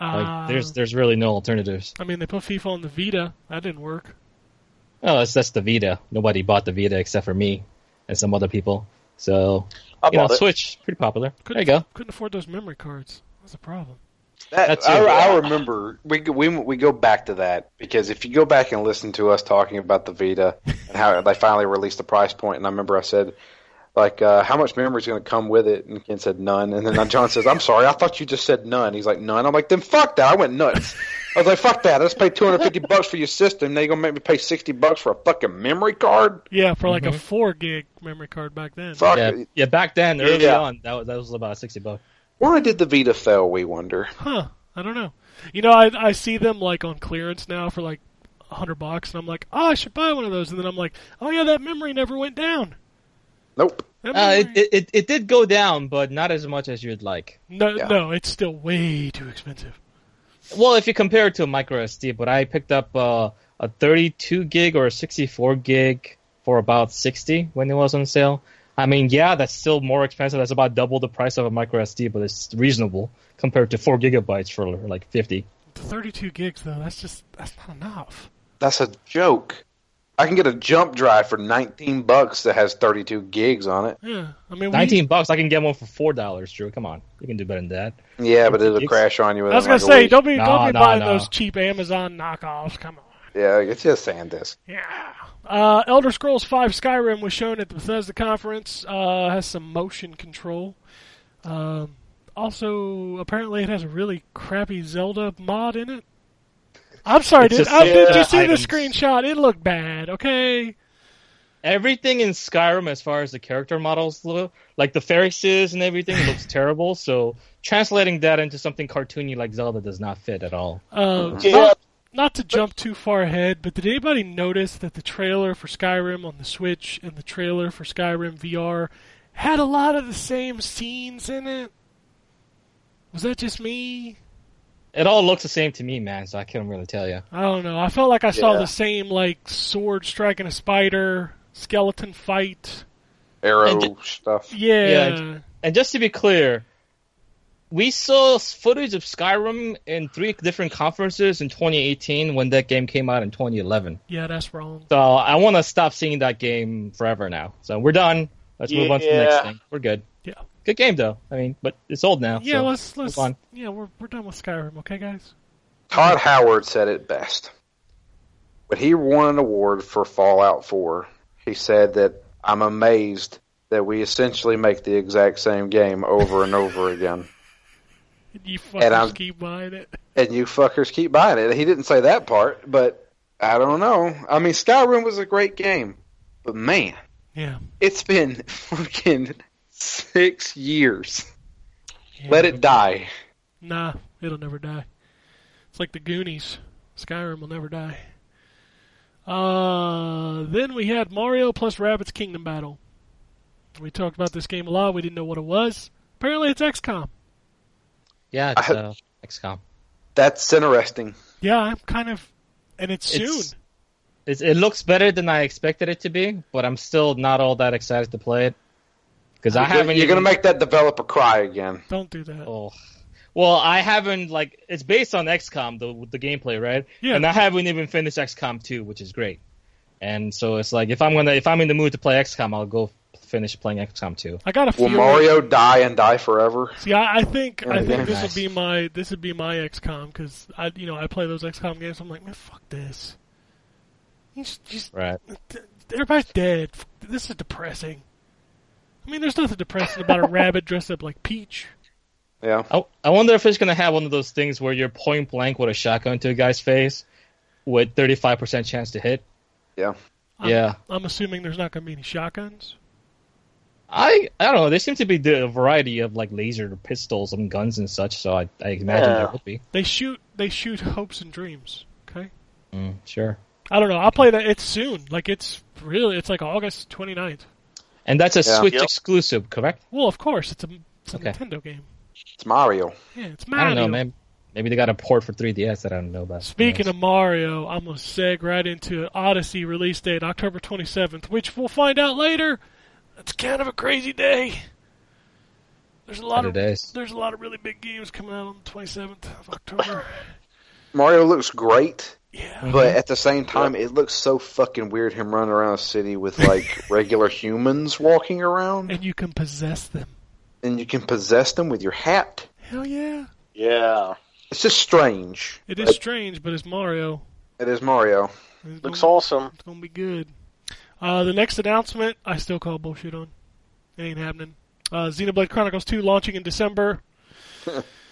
Like, Uh, there's there's really no alternatives. I mean, they put FIFA on the Vita. That didn't work. Oh, that's that's the Vita. Nobody bought the Vita except for me and some other people. So I you know, bought it. Switch pretty popular. Couldn't, There you go. Couldn't afford those memory cards. That's the problem. That, That's I, it. I remember we, go- we we go back to that because if you go back and listen to us talking about the Vita and how they finally released the price point, and I remember I said like uh, how much memory is going to come with it, and Ken said none, and then John says I'm sorry, I thought you just said none. He's like none. I'm like then fuck that. I went nuts. I was like fuck that. I just paid 250 bucks for your system. Now you're gonna make me pay 60 bucks for a fucking memory card? Yeah, for like a four gig memory card back then. Fuck. Yeah, it. yeah. Back then, early Yeah. on, that was that was about sixty bucks. Why did the Vita fail? We wonder. Huh? I don't know. You know, I I see them like on clearance now for like a hundred bucks, and I'm like, oh, I should buy one of those. And then I'm like, oh yeah, that memory never went down. Nope. That Uh, it, memory- it, it it did go down, but not as much as you'd like. no, yeah. no, it's still way too expensive. Well, if you compare it to a micro SD, but I picked up uh, a 32 gig or a 64 gig for about 60 when it was on sale. I mean, yeah, that's still more expensive. That's about double the price of a micro SD, but it's reasonable compared to four gigabytes for like 50. The 32 gigs though, that's just that's not enough. That's a joke. I can get a jump drive for 19 bucks that has 32 gigs on it. Yeah, I mean, we- 19 bucks, I can get one for four dollars, Drew. Come on, you can do better than that. Yeah, but it'll Gigs? crash on you. I was within, gonna like, a say, week. don't be No, don't be no, buying no. those cheap Amazon knockoffs. Come on. Yeah, it's just Sandisk. Yeah. Uh, Elder Scrolls V Skyrim was shown at the Bethesda conference. Uh, has some motion control. Um, also, apparently, it has a really crappy Zelda mod in it. I'm sorry, It's dude. just I, did you Zelda see items. the screenshot? It looked bad. Okay. Everything in Skyrim, as far as the character models look, like the pharynxes and everything, looks terrible. So translating that into something cartoony like Zelda does not fit at all. Uh, Yeah. not, not to jump too far ahead, but did anybody notice that the trailer for Skyrim on the Switch and the trailer for Skyrim VR had a lot of the same scenes in it? Was that just me? It all looks the same to me, man. So I couldn't really tell you. I don't know. I felt like I saw Yeah. the same like sword striking a spider, skeleton fight. Arrow And stuff. Yeah. Yeah. And just to be clear, we saw s- footage of Skyrim in three different conferences in 2018 when that game came out in 2011. Yeah, that's wrong. So I want to stop seeing that game forever now. So we're done. Let's move on to the next Yeah. thing. We're good. Yeah. Good game though. I mean, but it's old now. Yeah, so let's let's move on. Yeah, we're we're done with Skyrim, okay guys? Todd Howard said it best. When he won an award for Fallout 4, he said that I'm amazed that we essentially make the exact same game over and over again. You fuckers I'm- keep buying it. and you fuckers keep buying it. He didn't say that part, but I don't know. I mean, Skyrim was a great game, but man, Yeah. it's been fucking six years. Let it die. Nah, it'll never die. It's like the Goonies. Skyrim will never die. Uh Then we had Mario plus Rabbit's Kingdom Battle. We talked about this game a lot. We didn't know what it was. Apparently, it's XCOM. Yeah, it's I- uh, XCOM. That's interesting. Yeah, I'm kind of, and it's soon. It's- It's, it looks better than I expected it to be, but I'm still not all that excited to play it because I You're- haven't. You're even- gonna make that developer cry again. Don't do that. Oh. Well, I haven't like it's based on XCOM the the gameplay, right? Yeah. And I haven't even finished XCOM 2, which is great. And so it's like if I'm gonna if I'm in the mood to play XCOM, I'll go finish playing XCOM 2. I got a Will feeling. Mario die and die forever? See, I, I think I Yeah, think yeah. this Nice. would be my this would be my XCOM because I you know I play those XCOM games. I'm like, man, fuck this. You just, you just- Right. th- everybody's dead. F- This is depressing. I mean, there's nothing depressing about a rabbit dressed up like Peach. Yeah. I, Oh, I wonder if it's gonna have one of those things where you're point blank with a shotgun to a guy's face with 35% chance to hit. Yeah. I'm, Yeah. I'm assuming there's not going to be any shotguns. I I don't know. There seems to be the- a variety of like laser pistols and guns and such, so I, I imagine Yeah. there would be. They shoot they shoot hopes and dreams. Okay. Mm, sure. I don't know. I'll play that. It's soon. Like it's really. It's like August 29th. And that's a Yeah. Switch Yep. exclusive, correct? Well, of course, it's a it's a Okay. Nintendo game. It's Mario. Yeah, it's I Mario. don't know, man. Maybe they got a port for 3DS that I don't know about. Speaking of Mario, I'm gonna seg right into Odyssey release date October 27th, which we'll find out later. It's kind of a crazy day. There's a lot Better of days. there's a lot of really big games coming out on the 27th of October. Mario looks great, yeah, but at the same time, it looks so fucking weird him running around a city with like regular humans walking around, and you can possess them. and you can possess them with your hat. Hell yeah! Yeah. It's just strange. It is Like, strange, but it's Mario. It is Mario. It's Looks gonna- awesome. It's gonna be good. Uh, the next announcement, I still call bullshit on. It ain't happening. Uh, Xenoblade Chronicles 2 launching in December.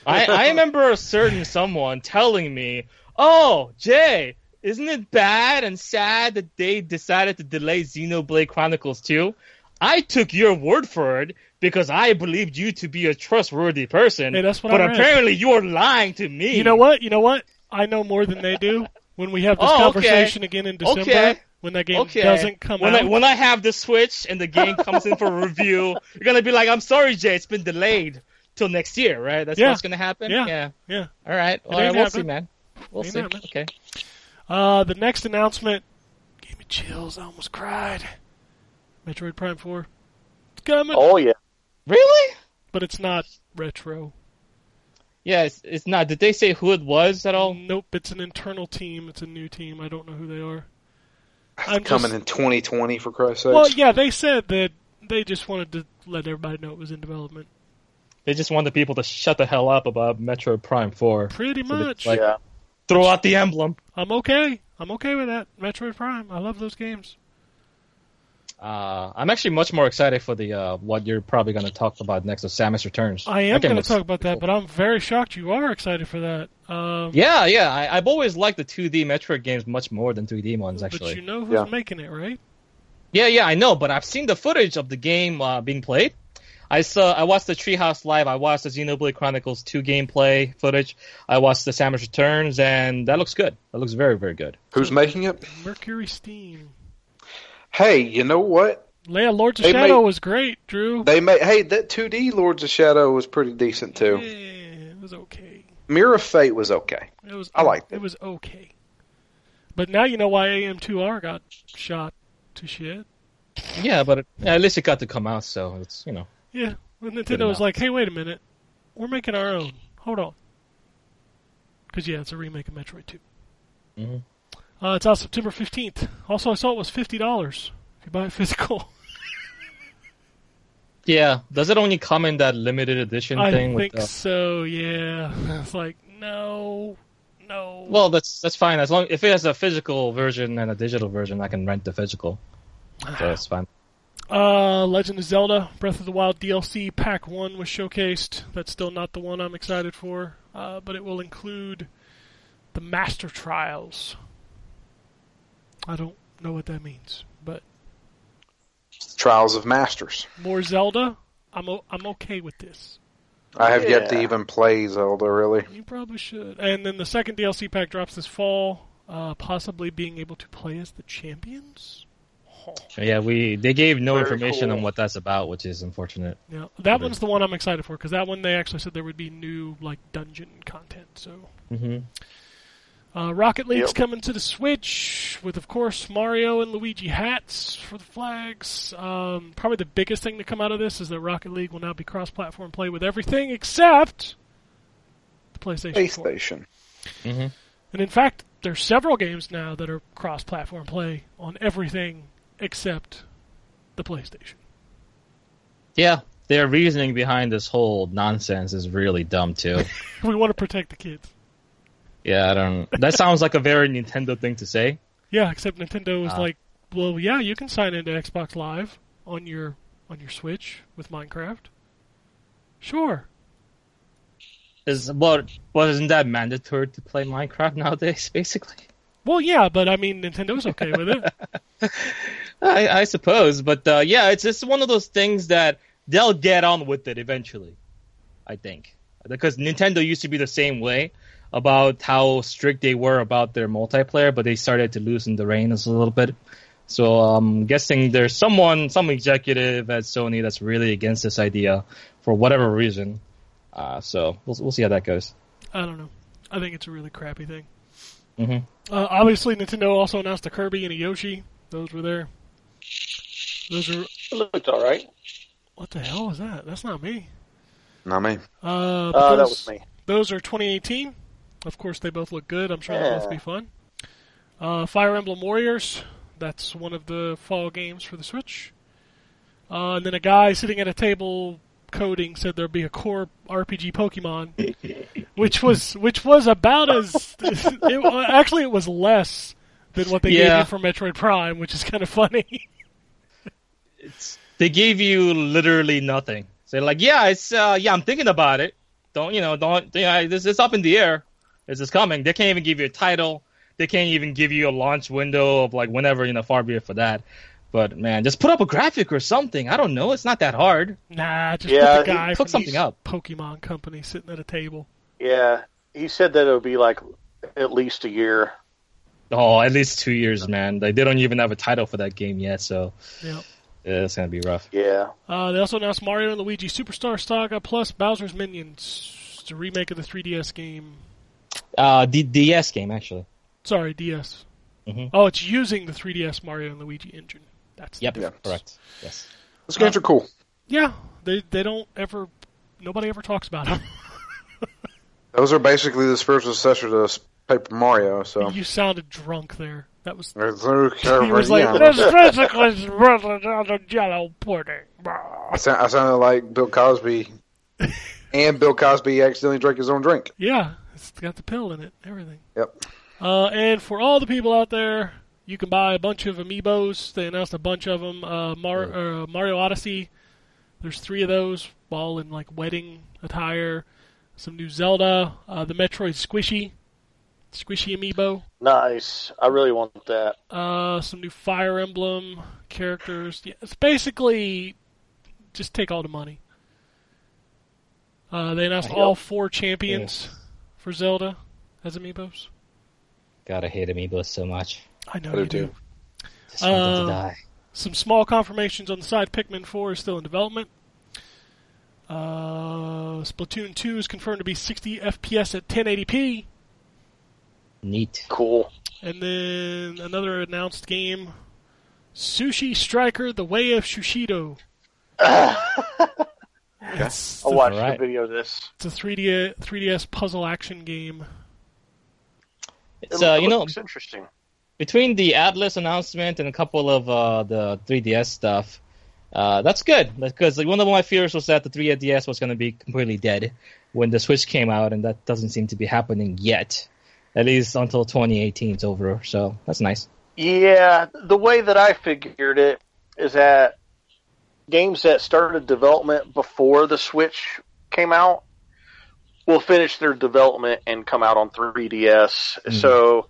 I, I remember a certain someone telling me, "Oh, Jay, isn't it bad and sad that they decided to delay Xenoblade Chronicles 2?" I took your word for it because I believed you to be a trustworthy person. Hey, that's what but I read. apparently, you're lying to me. You know what? You know what? I know more than they do. When we have this Oh, okay. conversation again in December, Okay. when that game Okay. doesn't come when out, I, when I have the Switch and the game comes in for review, you're gonna be like, "I'm sorry, Jay, it's been delayed till next year, right?" That's Yeah. what's gonna happen. Yeah. yeah. All right. All ain't right. We'll happening. see, man. We'll Ain't see. happening. Okay. Uh, the next announcement gave me chills. I almost cried. Metroid Prime Four, it's coming, Oh yeah. Really? but it's not retro. Yeah, it's, it's not. Did they say who it was at all? Nope, it's an internal team. It's a new team. I don't know who they are. I'm It's coming just- in 2020 for Christ's sake. Well, yeah, they said that they just wanted to let everybody know it was in development. They just want the people to shut the hell up about Metro Prime 4. Pretty they- much. like- yeah. Throw out the emblem. I'm okay. I'm okay with that. Metroid Prime. I love those games. Uh, I'm actually much more excited for the uh, what you're probably going to talk about next, of Samus Returns. I am That game going to looks talk about that, cool. but I'm very shocked you are excited for that. Um, Yeah, yeah. I, I've always liked the 2D Metroid games much more than 3D ones, but actually. you know who's Yeah. making it, right? Yeah, yeah, I know, but I've seen the footage of the game uh, being played. I saw, I watched the Treehouse Live, I watched the Xenoblade Chronicles 2 gameplay footage, I watched the Samus Returns, and that looks good. That looks very, very good. Who's making it? Mercury Steam. Hey, you know what? Leia Lords of They Shadow made- was great, Drew. They made. Hey, that 2D Lords of Shadow was pretty decent yeah, too. it was okay. Mirror of Fate was okay. It was. I liked it. It was okay. But now you know why AM2R got shot to shit. Yeah, but it, at least it got to come out, so it's, you know. Yeah, when Good Nintendo was enough. like, "Hey, wait a minute, we're making our own. Hold on." Because yeah, it's a remake of Metroid 2 Mhm. Uh, it's out September fifteenth. Also, I saw it was fifty dollars if you buy it physical. Yeah, does it only come in that limited edition I thing? think With the, so. Yeah, it's like no, no. well, that's that's fine as long if it has a physical version and a digital version, I can rent the physical. So it's fine. uh, Legend of Zelda: Breath of the Wild DLC Pack One was showcased. That's still not the one I'm excited for, uh, but it will include the Master Trials. I don't know what that means, but Trials of Masters. more Zelda. I'm o- I'm okay with this. I have yet to Yeah. even play Zelda, really. You probably should. And then the second DLC pack drops this fall, uh, possibly being able to play as the champions. Yeah, we they gave no Very information cool. on what that's about, which is unfortunate. Yeah, that one's the one I'm excited for because that one they actually said there would be new like dungeon content. So hmm uh, Rocket League's Yep. coming to the Switch with, of course, Mario and Luigi hats for the flags. Um, probably the biggest thing to come out of this is that Rocket League will now be cross-platform play with everything except the PlayStation. 4. PlayStation. And in fact, there's several games now that are cross-platform play on everything except the PlayStation. Yeah, their reasoning behind this whole nonsense is really dumb too. We want to protect the kids. yeah, I don't. That sounds like a very Nintendo thing to say. Yeah, except Nintendo was Ah. like, well, yeah, you can sign into Xbox Live on your on your Switch with Minecraft. Sure. Is well, wasn't that mandatory to play Minecraft nowadays? Basically, Well, yeah, but I mean, Nintendo's okay with it. I, I suppose, but uh, yeah, it's just one of those things that they'll get on with it eventually. I think because Nintendo used to be the same way about how strict they were about their multiplayer, but they started to loosen the reins a little bit. So I'm guessing there's someone, some executive at Sony that's really against this idea for whatever reason. Uh, so we'll, we'll see how that goes. I don't know. I think it's a really crappy thing. Mhm. Uh, obviously, Nintendo also announced a Kirby and a Yoshi. Those were there. Those are. It looked all right. What the hell was that? That's not me. Not me. Uh, Uh, that those- was me. Those are 2018. Of course, they both look good. I'm sure they'll both Yeah. be fun. Uh, Fire Emblem Warriors. That's one of the fall games for the Switch. Uh, and then a guy sitting at a table coding said there'd be a core RPG Pokemon, which was which was about as it, wa- actually it was less than what they gave Yeah. you for Metroid Prime, which is kind of funny. They gave you literally nothing. So they're like, yeah, it's uh, yeah, I'm thinking about it. Don't you know? Don't you know, this it's up in the air. This is coming. They can't even give you a title. They can't even give you a launch window of like whenever you know. Far be it for that. But man, just put up a graphic or something. I don't know. It's not that hard. nah, just Yeah, put the he guy from Cook something up. Pokemon Company sitting at a table. Yeah, he said that it would be like at least a year. Oh, at least two years, man. Like they don't even have a title for that game yet, so Yeah. yeah, it's gonna be rough. Yeah. Uh, they also announced Mario and Luigi Superstar Saga plus Bowser's Minions. It's a remake of the 3DS game. Uh, D- DS game actually. Sorry, DS. Mhm. Oh, it's using the 3DS Mario and Luigi engine. That's Yep, the difference. correct. Yes. Those games are cool. Yeah, they they don't ever. Nobody ever talks about them. Those are basically the spiritual successor to S- Paper Mario. So you sounded drunk there. That was. He I, was like, "That's basically brother on a jello pudding." sound, I sounded like Bill Cosby, and Bill Cosby accidentally drank his own drink. Yeah, it's got the pill in it. Everything. Yep. Uh, and for all the people out there, you can buy a bunch of amiibos. They announced a bunch of them. Uh, Mar- uh, Mario Odyssey. There's three of those, all in like wedding attire. Some new Zelda. Uh, the Metroid Squishy, Squishy amiibo. Nice. I really want that. Uh, some new Fire Emblem characters. Yeah, it's basically just take all the money. Uh, they announced all four champions for Zelda as amiibos. Gotta hate Amiibo so much. I know I do you do. too. Just want them Uh, to die. Some small confirmations on the side. Pikmin 4 is still in development. Uh, Splatoon 2 is confirmed to be 60 FPS at 1080p. Neat. Cool. And then another announced game Sushi Striker The Way of Shushido. it's, I watched alright. the video of this. it's a 3D, 3DS puzzle action game. It's uh, you know, looks interesting. between the Atlas announcement and a couple of uh, the 3DS stuff, uh, that's good because like, one of my fears was that the 3DS was going to be completely dead when the Switch came out, and that doesn't seem to be happening yet. At least until 2018 is over, so that's nice. Yeah, the way that I figured it is that games that started development before the Switch came out will finish their development and come out on 3DS. So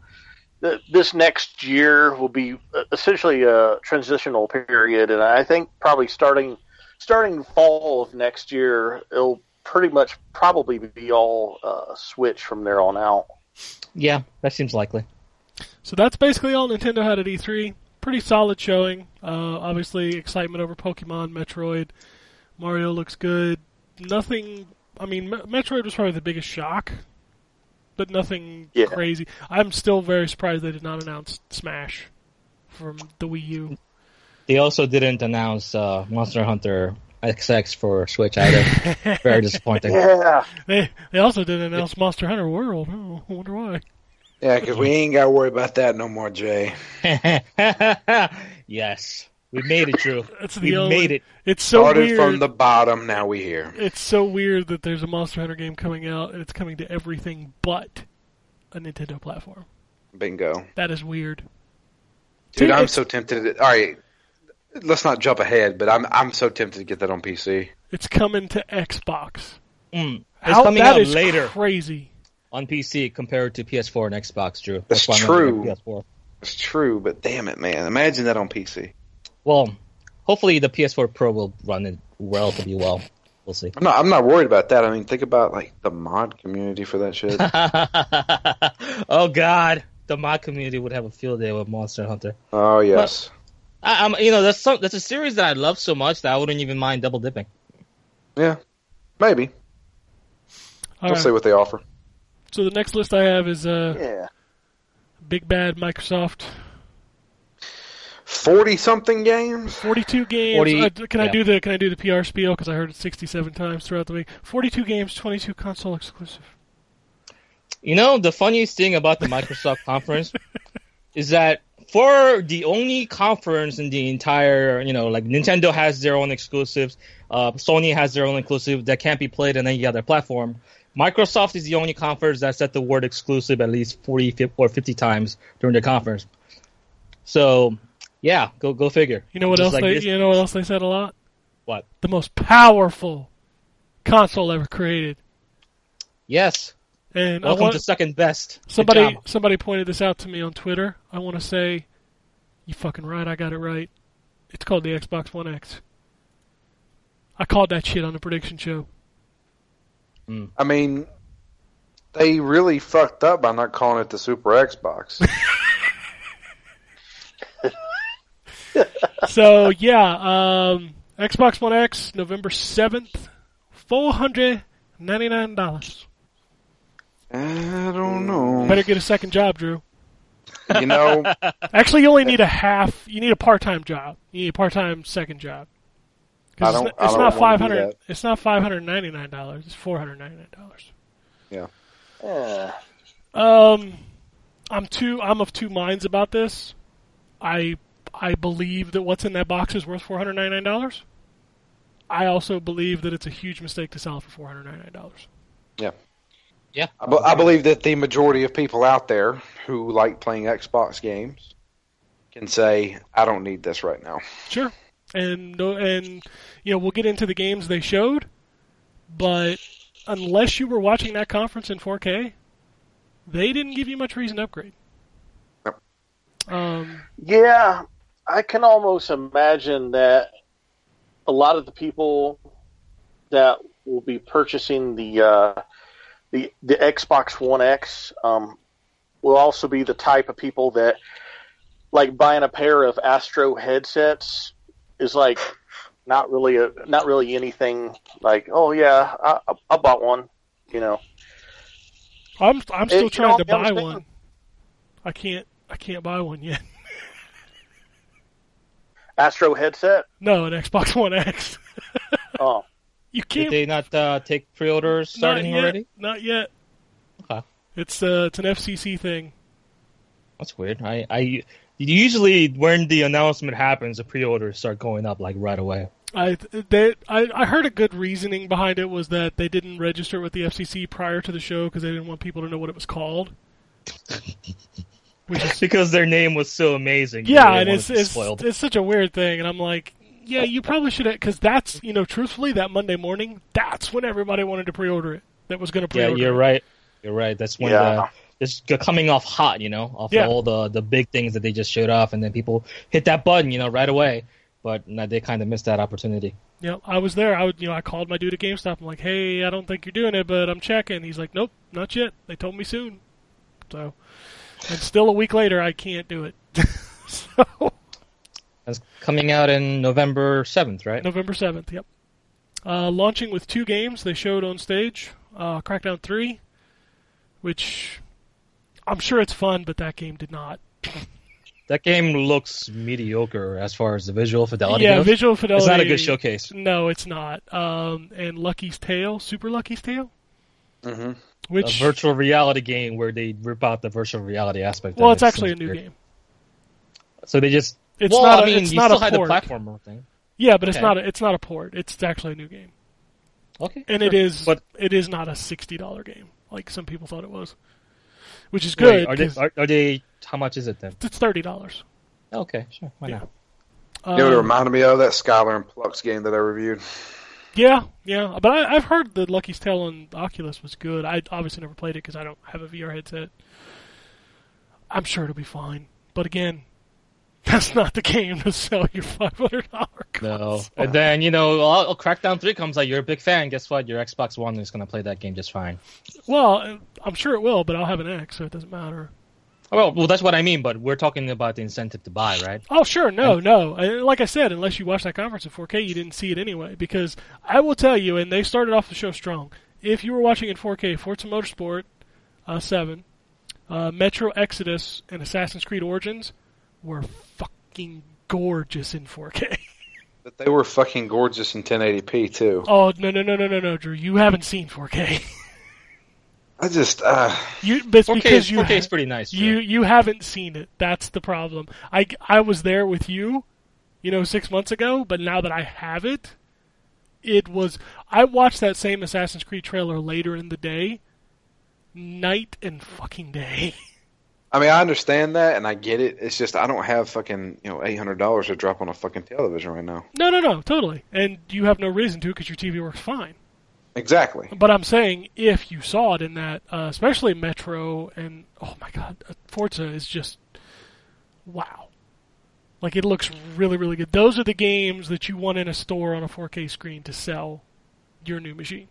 th- this next year will be uh, essentially a transitional period, and I think probably starting starting fall of next year, it'll pretty much probably be all uh, Switch from there on out. Yeah, that seems likely. So that's basically all Nintendo had at E3. pretty solid showing. Uh, obviously, excitement over Pokemon, Metroid, Mario looks good. Nothing. I mean, Me- Metroid was probably the biggest shock, but nothing Yeah. crazy. I'm still very surprised they did not announce Smash from the Wii U. They also didn't announce uh, Monster Hunter XX for Switch either. Very disappointing. Yeah. They they also didn't announce Monster Hunter World. Oh, I wonder why. Yeah, because we ain't got to worry about that no more, Jay. yes, we made it, Drew. That's the We only- made it. It's so Started weird. from the bottom, now we here. It's so weird that there's a Monster Hunter game coming out and it's coming to everything but a Nintendo platform. Bingo. That is weird. Dude, Dude, I'm it's- so tempted. To, all right, let's not jump ahead, but I'm I'm so tempted to get that on PC. It's coming to Xbox. Mm. It's How- coming that out is later Crazy. on PC compared to PS4 and Xbox, Drew. That's why I'm not getting true. PS4. It's true, but damn it, man! Imagine that on PC. Well, hopefully the PS4 Pro will run it relatively well. We'll see. I'm not I'm not worried about that. I mean, think about like the mod community for that shit. oh God, the mod community would have a field day with Monster Hunter. oh yes, I, I'm, you know, that's some, that's a series that I love so much that I wouldn't even mind double dipping. yeah, maybe. All we'll right. see what they offer. So the next list I have is uh, Yeah. Big Bad Microsoft. Forty something games. 42 games. 40 uh, can I yeah. do the can I do the PR spiel because I heard it 67 times throughout the week. 42 games, 22 console exclusive. You know, the funniest thing about the Microsoft conference is that for the only conference in the entire, you know, like Nintendo has their own exclusives, uh, Sony has their own exclusive that can't be played on any other platform. Microsoft is the only conference that said the word exclusive at least 40 fif- or 50 times during the conference. So, yeah, go go figure. You know what Just else like they this- you know what else they said a lot? What? The most powerful console ever created. Yes. And I Welcome want to second best. Good Somebody job. somebody pointed this out to me on Twitter. I want to say, you fucking right. I got it right. It's called the Xbox One X. I called that shit on the prediction show. I mean, they really fucked up by not calling it the Super Xbox. so yeah, um, Xbox One X, November seventh, four hundred ninety nine dollars. I don't know. Better get a second job, Drew. You know, Actually, you only need a half. You need a part time job. You need a part time second job. 'Cause I don't- it's I not, it's don't not wanna five do hundred. that. It's not five hundred ninety nine dollars. It's four hundred ninety nine dollars. Yeah. Um, I'm two. I'm of two minds about this. I I believe that what's in that box is worth four hundred ninety nine dollars. I also believe that it's a huge mistake to sell it for four hundred ninety nine dollars. I, be- I believe that the majority of people out there who like playing Xbox games can say, "I don't need this right now." Sure, and no- and you know we'll get into the games they showed, but unless you were watching that conference in 4K, they didn't give you much reason to upgrade. Nope. Um, Yeah, I can almost imagine that a lot of the people that will be purchasing the uh, the the Xbox One X um, will also be the type of people that like buying a pair of Astro headsets is like not really a not really anything like oh yeah I, I- I bought one you know I'm I'm Hey, still you trying know, to I was buy thinking- one. I can't I can't buy one yet. Astro headset No, an Xbox One X. oh You can't. Did they not uh, take pre-orders not starting yet. already? Not yet. Okay. It's uh, it's an FCC thing. That's weird. I, I usually when the announcement happens, the pre-orders start going up like right away. I they I, I heard a good reasoning behind it was that they didn't register with the FCC prior to the show because they didn't want people to know what it was called. Which is Because their name was so amazing. they yeah, didn't and want it's it to be it's spoiled. it's such a weird thing, and I'm like, yeah, you probably should have because that's you know truthfully that Monday morning that's when everybody wanted to pre-order it. That was going to yeah, pre-order. you're it. right. You're right. That's when Yeah. the it's g- coming off hot, you know, off Yeah. all the the big things that they just showed off, and then people hit that button, you know, right away. But no, they kind of missed that opportunity. Yeah, I was there. I would, you know, I called my dude at GameStop. I'm like, "Hey, I don't think you're doing it, but I'm checking." He's like, "Nope, not yet. They told me soon." So, and still a week later, I can't do it. so, That's coming out in November 7th, right? November 7th, yep. Uh, launching with two games they showed on stage uh, Crackdown 3, which I'm sure it's fun, but that game did not. That game looks mediocre as far as the visual fidelity yeah, goes. visual fidelity. it's not a good showcase. No, it's not. Um, and Lucky's Tale, Super Lucky's Tale, Mm-hmm. which. A virtual reality game where they rip out the virtual reality aspect. of well, it. it's actually a Seems new weird. game. So they just. It's well, not. I a, mean, it's you not still a had port. the platformer thing. Yeah, but it's Okay. not. A, it's not a port. It's actually a new game, Okay. and sure. it is. But it is not a sixty dollar game like some people thought it was, which is wait, good. are, they, 'cause are, are they? How much is it then? it's thirty dollars. Um, Okay, sure. Why Yeah. not? it would reminded me of that Skylar and Plux game that I reviewed. Yeah, yeah, but I, I've heard that Lucky's Tale on Oculus was good. I obviously never played it because I don't have a VR headset. I'm sure it'll be fine, but again, that's not the game to sell your five hundred dollar. No. And then you know, all- Crackdown Three comes out. You're a big fan. Guess what? Your Xbox One is going to play that game just fine. Well, I'm sure it will, but I'll have an X, so it doesn't matter. Oh, Well, well, that's what I mean. But we're talking about the incentive to buy, right? Oh, sure, no, no. And Like I said, unless you watched that conference in 4K, you didn't see it anyway. Because I will tell you, and they started off the show strong. If you were watching in 4K, Forza Motorsport uh, 7, uh, Metro Exodus, and Assassin's Creed Origins were fucking gorgeous in 4K. But they were fucking gorgeous in 1080p too. Oh no, no, no, no, no, no, Drew, you haven't seen 4K. I just uh, You, but it's 4K, because is- you 4K ha- is pretty nice. You Drew. you haven't seen it. That's the problem. I I was there with you, you know, six months ago. But now that I have it, it was. I watched that same Assassin's Creed trailer later in the day, night and fucking day. I mean, I understand that and I get it. It's just I don't have fucking you know eight hundred dollars to drop on a fucking television right now. No, no, no, totally. And you have no reason to because your TV works fine. Exactly. But I'm saying if you saw it in that, uh, especially Metro and oh my god, uh, Forza is just wow. Like it looks really, really good. Those are the games that you want in a store on a 4K screen to sell your new machine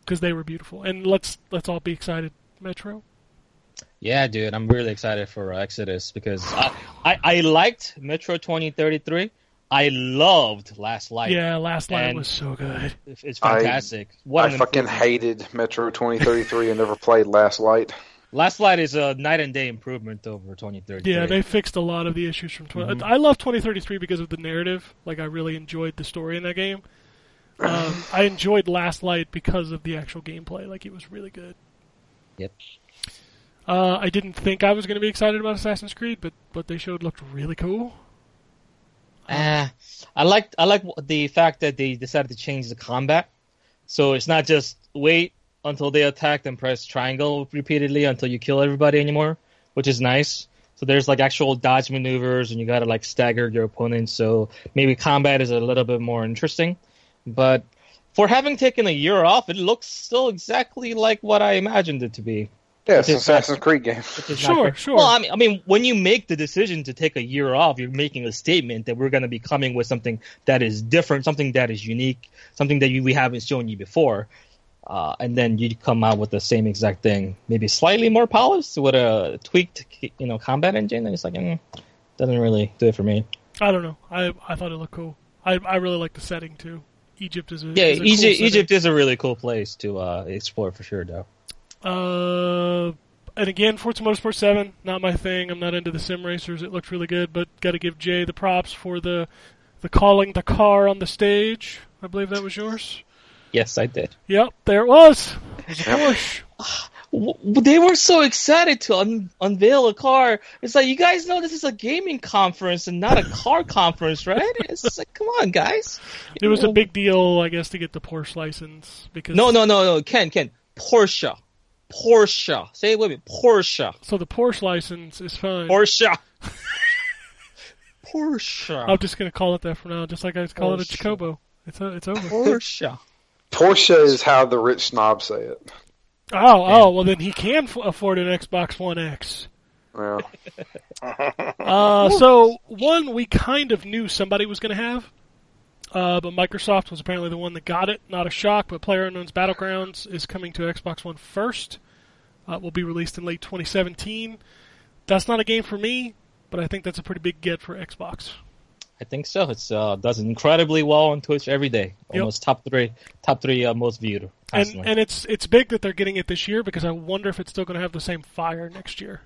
because they were beautiful. And let's let's all be excited, Metro. Yeah, dude, I'm really excited for uh, Exodus because I, I I liked Metro 2033. I loved Last Light. yeah, Last Light and- was so good. It's it's fantastic. what I an fucking improvement. hated Metro 2033 and never played Last Light. Last Light is a night and day improvement over 2033. Yeah, they fixed a lot of the issues from 20. Mm-hmm. I love 2033 because of the narrative. Like, I really enjoyed the story in that game. Um, I enjoyed Last Light because of the actual gameplay. Like, it was really good. Yep. Uh, I didn't think I was going to be excited about Assassin's Creed, but what they showed looked really cool. Ah, I like I like the fact that they decided to change the combat, so it's not just wait until they attack and press triangle repeatedly until you kill everybody anymore, which is nice. So there's like actual dodge maneuvers, and you gotta like stagger your opponent. So maybe combat is a little bit more interesting, but for having taken a year off, it looks still exactly like what I imagined it to be. Yeah, it's an Just that- Assassin's Creed game. which is Sure, not great. sure. Well, I mean, I mean, when you make the decision to take a year off, you're making a statement that we're going to be coming with something that is different, something that is unique, something that you, we haven't shown you before. Uh, and then you come out with the same exact thing, maybe slightly more polished with a tweaked, you know, combat engine. And it's like, mm, doesn't really do it for me. I don't know. I, I thought it looked cool. I, I really like the setting, too. Egypt is a Yeah, is a cool Egypt, setting. Egypt is a really cool place to uh, explore for sure, though. Uh, and again, Forza Motorsport 7, not my thing. I'm not into the sim racers. It looked really good, but got to give Jay the props for the the calling the car on the stage. I believe that was yours. Yes, I did. Yep, there it was. Porsche. w- they were so excited to un- unveil a car. It's like you guys know this is a gaming conference and not a car conference, right? It's just like, come on, guys. It was a big deal, I guess, to get the Porsche license because No, no, no, no. Ken, Ken, Porsche, Porsche. Say it with me, Porsche, So the Porsche license is fine. Porsche, I'm Porsche, just gonna call it that for now, just like I call it a Porsche. Chocobo. It's o it's over. oh, Porsche. Porsche is how the rich snobs say it. oh, well then he can f- afford an Xbox One X. Yeah. Uh, so one we kind of knew somebody was going to have, uh, but Microsoft was apparently the one that got it. Not a shock, but PlayerUnknown's Battlegrounds is coming to Xbox One first. Uh, it will be released in late 2017. That's not a game for me, but I think that's a pretty big get for Xbox. I think so. It's uh, does incredibly well on Twitch every day. Yep. Almost top three, top three uh, most viewed. And Constantly. and it's it's big that they're getting it this year because I wonder if it's still going to have the same fire next year.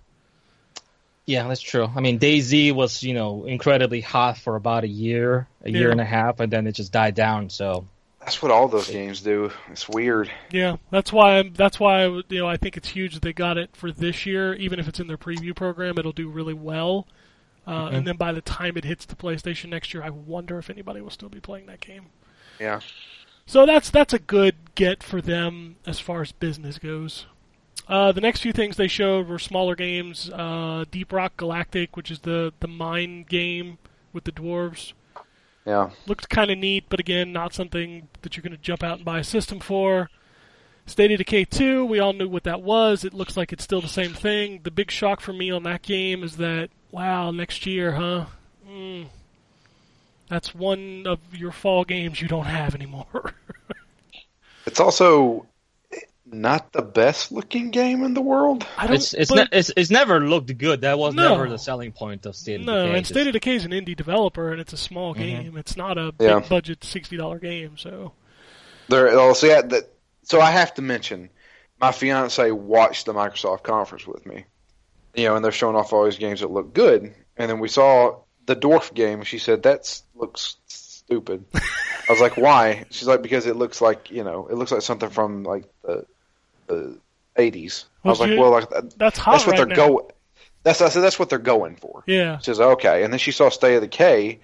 yeah, that's true. I mean, DayZ was you know incredibly hot for about a year, a year Yeah. and a half, and then it just died down. So That's what all those games do. It's weird. Yeah, that's why I'm, that's why I would- you know I think it's huge that they got it for this year. Even if it's in their preview program, it'll do really well. Uh, And then by the time it hits the PlayStation next year, I wonder if anybody will still be playing that game. Yeah. So that's that's a good get for them as far as business goes. Uh, the next few things they showed were smaller games. Uh, Deep Rock Galactic, which is the the mine game with the dwarves, Yeah. looked kind of neat, but again, not something that you're going to jump out and buy a system for. State of Decay 2, we all knew what that was. It looks like it's still the same thing. The big shock for me on that game is that, wow, next year, huh? Mm. That's one of your fall games you don't have anymore. It's also not the best looking game in the world. I don't. it's it's, but- ne- it's it's never looked good. That was No. never the selling point of State of no, Decay. Mm-hmm. and State of Decay is an indie developer, and it's a small game. It's not a Yeah. big budget sixty dollar game. So There. Oh, so yeah. That, so I have to mention, my fiance watched the Microsoft conference with me. You know, and they're showing off all these games that look good, and then we saw the Dwarf game. and She said that looks stupid. I was like, why? She's like, because it looks like you know, it looks like something from like the the eighties. I Well, was like, you- well, like that- that's hot. that's what right they're now. going. That's I said that's what they're going for. Yeah, She says, okay. And then she saw Stay of the K,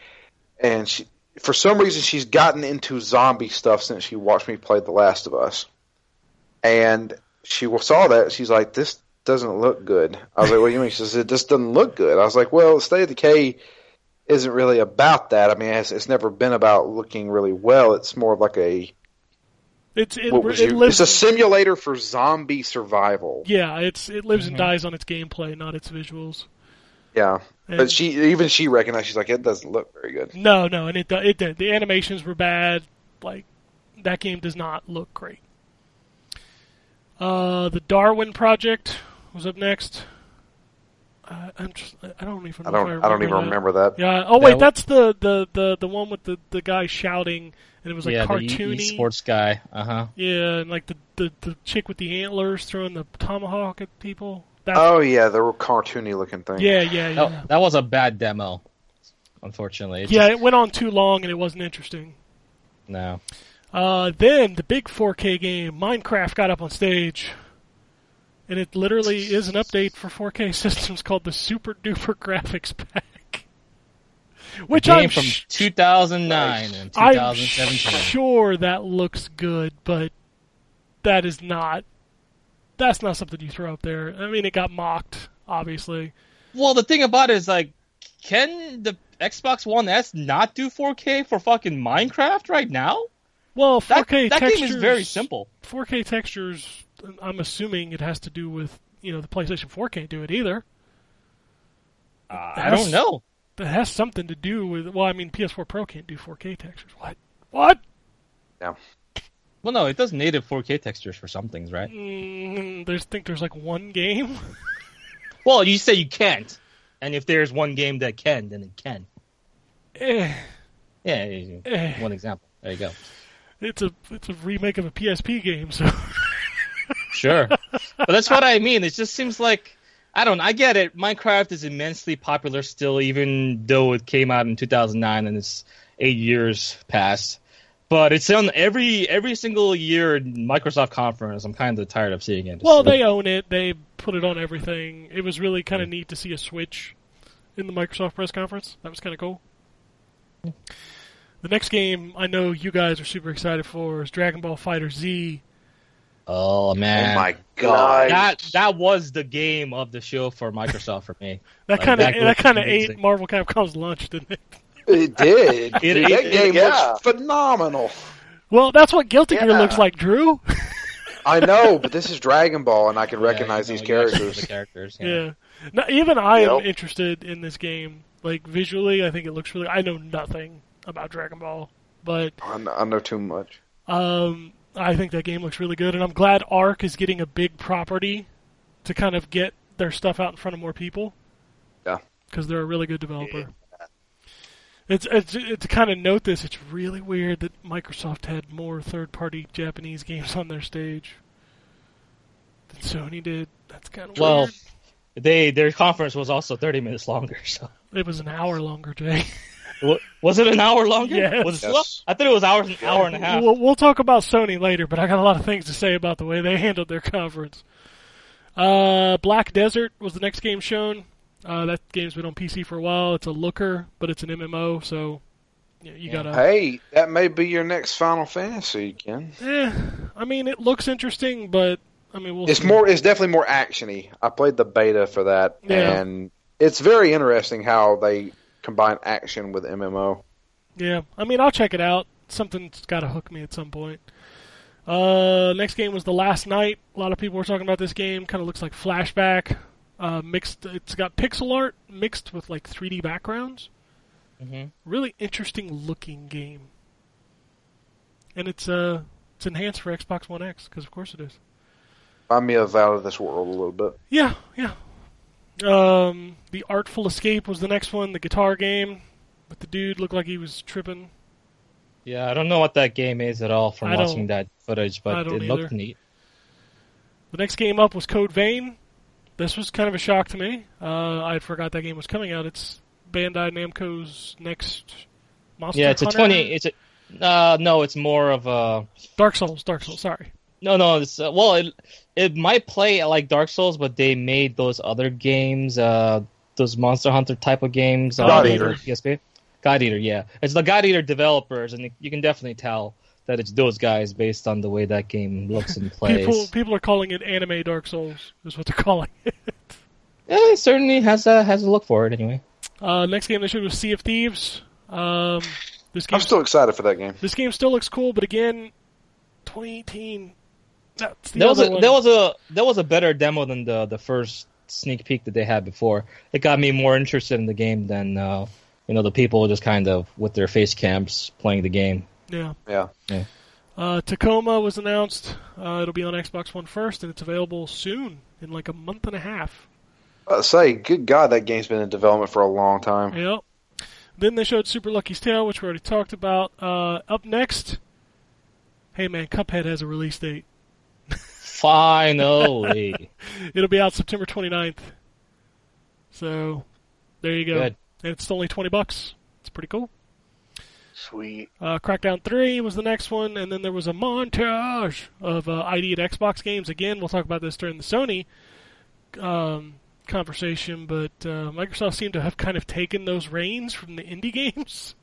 and she, for some reason, she's gotten into zombie stuff since she watched me play The Last of Us. And she wa- saw that, and she's like, this doesn't look good. I was like, what do you mean? She says, it just doesn't look good. I was like, well, Stay of the K isn't really about that. I mean, it's, it's never been about looking really well. It's more of like a it's it, what was it you- lives. it's a simulator for zombie survival. yeah, it's it lives Mm-hmm. and dies on its gameplay, not its visuals. Yeah, And- but she even she recognized she's like, it doesn't look very good. No, no, and it do- it did. The animations were bad. Like that game does not look great. Uh, the Darwin Project was up next. Uh, I'm just I don't even I know if don't I don't even that. remember that. Yeah. Oh wait, That- that's the, the, the, the one with the, the guy shouting, and it was like yeah, cartoony. the e-, sports guy. Uh huh. Yeah, and like the, the, the chick with the antlers throwing the tomahawk at people. That's, Oh yeah, the real cartoony looking thing. yeah, yeah, yeah. That, Oh, that was a bad demo, unfortunately. It yeah, just- it went on too long and it wasn't interesting. no. Uh, then the big 4K game, Minecraft, got up on stage, and it literally is an update for 4K systems called the Super Duper Graphics Pack, which game I'm from sh- 2009 and I'm 2017. sure that looks good, but that is not. That's not something you throw up there. I mean, it got mocked, obviously. Well, the thing about it is like, can the Xbox One S not do 4K for fucking Minecraft right now? Well, 4K That, that textures. game is very simple. 4K textures. I'm assuming it has to do with you know the PlayStation 4 can't do it either. Uh, I don't know. That has something to do with. Well, I mean, PS4 Pro can't do 4K textures. What? What? Well, no, it does native 4K textures for some things, right? Mm, there's think there's like one game. Well, you say you can't, and if there's one game that can, then it can. Eh, Yeah, yeah, yeah. eh. one example. There you go. It's a it's a remake of a PSP game, so. Sure. but that's what I mean. It just seems like I don't. I get it. Minecraft is immensely popular still, even though it came out in 2009 and it's eight years past. But it's on every every single year Microsoft conference. I'm kind of tired of seeing it. Well, So- they own it. They put it on everything. It was really kind of neat to see a Switch in the Microsoft press conference. That was kind of cool. The next game I know you guys are super excited for is Dragon Ball Fighter Z. oh man, Oh my god. that that was the game of the show for Microsoft for me. That Like, kind of that that goes kind of amazing. ate Marvel Capcom's lunch, didn't it? It did. It- Dude, that it- game yeah. looks phenomenal. Well, that's what Guilty Gear Yeah. looks like, Drew. I know, but this is Dragon Ball, and I can Yeah, recognize you know, these you actually know characters. The characters. yeah. Yeah. No, even I am Yep. interested in this game. Like visually, I think it looks really. I know nothing about Dragon Ball, but I know, I know too much. Um, I think that game looks really good, and I'm glad Arc is getting a big property to kind of get their stuff out in front of more people. Yeah. because they're a really good developer. It's, it's to kind of note this. It's really weird that Microsoft had more third-party Japanese games on their stage than Sony did. That's kind of Well, weird. they their conference was also 30 minutes longer. So It was an hour longer, Jay. Wa- was it an hour longer? Yes. Was it Yes. slow? I thought it was hours, an hour and a half. We'll, we'll talk about Sony later, but I got a lot of things to say about the way they handled their conference. Uh, Black Desert was the next game shown. Uh, that game's been on PC for a while. It's a looker, but it's an MMO, so you, you gotta. Hey, that may be your next Final Fantasy, Ken. Eh, I mean, it looks interesting, but I mean, we'll. It's see. more. It's definitely more actiony. I played the beta for that, Yeah. and it's very interesting how they combine action with MMO. Yeah, I mean, I'll check it out. Something's got to hook me at some point. Uh, next game was the last night. A lot of people were talking about this game. Kind of looks like flashback. Uh, mixed. It's got pixel art mixed with like 3D backgrounds. Mhm. Really interesting looking game. And it's uh, it's enhanced for Xbox One X because of course it is. Remind me of Out of This World a little bit. Yeah, yeah. Um, the Artful Escape was the next one. The guitar game, but the dude looked like he was tripping. Yeah, I don't know what that game is at all from I don't- watching that footage, I but don't it looked either. neat. The next game up was Code Vein. This was kind of a shock to me. Uh, I forgot that game was coming out. It's Bandai Namco's next Monster yeah, it's a Hunter- 20. It's a uh, no, it's more of a Dark Souls, Dark Souls, sorry. no, no. It's uh, well, it it might play uh, like Dark Souls, but they made those other games, uh, those Monster Hunter type of games. on God the Eater. PSP. God Eater, yeah, it's the God Eater developers, and you can definitely tell that it's those guys based on the way that game looks and plays. People people are calling it anime Dark Souls, is what they're calling it. Yeah, it certainly has a has a look for it anyway. Uh, next game they showed was Sea of Thieves. Um, this game I'm still excited for that game. this game still looks cool, but again, 2018. That's the There was other a one. there was a there was a better demo than the the first sneak peek that they had before. It got me more interested in the game than uh, you know the people just kind of with their face cams playing the game. yeah. Yeah. Uh, Tacoma was announced. Uh, it'll be on Xbox One first, and it's available soon in like a month and a half. I say, good God, that game's been in development for a long time. Yep. Then they showed Super Lucky's Tale, which we already talked about. Uh, up next, hey man, Cuphead has a release date. Finally, It'll be out September 29th. So, there you go. Good. And it's only 20 bucks. It's pretty cool. Sweet. Uh, Crackdown 3 was the next one, and then there was a montage of uh, ID and Xbox games. Again, we'll talk about this during the Sony um, conversation, but uh, Microsoft seemed to have kind of taken those reins from the indie games.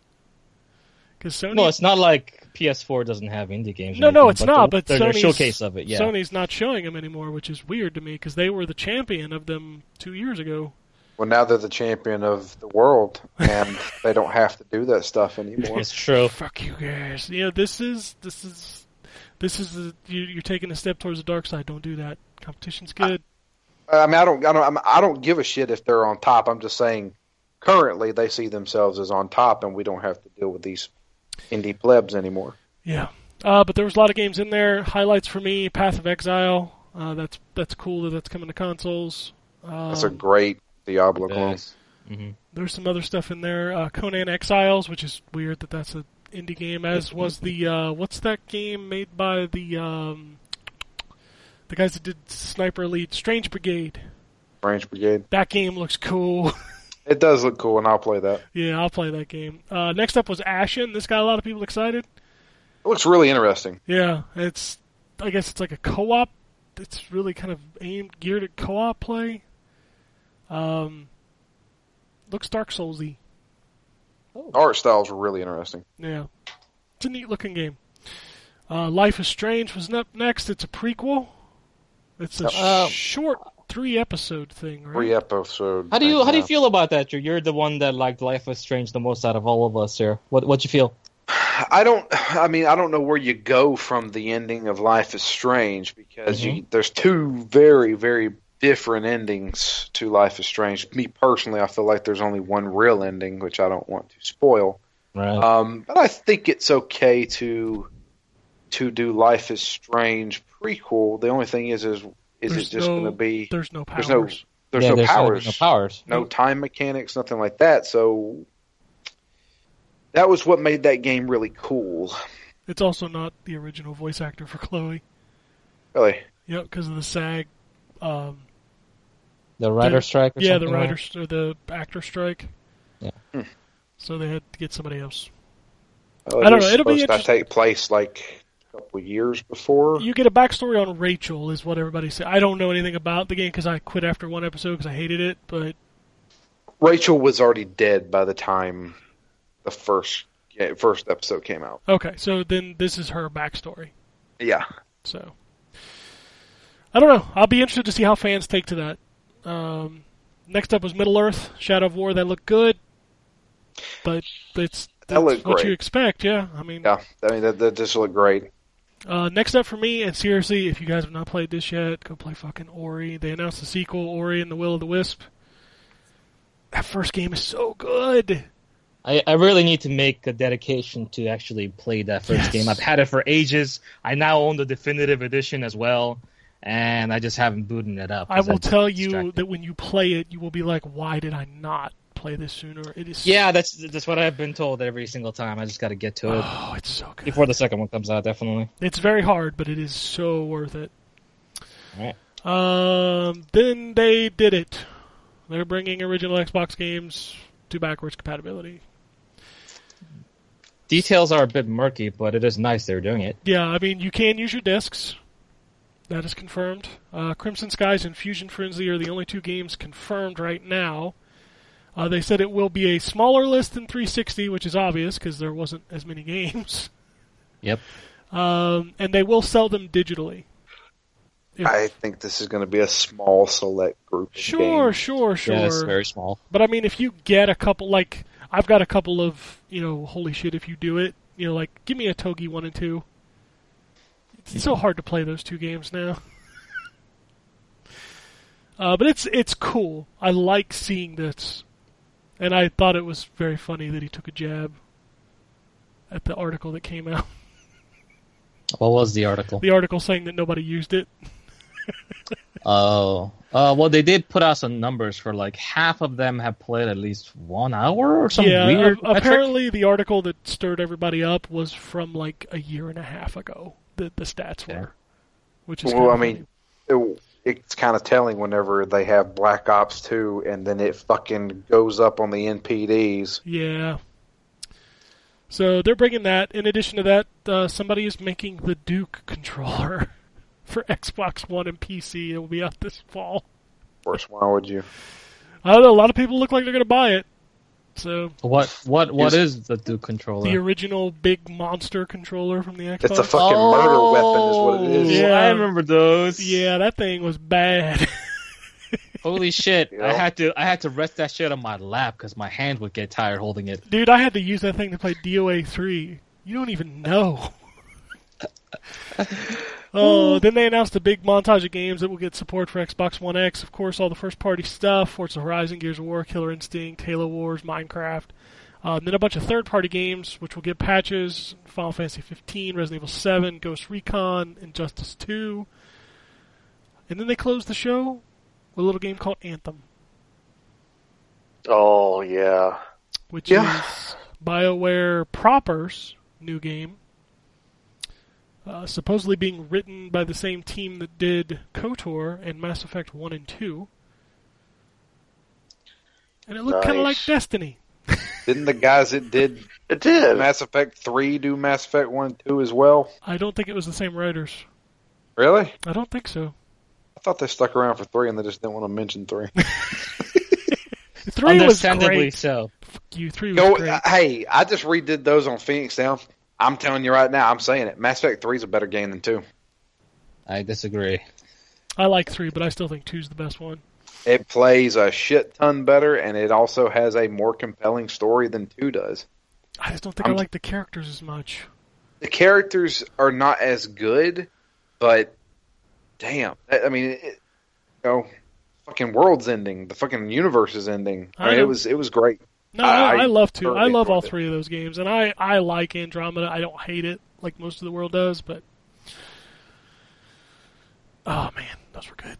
Because Sony, no, it's not like PS4 doesn't have indie games. or no, no, anything, it's not. the- But there's a Sony's showcase of it, yeah. Sony's not showing them anymore, which is weird to me because they were the champion of them two years ago. Well, now they're the champion of the world, and they don't have to do that stuff anymore. It's true. Fuck you guys. You know, this is this is this is the, you, you're taking a step towards the dark side. Don't do that. Competition's good. I mean, I don't, I don't, I'm- I don't give a shit if they're on top. I'm just saying, currently they see themselves as on top, and we don't have to deal with these indie plebs anymore. Yeah, uh, but there was a lot of games in there. Highlights for me: Path of Exile. Uh, that's that's cool that that's coming to consoles. Um, That's a great Diablo clone. Yes. Mhm. There's some other stuff in there. Uh, Conan Exiles, which is weird that that's an indie game. As was the uh, what's that game made by the um, the guys that did Sniper Elite, Strange Brigade. Range Brigade. That game looks cool. It does look cool, and I'll play that. yeah, I'll play that game. Uh, next up was Ashen. This got a lot of people excited. It looks really interesting. Yeah, it's I guess it's like a co-op. It's really kind of aimed geared at co-op play. Um, looks Dark Soulsy. Oh. Art style's really interesting. Yeah, it's a neat looking game. Uh, Life is Strange was up next. It's a prequel. It's a Uh, short three episode thing, right? Three episode. How do you thing how do you now. feel about that? You're you're the one that liked Life is Strange the most out of all of us here. What what you feel? I don't. I mean, I don't know where you go from the ending of Life is Strange because you, there's two very, very different endings to Life is Strange. Me personally, I feel like there's only one real ending, which I don't want to spoil. Right. Um, but I think it's okay to to do Life is Strange prequel. The only thing is, is is There's it just no- going to be There's no powers. there's no There's yeah, no there's powers, No powers. no Mm. time mechanics, nothing like that. So that was what made that game really cool. It's also not the original voice actor for Chloe. Really, Yep, because of the SAG. Um, The writer strike. Or yeah, the something, right? writers or the actor strike. Yeah. Hmm. So they had to get somebody else. Oh, I don't it was know, it'll be supposed to interest- take place like a couple years before. You get a backstory on Rachel, is what everybody said. I don't know anything about the game because I quit after one episode because I hated it. But Rachel was already dead by the time the first yeah, first episode came out. okay, so then this is her backstory. Yeah, So I don't know. I'll be interested to see how fans take to that. Um, next up was Middle Earth: Shadow of War. That looked good, but it's that's looked what great. you expect. Yeah, I mean, yeah. I mean, that, that just looked great. Uh, next up for me, and seriously, if you guys have not played this yet, go play fucking Ori. They announced the sequel, Ori and the Will of the Wisp. That first game is so good. I, I really need to make a dedication to actually play that first Yes. game. I've had it for ages. I now own the definitive edition as well, and I just haven't booted it up. I 'cause will I've been tell you distracted. that when you play it, you will be like, "Why did I not play this sooner?" It is Yeah, that's that's what I've been told every single time. I just got to get to it oh, it's so good. before the second one comes out. Definitely. It's very hard, but it is so worth it. Alright. Um, then they did it. They're bringing original Xbox games to backwards compatibility. Details are a bit murky, but it is nice they're doing it. Yeah, I mean, you can use your discs. That is confirmed. Uh, Crimson Skies and Fusion Frenzy are the only two games confirmed right now. Uh, they said it will be a smaller list than 360, which is obvious because there wasn't as many games. Yep. Um, and they will sell them digitally. If- I think this is going to be a small select group. Of sure, games. sure, sure. Yeah, it's very small. But I mean, if you get a couple, like I've got a couple of, you know, holy shit, if you do it, you know, like give me a Togi one and two. It's so hard to play those two games now. uh, but it's it's cool. I like seeing this, and I thought it was very funny that he took a jab at the article that came out. What was the article? The article saying that nobody used it. Oh, uh, well, they did put out some numbers for like half of them have played at least one hour or some yeah, weird. a- metric. apparently the article that stirred everybody up was from like a year and a half ago. The the stats were, Yeah. which is Well, kinda I mean, funny. it, it's kind of telling whenever they have Black Ops 2 and then it fucking goes up on the NPDs. yeah. So they're bringing that. In addition to that, uh, somebody is making the Duke controller for Xbox One and PC. It will be out this fall. Of course, why would you? I don't know. A lot of people look like they're going to buy it. So What what what Is- is, the Duke the controller? original big monster controller from the Xbox. It's a fucking murder weapon, is what it is. Yeah. Oh, I remember those. yeah, that thing was bad. Holy shit! You know? I had to I had to rest that shit on my lap because my hand would get tired holding it. Dude, I had to use that thing to play DOA 3. You don't even know. oh, then they announced a big montage of games that will get support for Xbox One X. Of course, all the first party stuff Forza Horizon, Gears of War, Killer Instinct, Halo Wars, Minecraft. Um, then a bunch of third party games, which will get patches Final Fantasy 15, Resident Evil 7, Ghost Recon, Injustice 2. And then they closed the show with a little game called Anthem, Oh yeah. which Yeah. is BioWare proper's new game, uh, supposedly being written by the same team that did KOTOR and Mass Effect 1 and 2. And it looked kind of like Nice. Destiny. Didn't the guys that did It did. Mass Effect 3 do Mass Effect 1 and 2 as well? I don't think it was the same writers. Really? I don't think so. I thought they stuck around for 3 and they just didn't want to mention 3. 3 was Understandably great. so. You 3 was Go, great. uh, hey, I just redid those on Phoenix Down. I'm telling you right now, I'm saying it. Mass Effect 3 is a better game than 2. I disagree. I like 3, but I still think 2's the best one. It plays a shit ton better, and it also has a more compelling story than 2 does. I just don't think i I'm- like the characters as much. the characters are not as good, but damn, I, I mean, it, you know, fucking world's ending, the fucking universe is ending. I I mean, know. it was it was great. No, I, I I love two. I thoroughly love all enjoyed it. three of those games, and I I like Andromeda. I don't hate it like most of the world does, but oh man, those were good.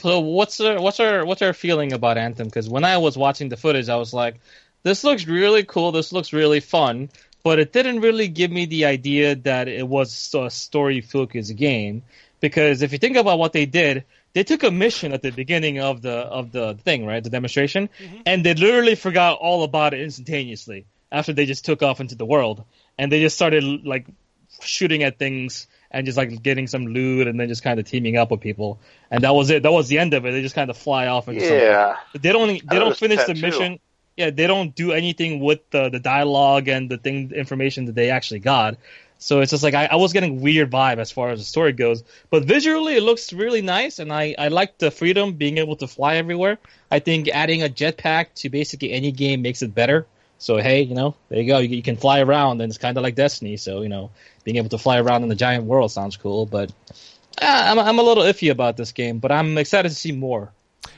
So what's her what's her what's her feeling about Anthem? Because when I was watching the footage, I was like, "This looks really cool. This looks really fun," but it didn't really give me the idea that it was a story focused game. Because if you think about what they did, they took a mission at the beginning of the of the thing, right, the demonstration, and they literally forgot all about it instantaneously after they just took off into the world, and they just started like shooting at things and just like getting some loot and then just kind of teaming up with people. And that was it. That was the end of it. They just kind of fly off and Yeah. they don't e, they don't noticed finish that the too. mission. Yeah, they don't do anything with the the dialogue and the thing the information that they actually got. So it's just like I, I was getting weird vibe as far as the story goes. But visually, it looks really nice, and I I like the freedom being able to fly everywhere. I think adding a jetpack to basically any game makes it better. So hey, you know, there you go. You, you can fly around, and it's kind of like Destiny. So you know, being able to fly around in the giant world sounds cool. But uh, I'm I'm a little iffy about this game, but I'm excited to see more.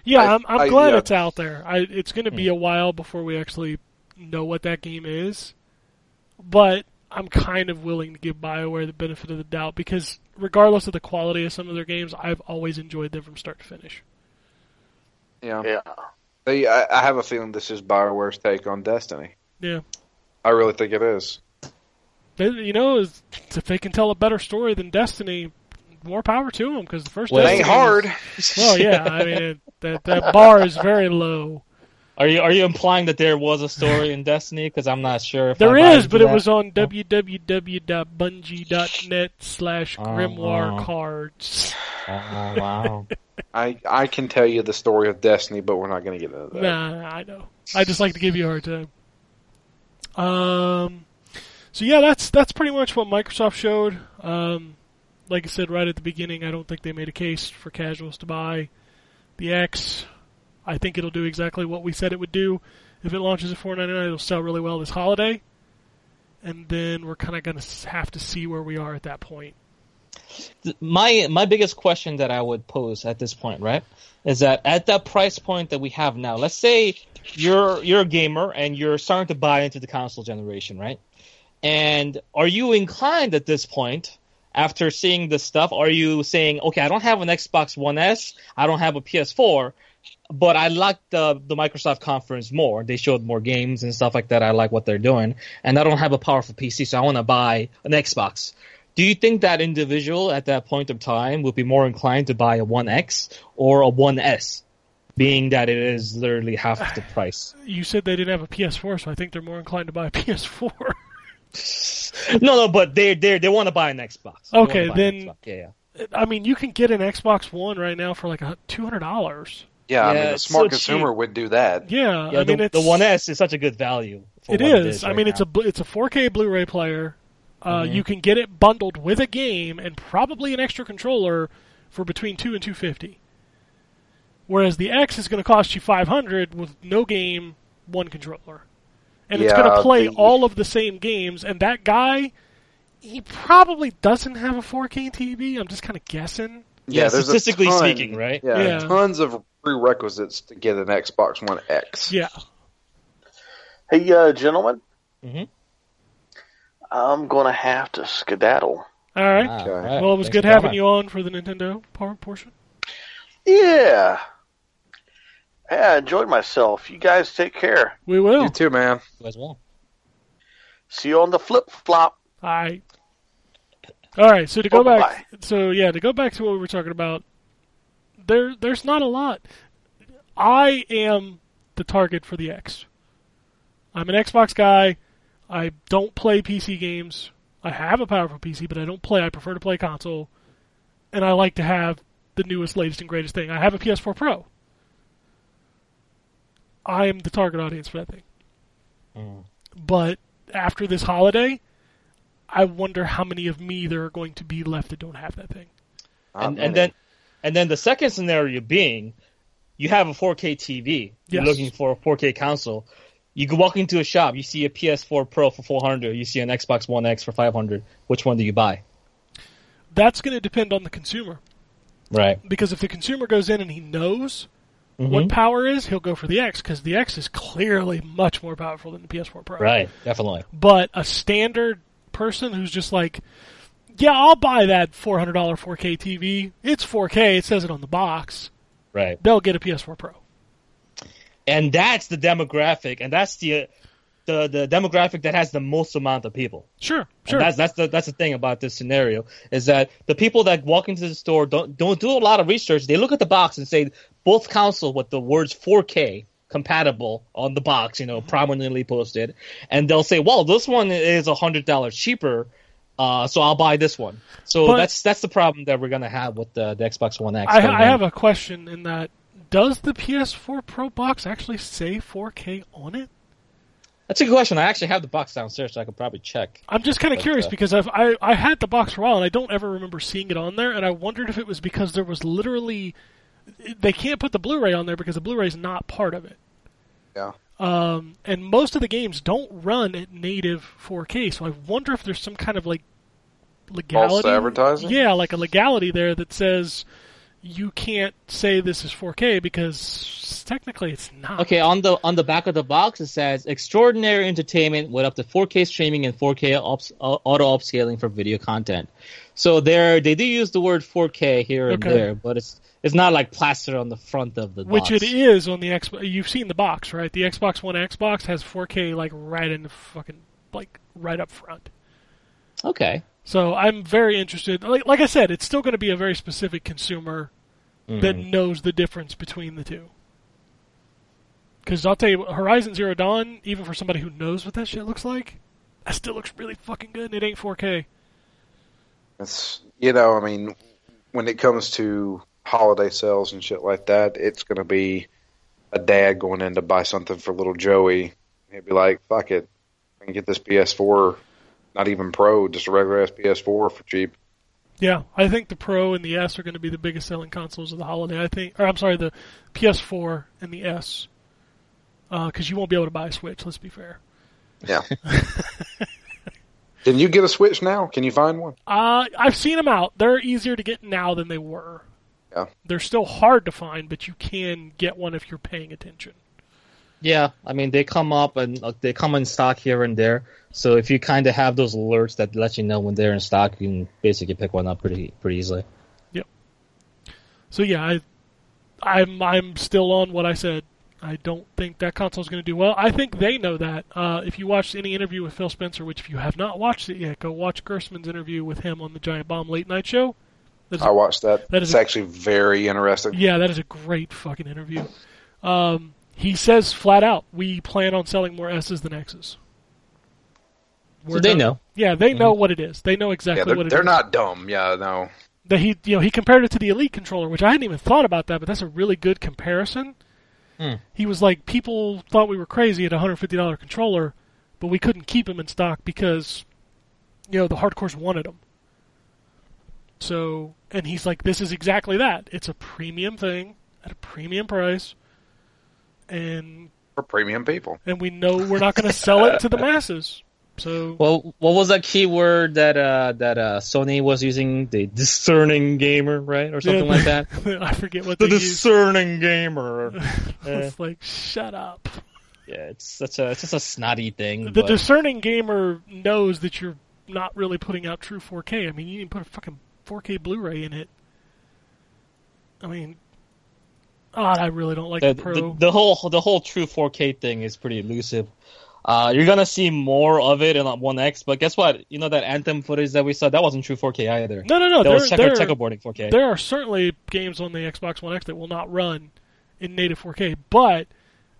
Yeah, I- I, am I'm I- glad yeah. it's out there. I, it's going to Hmm. be a while before we actually know what that game is, but I'm kind of willing to give Bioware the benefit of the doubt because, regardless of the quality of some of their games, I've always enjoyed them from start to finish. Yeah. Yeah. They, I, I have a feeling this is Bioware's take on Destiny. Yeah, I really think it is. They- you know, is- if they can tell a better story than Destiny, more power to them because the first Well, It It Destiny ain't ain't was- hard. well, Oh, yeah, I mean it, that that bar is very low. Are you are you implying that there was a story in Destiny? Because I'm not sure. If There I buy is, into but it that. was on www.bungie.net slash Oh, grimoire wow. cards. Oh wow! I, I can tell you the story of Destiny, but we're not going to get into that. Nah, I know. I just like to give you a hard time. Um, so yeah, that's that's pretty much what Microsoft showed. Um, like I said right at the beginning, I don't think they made a case for casuals to buy the X. I think it'll do exactly what we said it would do. If it launches at 4.99, it'll sell really well this holiday, and then we're kind of going to have to see where we are at that point. my my biggest question that I would pose at this point, right, is that at that price point that we have now, let's say you're you're a gamer and you're starting to buy into the console generation, right? And are you inclined at this point, after seeing this stuff, are you saying, okay, I don't have an Xbox One S, I don't have a PS4, but I like the the Microsoft conference more. They showed more games and stuff like that. I like what they're doing, and I don't have a powerful PC, so I want to buy an Xbox. Do you think that individual at that point of time would be more inclined to buy a One X or a One S, being that it is literally half the price? You said they didn't have a PS4, so I think they're more inclined to buy a PS4. No, no, but they they they want to buy an Xbox. They Okay, wanna buy then- an Xbox. yeah, yeah. I mean, you can get an Xbox One right now for like a two hundred dollars. Yeah, I Yeah, mean, a it's smart so consumer would do that. Yeah, yeah I mean the, it's the One S is such a good value. For It what is. It is I right mean, it's now. Mm-hmm. a bl- it's a four K Blu-ray player. Uh, You can get it bundled with a game and probably an extra controller for between two and two fifty. Whereas the X is going to cost you five hundred with no game, one controller, and it's going Yeah, to play the- all of the same games. And that guy, he probably doesn't have a four K TV. I'm just kind of guessing. Yeah, there's a statistically ton- speaking, right? Yeah, Yeah. tons of prerequisites to get an Xbox One X. Yeah. Hey, uh, gentlemen. Mhm. I'm going to have to skedaddle. All right. Ah, Okay. right. Well, it was Thanks good for having coming. you on for the Nintendo par- portion. Yeah. Yeah, I enjoyed myself. You guys take care. We will. You too, man. You as well. See you on the flip flop. All right. All right. So to go Bye-bye. back, so yeah, to go back to what we were talking about, there, there's not a lot. I am the target for the X. I'm an Xbox guy. I don't play PC games. I have a powerful PC, but I don't play. I prefer to play console, and I like to have the newest, latest, and greatest thing. I have a PS4 Pro. I am the target audience for that thing. But after this holiday, I wonder how many of me there are going to be left that don't have that thing. and, Not and many. then and then the second scenario being you have a 4K TV. You're Yes. looking for a 4K console. You go walk into a shop, you see a PS4 Pro for 400, you see an Xbox One X for 500. Which one do you buy? That's going to depend on the consumer Right. because if the consumer goes in and he knows what power is, he'll go for the X because the X is clearly much more powerful than the PS4 Pro. Right. Definitely. But a standard person who's just like, yeah, I'll buy that $400 4K TV. It's 4K. It says it on the box. Right. they'll get a PS4 Pro. And that's the demographic, and that's the the the demographic that has the most amount of people. Sure, And sure. that's that's the that's the thing about this scenario is that the people that walk into the store don't don't do a lot of research. They look at the box and say both console with the words 4K compatible on the box, you know, prominently posted, and they'll say, "Well, this one is a hundred dollars cheaper." Uh, so I'll buy this one. So But- that's that's the problem that we're gonna have with the, the Xbox One X. I, I have a question in that does the PS4 Pro box actually say 4K on it? That's a good question. I actually have the box downstairs, so I could probably check. I'm just kind of But, curious uh, because I've, I I had the box for a while and I don't ever remember seeing it on there, and I wondered if it was because there was literally they can't put the Blu-ray on there because the Blu-ray's not part of it. Yeah. Um, and most of the games don't run at native 4K, so I wonder if there's some kind of like legality. False advertising? Yeah, like a legality there that says you can't say this is 4K because technically it's not. Okay, on the on the back of the box it says extraordinary entertainment with up to 4K streaming and 4K ups, uh, auto upscaling for video content. So there they do use the word 4K here and Okay. there, but it's it's not like plastered on the front of the Which box. it is on the Xbox. You've seen the box, right? The Xbox One Xbox has 4K like right in the fucking like right up front. Okay. So I'm very interested. Like, like I said, it's still going to be a very specific consumer that knows the difference between the two. Because I'll tell you, Horizon Zero Dawn, even for somebody who knows what that shit looks like, that still looks really fucking good, and it ain't 4K. It's you know, I mean, when it comes to holiday sales and shit like that, it's going to be a dad going in to buy something for little Joey. He'd be like, "Fuck it, I can get this PS4, not even Pro, just a regular ass PS4 for cheap." Yeah, I think the Pro and the S are going to be the biggest selling consoles of the holiday. I think, or I'm sorry, the PS4 and the S, because you won't be able to buy a Switch. Let's be fair. Yeah. Can you get a Switch now? Can you find one? Uh, I've seen them out. They're easier to get now than they were. Yeah. They're still hard to find, but you can get one if you're paying attention. Yeah, I mean they come up and uh, they come in stock here and there. So if you kind of have those alerts that let you know when they're in stock, you can basically pick one up pretty pretty easily. So yeah, I, I'm I'm still on what I said. I don't think that console's going to do well. I think they know that. Uh, if you watched any interview with Phil Spencer, which if you have not watched it yet, go watch Gersman's interview with him on the Giant Bomb Late Night Show. That is I watched that. That is it's a- actually very interesting. Yeah, that is a great fucking interview. Um, he says flat out, we plan on selling more S's than X's. So they not- know. Mm-hmm. Yeah, they know what it is. They know Yeah, exactly they're, what it they're is. not dumb. Yeah, no. That he, you know, he compared it to the Elite controller, which I hadn't even thought about that, but that's a really good comparison. He was like, people thought we were crazy at a hundred fifty dollar controller, but we couldn't keep them in stock because, you know, the hardcores wanted them. So, and he's like, this is exactly that. It's a premium thing at a premium price, and For premium people. and we know we're not going to sell it to the masses. So Well, what was that keyword that uh, that uh, Sony was using? The discerning gamer, right, or something like that. I forget what the they use. discerning gamer. It's like, shut up. yeah, it's such a it's just a snotty thing. The but- discerning gamer knows that you're not really putting out true 4K. I mean, you didn't put a fucking 4K Blu-ray in it. I mean, oh, God, I really don't like the, the, the- Pro. the whole the whole true 4K thing is pretty elusive. Uh, you're gonna see more of it in uh, One X, but guess what? You know that Anthem footage that we saw that wasn't true 4K either. no, no, no. that There, was checker there, checkerboarding 4K. there are certainly games on the Xbox One X that will not run in native 4K, but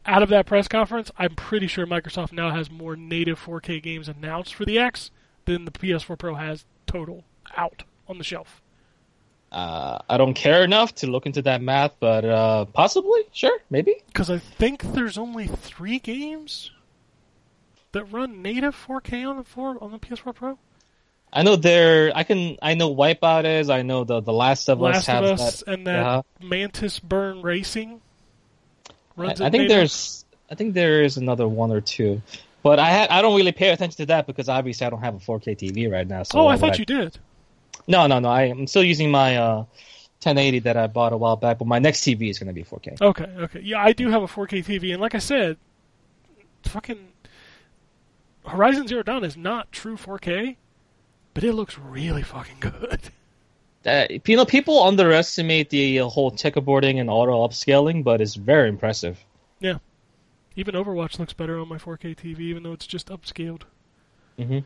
out of that press conference, I'm pretty sure Microsoft now has more native 4K games announced for the X than the PS4 Pro has total out on the shelf. Uh, I don't care enough to look into that math, but uh, possibly, sure, maybe. Because I think there's only three games that run native 4K on the four, on the PS4 Pro. I know there. I can. I know Wipeout is. I know the the Last of Us Last of has Us that. and that Yeah. Mantis Burn Racing. Runs I, I in think native. there's I think there is another one or two, but I ha- I don't really pay attention to that because obviously I don't have a 4K TV right now. So Oh, why I would thought you did. No, no, no. I, I'm still using my uh, 1080 that I bought a while back, but my next TV is going to be 4K. Okay, okay. Yeah, I do have a 4K TV, and like I said, fucking Horizon Zero Dawn is not true 4K, but it looks really fucking good. uh, you know, people underestimate the uh, whole checkerboarding and auto upscaling, but it's very impressive. Even Overwatch looks better on my 4K TV, even though it's just upscaled. Mhm.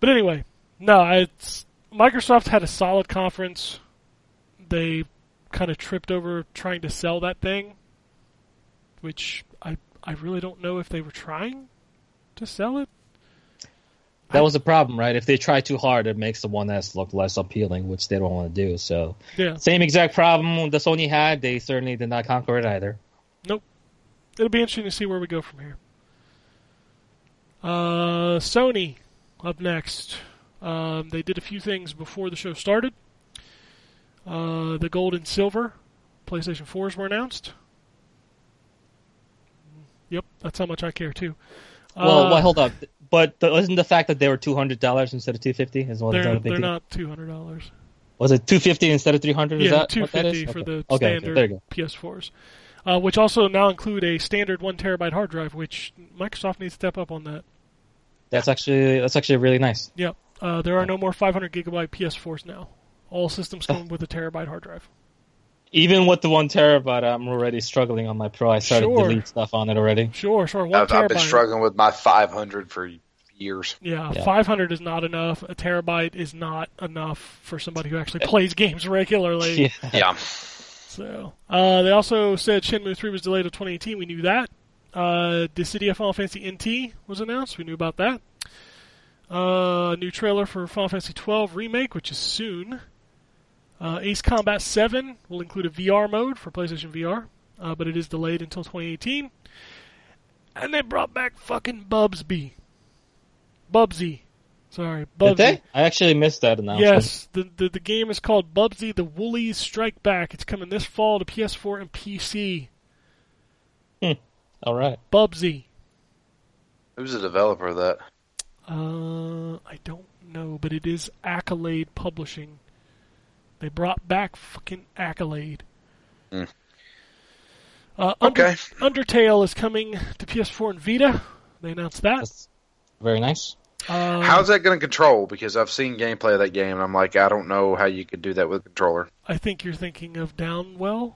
But anyway, no, it's Microsoft had a solid conference. They kind of tripped over trying to sell that thing, which I I really don't know if they were trying to sell it. That was the problem, right? If they try too hard, it makes the One S look less appealing, which they don't want to do. So, Yeah, same exact problem the Sony had. They certainly did not conquer it either. it'll be interesting to see where we go from here. Uh, Sony up next. Um, they did a few things before the show started. Uh, the gold and silver PlayStation 4s were announced. Yep, that's how much I care too. well, Uh, well, hold up. But the, isn't the fact that they were two hundred dollars instead of two fifty is one of they're, the they're big deal? not two hundred dollars. Was it two fifty instead of three hundred? is Yeah, that two what that fifty is? for Okay. the Okay, okay, standard There you go. PS4s, uh, which also now include a standard one terabyte hard drive, which Microsoft needs to step up on that. That's actually that's actually really nice. Yep. Uh, there are no more 500 gigabyte PS4s now. All systems come with a terabyte hard drive. Even with the one terabyte, I'm already struggling on my Pro. I started Sure. to delete stuff on it already. Sure, sure. One I've, terabyte. I've been struggling with my 500 for years. Yeah, Yeah. 500 is not enough. A terabyte is not enough for somebody who actually plays games regularly. Eh. Yeah. Yeah. So uh, they also said Shenmue 3 was delayed to 2018. We knew that. Uh, the City of Final Fantasy NT was announced. We knew about that. Uh, new trailer for Final Fantasy 12 remake, which is soon. Uh, Ace Combat 7 will include a VR mode for PlayStation VR, uh, but it is delayed until 2018. And they brought back fucking Bubsby. Bubsy. Sorry, Bubsy. Did they? I actually missed that announcement. Yes, the, the the game is called Bubsy the Woolies Strike Back. It's coming this fall to PS4 and PC. All right. Bubsy. Who's the developer of that? Uh, I don't know, but it is Accolade Publishing. They brought back fucking Accolade. Mm. Uh, Under- Okay. Undertale is coming to PS4 and Vita. They announced that. That's very nice. Uh, How's that going to control? Because I've seen gameplay of that game, and I'm like, I don't know how you could do that with a controller. I think you're thinking of Downwell.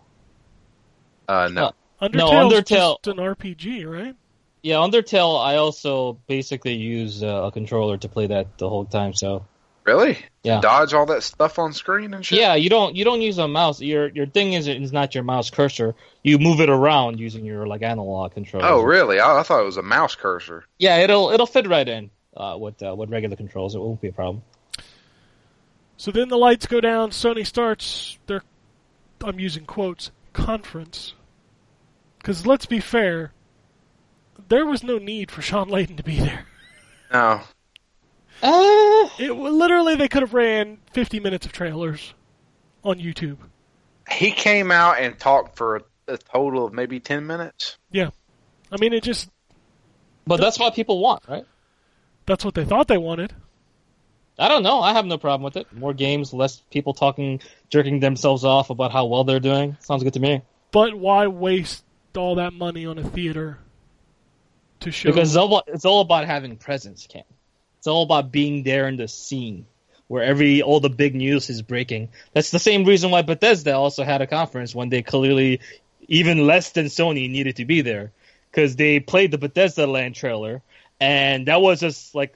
Uh, no. Uh, Undertale's Undertale- just an RPG, right? Yeah, Undertale. I also basically use uh, a controller to play that the whole time. So really? Yeah. Dodge all that stuff on screen and shit? yeah, you don't you don't use a mouse. Your your thing is is not your mouse cursor. You move it around using your like analog controller. Oh, really? I, I thought it was a mouse cursor. Yeah, it'll it'll fit right in uh, with uh, with regular controls. It won't be a problem. So then the lights go down. Sony starts their, I'm using quotes, conference. Because let's be fair, there was no need for Sean Layden to be there. No. Uh, It wa- literally they could have ran 50 minutes of trailers on YouTube. He came out and talked for a, a total of maybe 10 minutes. I mean, it just but that's what people want, right? that's what they thought they wanted. I don't know. I have no problem with it. More games, less people talking, jerking themselves off about how well they're doing. Sounds good to me. But why waste all that money on a theater to show? Because it's all, it's all about having presence, Ken. It's all about being there in the scene where every all the big news is breaking. That's the same reason why Bethesda also had a conference when they clearly, even less than Sony, needed to be there because they played the Bethesda Land trailer, and that was just like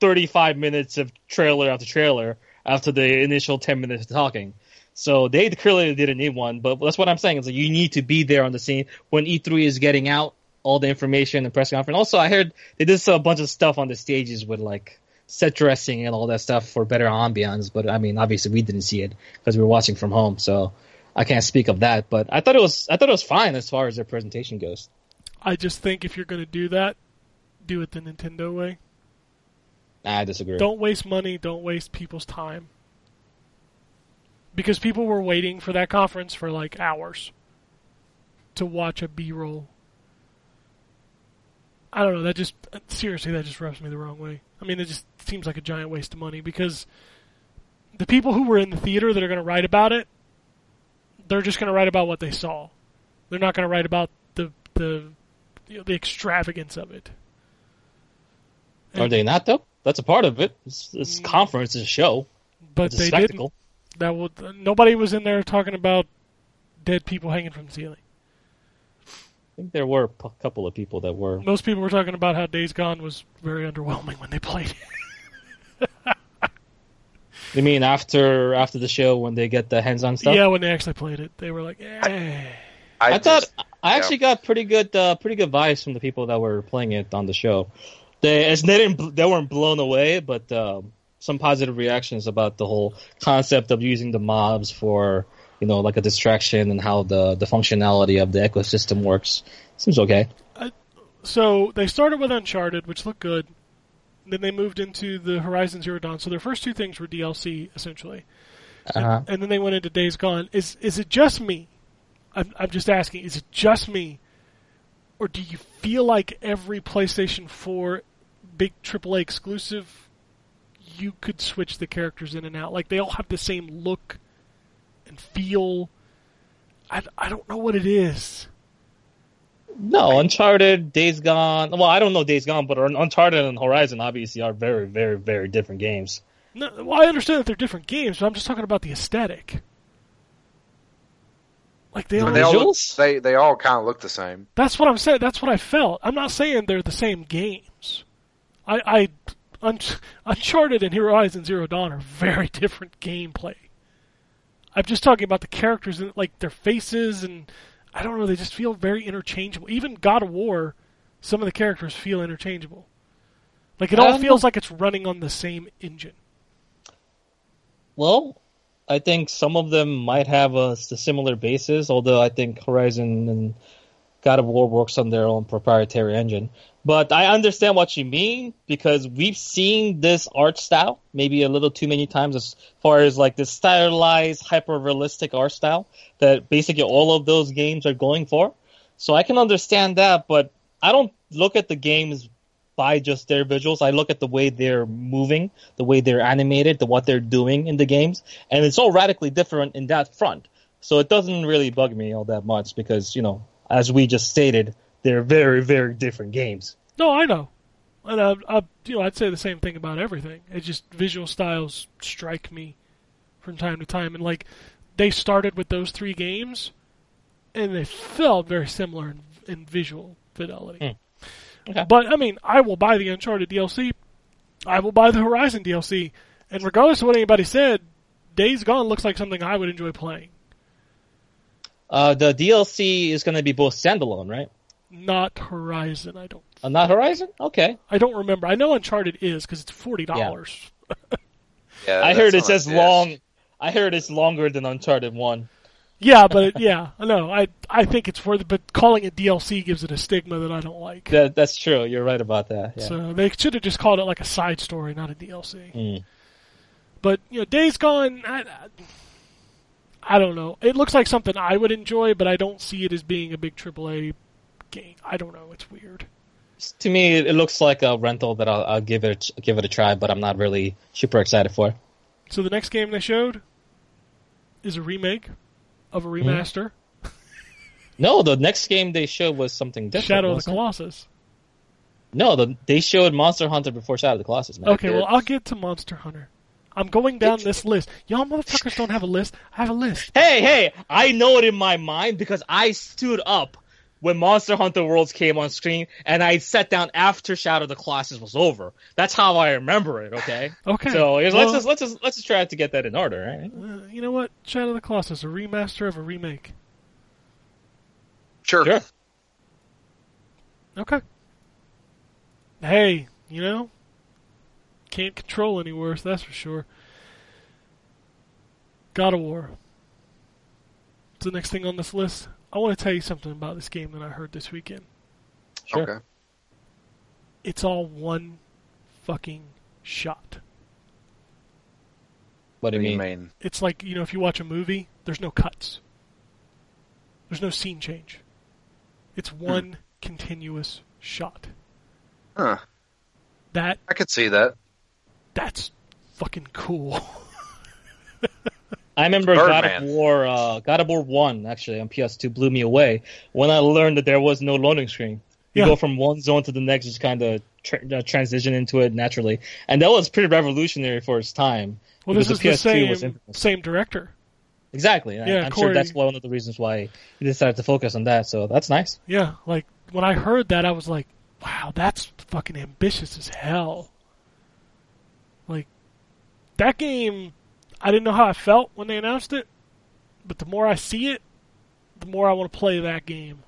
thirty-five minutes of trailer after trailer after the initial ten minutes of talking. So they clearly didn't need one, but that's what I'm saying. Is like you need to be there on the scene when E3 is getting out all the information and press conference. Also, I heard they did a bunch of stuff on the stages with like set dressing and all that stuff for better ambiance. But I mean, obviously we didn't see it because we were watching from home, so I can't speak of that. But I thought it was I thought it was fine as far as their presentation goes. I just think if you're going to do that, do it the Nintendo way. I disagree. Don't waste money. Don't waste people's time. Because people were waiting for that conference for like hours to watch a B roll. I don't know. That just seriously, that just rubs me the wrong way. I mean, it just seems like a giant waste of money because the people who were in the theater that are going to write about it, they're just going to write about what they saw. They're not going to write about the the you know, the extravagance of it. Are they not though? That's a part of it. This, this conference is a show. But It's a they didn't. spectacle. That will, nobody was in there talking about dead people hanging from the ceiling. I think there were a p- couple of people that were. Most people were talking about how Days Gone was very underwhelming when they played it. You mean after after the show when they get the hands-on stuff? yeah, when they actually played it, they were like, eh. I, thought just- I yeah. actually got pretty good uh, pretty good vibes from the people that were playing it on the show. They as they didn't bl- they weren't blown away, but um, some positive reactions about the whole concept of using the mobs for you know like a distraction and how the the functionality of the ecosystem works. Seems okay. So they started with Uncharted, which looked good. Then they moved into the Horizon Zero Dawn. So their first two things were DLC essentially, Uh-huh. and then they went into Days Gone. Is is it just me? I'm I'm just asking. Is it just me, or do you feel like every PlayStation Four big AAA exclusive, you could switch the characters in and out? Like they all have the same look and feel. I I don't know what it is. No, Uncharted, Days Gone. Well, I don't know Days Gone, but Un- Uncharted and Horizon obviously are very very very different games. No, well, I understand that they're different games, but I'm just talking about the aesthetic. Like they, but all, they all look, Visuals? they they all kind of look the same. that's what I'm saying. That's what I felt. I'm not saying they're the same games. I, I Un- Uncharted and Horizon Zero Dawn are very different gameplay. I'm just talking about the characters and like their faces, and I don't know. They just feel very interchangeable. Even God of War, some of the characters feel interchangeable. Like it I all don't feels like it's running on the same engine. Well, I think some of them might have a, s- similar basis, although I think Horizon and God of War works on their own proprietary engine. But I understand what you mean because we've seen this art style maybe a little too many times as far as like this stylized, hyper realistic art style that basically all of those games are going for. So I can understand that, but I don't look at the games by just their visuals. I look at the way they're moving, the way they're animated, the what they're doing in the games, and it's all radically different in that front. So it doesn't really bug me all that much because you know, as we just stated, they're very, very different games. No, I know, and I, I, you know, I'd say the same thing about everything. It just visual styles strike me from time to time, and like they started with those three games, and they felt very similar in, in visual fidelity. Okay. But I mean, I will buy the Uncharted DLC. I will buy the Horizon DLC, and regardless of what anybody said, Days Gone looks like something I would enjoy playing. Uh, the DLC is going to be both standalone, right? Not Horizon, I don't. Uh, not Horizon. Okay. I don't remember. I know Uncharted is because it's forty dollars. Yeah, I Uh, that's heard on it's a as disc. long. I heard it's longer than Uncharted One. Yeah, but it, yeah, no, I I think it's worth it. But calling it DLC gives it a stigma that I don't like. That, that's true. You're right about that. Yeah. So they should have just called it like a side story, not a DLC. Mm. But you know, Days Gone, I, I I don't know. It looks like something I would enjoy, but I don't see it as being a big AAA game. I don't know. It's weird. to me, it it looks like a rental that I'll, I'll give it a- give it a try, but I'm not really super excited for. it. So the next game they showed is a remake of a Mm-hmm. remaster, No, the next game they showed was something different. Shadow of the wasn't it? Colossus. No, the, they showed Monster Hunter before Shadow of the Colossus, man. Okay, did. well, I'll get to Monster Hunter. I'm going down this list. Y'all motherfuckers don't have a list. I have a list. Hey, hey, I know it in my mind because I stood up when Monster Hunter Worlds came on screen, and I sat down after Shadow of the Colossus was over. That's how I remember it. Okay. Okay. So let's well, just let's just let's just try to get that in order, right? uh, you know what? Shadow of the Colossus, a remaster of a remake. Sure. Sure. Okay. Hey, you know, can't control any worse. That's for sure. God of War. It's the next thing on this list. I want to tell you something about this game that I heard this weekend. Sure. Okay. It's all one fucking shot. What do you mean? mean? it's like you know if you watch a movie there's no cuts there's no scene change it's Hmm. one continuous shot Huh. that I could see that. that's fucking cool I remember God of Birdman. War, uh, God of War One actually on PS2 blew me away when I learned that there was no loading screen. You Yeah. go from one zone to the next, just kind of tr uh, transition into it naturally, and that was pretty revolutionary for its time. Well, this is because the PS2 was same infamous. same director. Exactly. and I- Yeah, I'm Corey- sure that's one of the reasons why he decided to focus on that. So that's nice. Yeah, like when I heard that, I was like, "Wow, that's fucking ambitious as hell." Like that game, I didn't know how I felt when they announced it, but the more I see it, the more I want to play that game.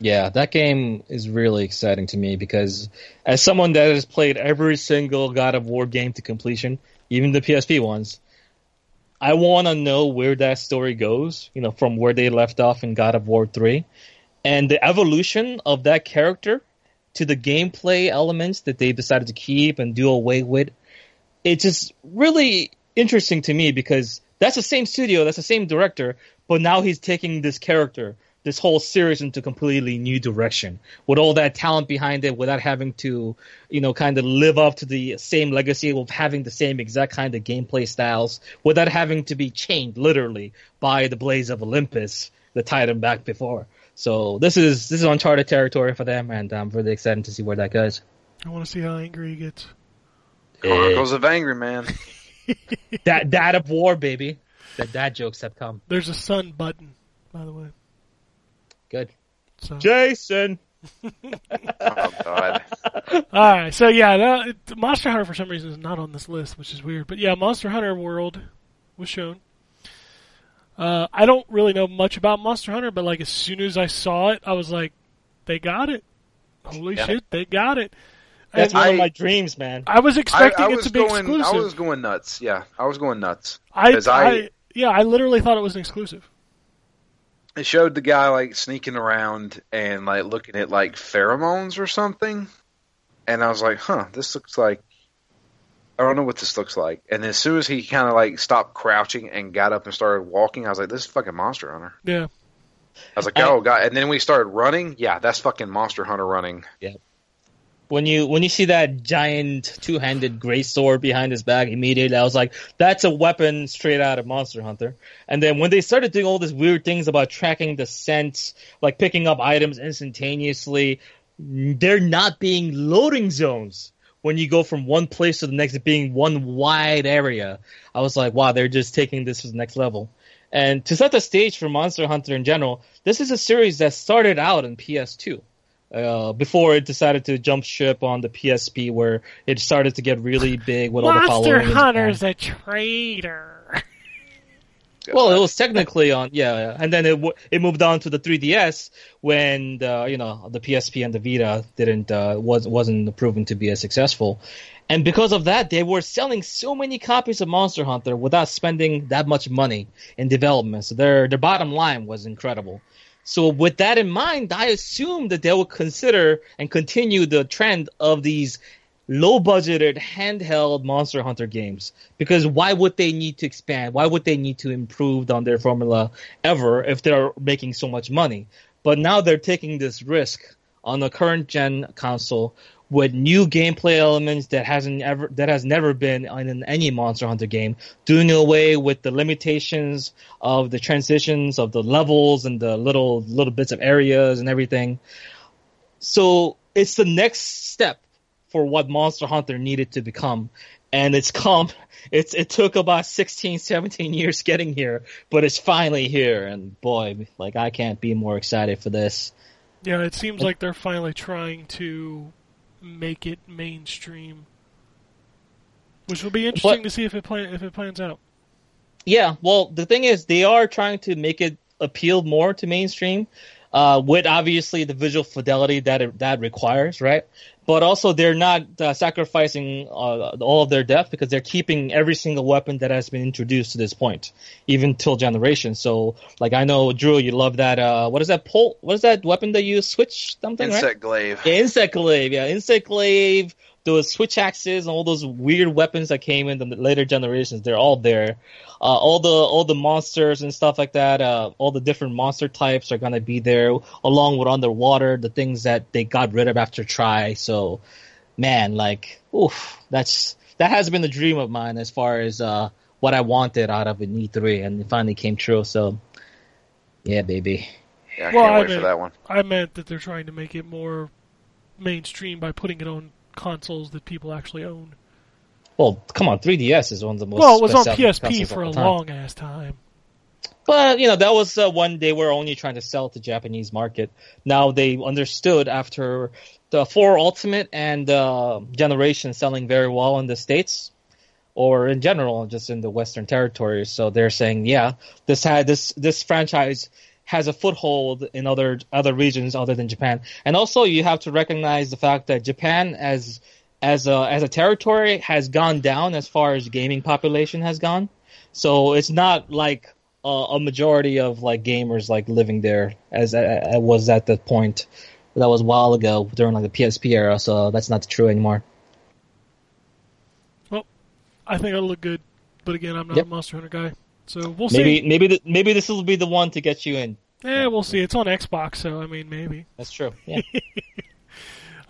Yeah, that game is really exciting to me because as someone that has played every single God of War game to completion, even the PSP ones, I want to know where that story goes, you know, from where they left off in God of War 3 and the evolution of that character to the gameplay elements that they decided to keep and do away with. It's just really interesting to me because that's the same studio, that's the same director, but now he's taking this character, this whole series into completely new direction with all that talent behind it without having to, you know, kind of live up to the same legacy of having the same exact kind of gameplay styles without having to be chained literally by the blaze of Olympus that tied him back before. So this is this is uncharted territory for them, and I'm really excited to see where that goes. I want to see how angry he gets. eh. Chronicles of Angry Man. That that of war, baby. That dad jokes have come. There's a sun button, by the way. Good. So. Jason. Oh God. All right, so yeah, that, it- Monster Hunter for some reason is not on this list, which is weird. But yeah, Monster Hunter World was shown. Uh, I don't really know much about Monster Hunter, but like as soon as I saw it, I was like, "They got it! Holy Yeah. shit, they got it!" That's And one of I- my dreams, man. I was I, expecting I it was to be going. exclusive. I was going nuts. Yeah, I was going nuts. I, 'cause I- I- yeah, I literally thought it was an exclusive. It showed the guy like sneaking around and like looking at like pheromones or something, and I was like, "Huh, this looks like." I don't know what this looks like. And as soon as he kind of like stopped crouching and got up and started walking, I was like, "This is fucking Monster Hunter." Yeah, I was like, I- "Oh god!" And then we started running. Yeah, that's fucking Monster Hunter running. When you when you see that giant two handed gray sword behind his back, immediately I was like, "That's a weapon straight out of Monster Hunter." And then when they started doing all these weird things about tracking the scent, like picking up items instantaneously, there not being loading zones when you go from one place to the next, it being one wide area. I was like, wow, they're just taking this to the next level. And to set the stage for Monster Hunter in general, this is a series that started out in PS2 uh, before it decided to jump ship on the PSP, where it started to get really big with all the Monster following. in Hunter's Japan. a traitor. Well, it was technically on, yeah, yeah. and then it w- it moved on to the 3DS when the you know the PSP and the Vita didn't uh, was wasn't proven to be as successful, and because of that, they were selling so many copies of Monster Hunter without spending that much money in development. So their their bottom line was incredible. So with that in mind, I assume that they will consider and continue the trend of these low budgeted handheld Monster Hunter games because why would they need to expand? Why would they need to improve on their formula ever if they're making so much money? But now they're taking this risk on the current gen console with new gameplay elements that hasn't ever that has never been in any Monster Hunter game, doing away with the limitations of the transitions of the levels and the little little bits of areas and everything. So it's the next step for what Monster Hunter needed to become. And it's come. It's it took about 16, 17 years getting here, but it's finally here. And boy, like I can't be more excited for this. Yeah, it seems like they're finally trying to make it mainstream, which will be interesting What- to see if it plan- if it plans out. Yeah, well, the thing is, they are trying to make it appeal more to mainstream, uh, with obviously the visual fidelity that it, that requires, right? But also, they're not uh, sacrificing uh, all of their depth because they're keeping every single weapon that has been introduced to this point, even till generation. So, like, I know Drew, you love that. Uh, what is that pole? What is that weapon that you switch something? right? Insect glaive. Yeah, Insect Glaive, yeah, Insect Glaive, those switch axes and all those weird weapons that came in the later generations, they're all there. Uh, all the all the monsters and stuff like that, uh, all the different monster types are gonna be there, along with underwater, the things that they got rid of after try. So, man, like, oof, that's that has been a dream of mine as far as uh, what I wanted out of an E3, and it finally came true. So, yeah, baby. Yeah, Well, I can't I wait mean- for that one. I meant that they're trying to make it more mainstream by putting it on consoles that people actually own. Well, come on, 3DS is one of the most. well, it was on best-selling PSP consoles for a of all time. long ass time. But you know that was uh, when they were only trying to sell to Japanese market. Now they understood after the four Ultimate and uh, Generation selling very well in the states, or in general just in the Western territories. So they're saying, yeah, this had this this franchise has a foothold in other other regions other than Japan. And also you have to recognize the fact that Japan as as a as a territory has gone down as far as gaming population has gone. So it's not like uh, a majority of like gamers like living there as I, I was at that point. That was a while ago during like the PSP era, so that's not true anymore. I think it'll look good, but again, I'm not Yep. a Monster Hunter guy, so we'll Maybe see. maybe th- maybe this will be the one to get you in. Yeah, we'll see. It's on Xbox, so I mean, maybe. That's true. Yeah.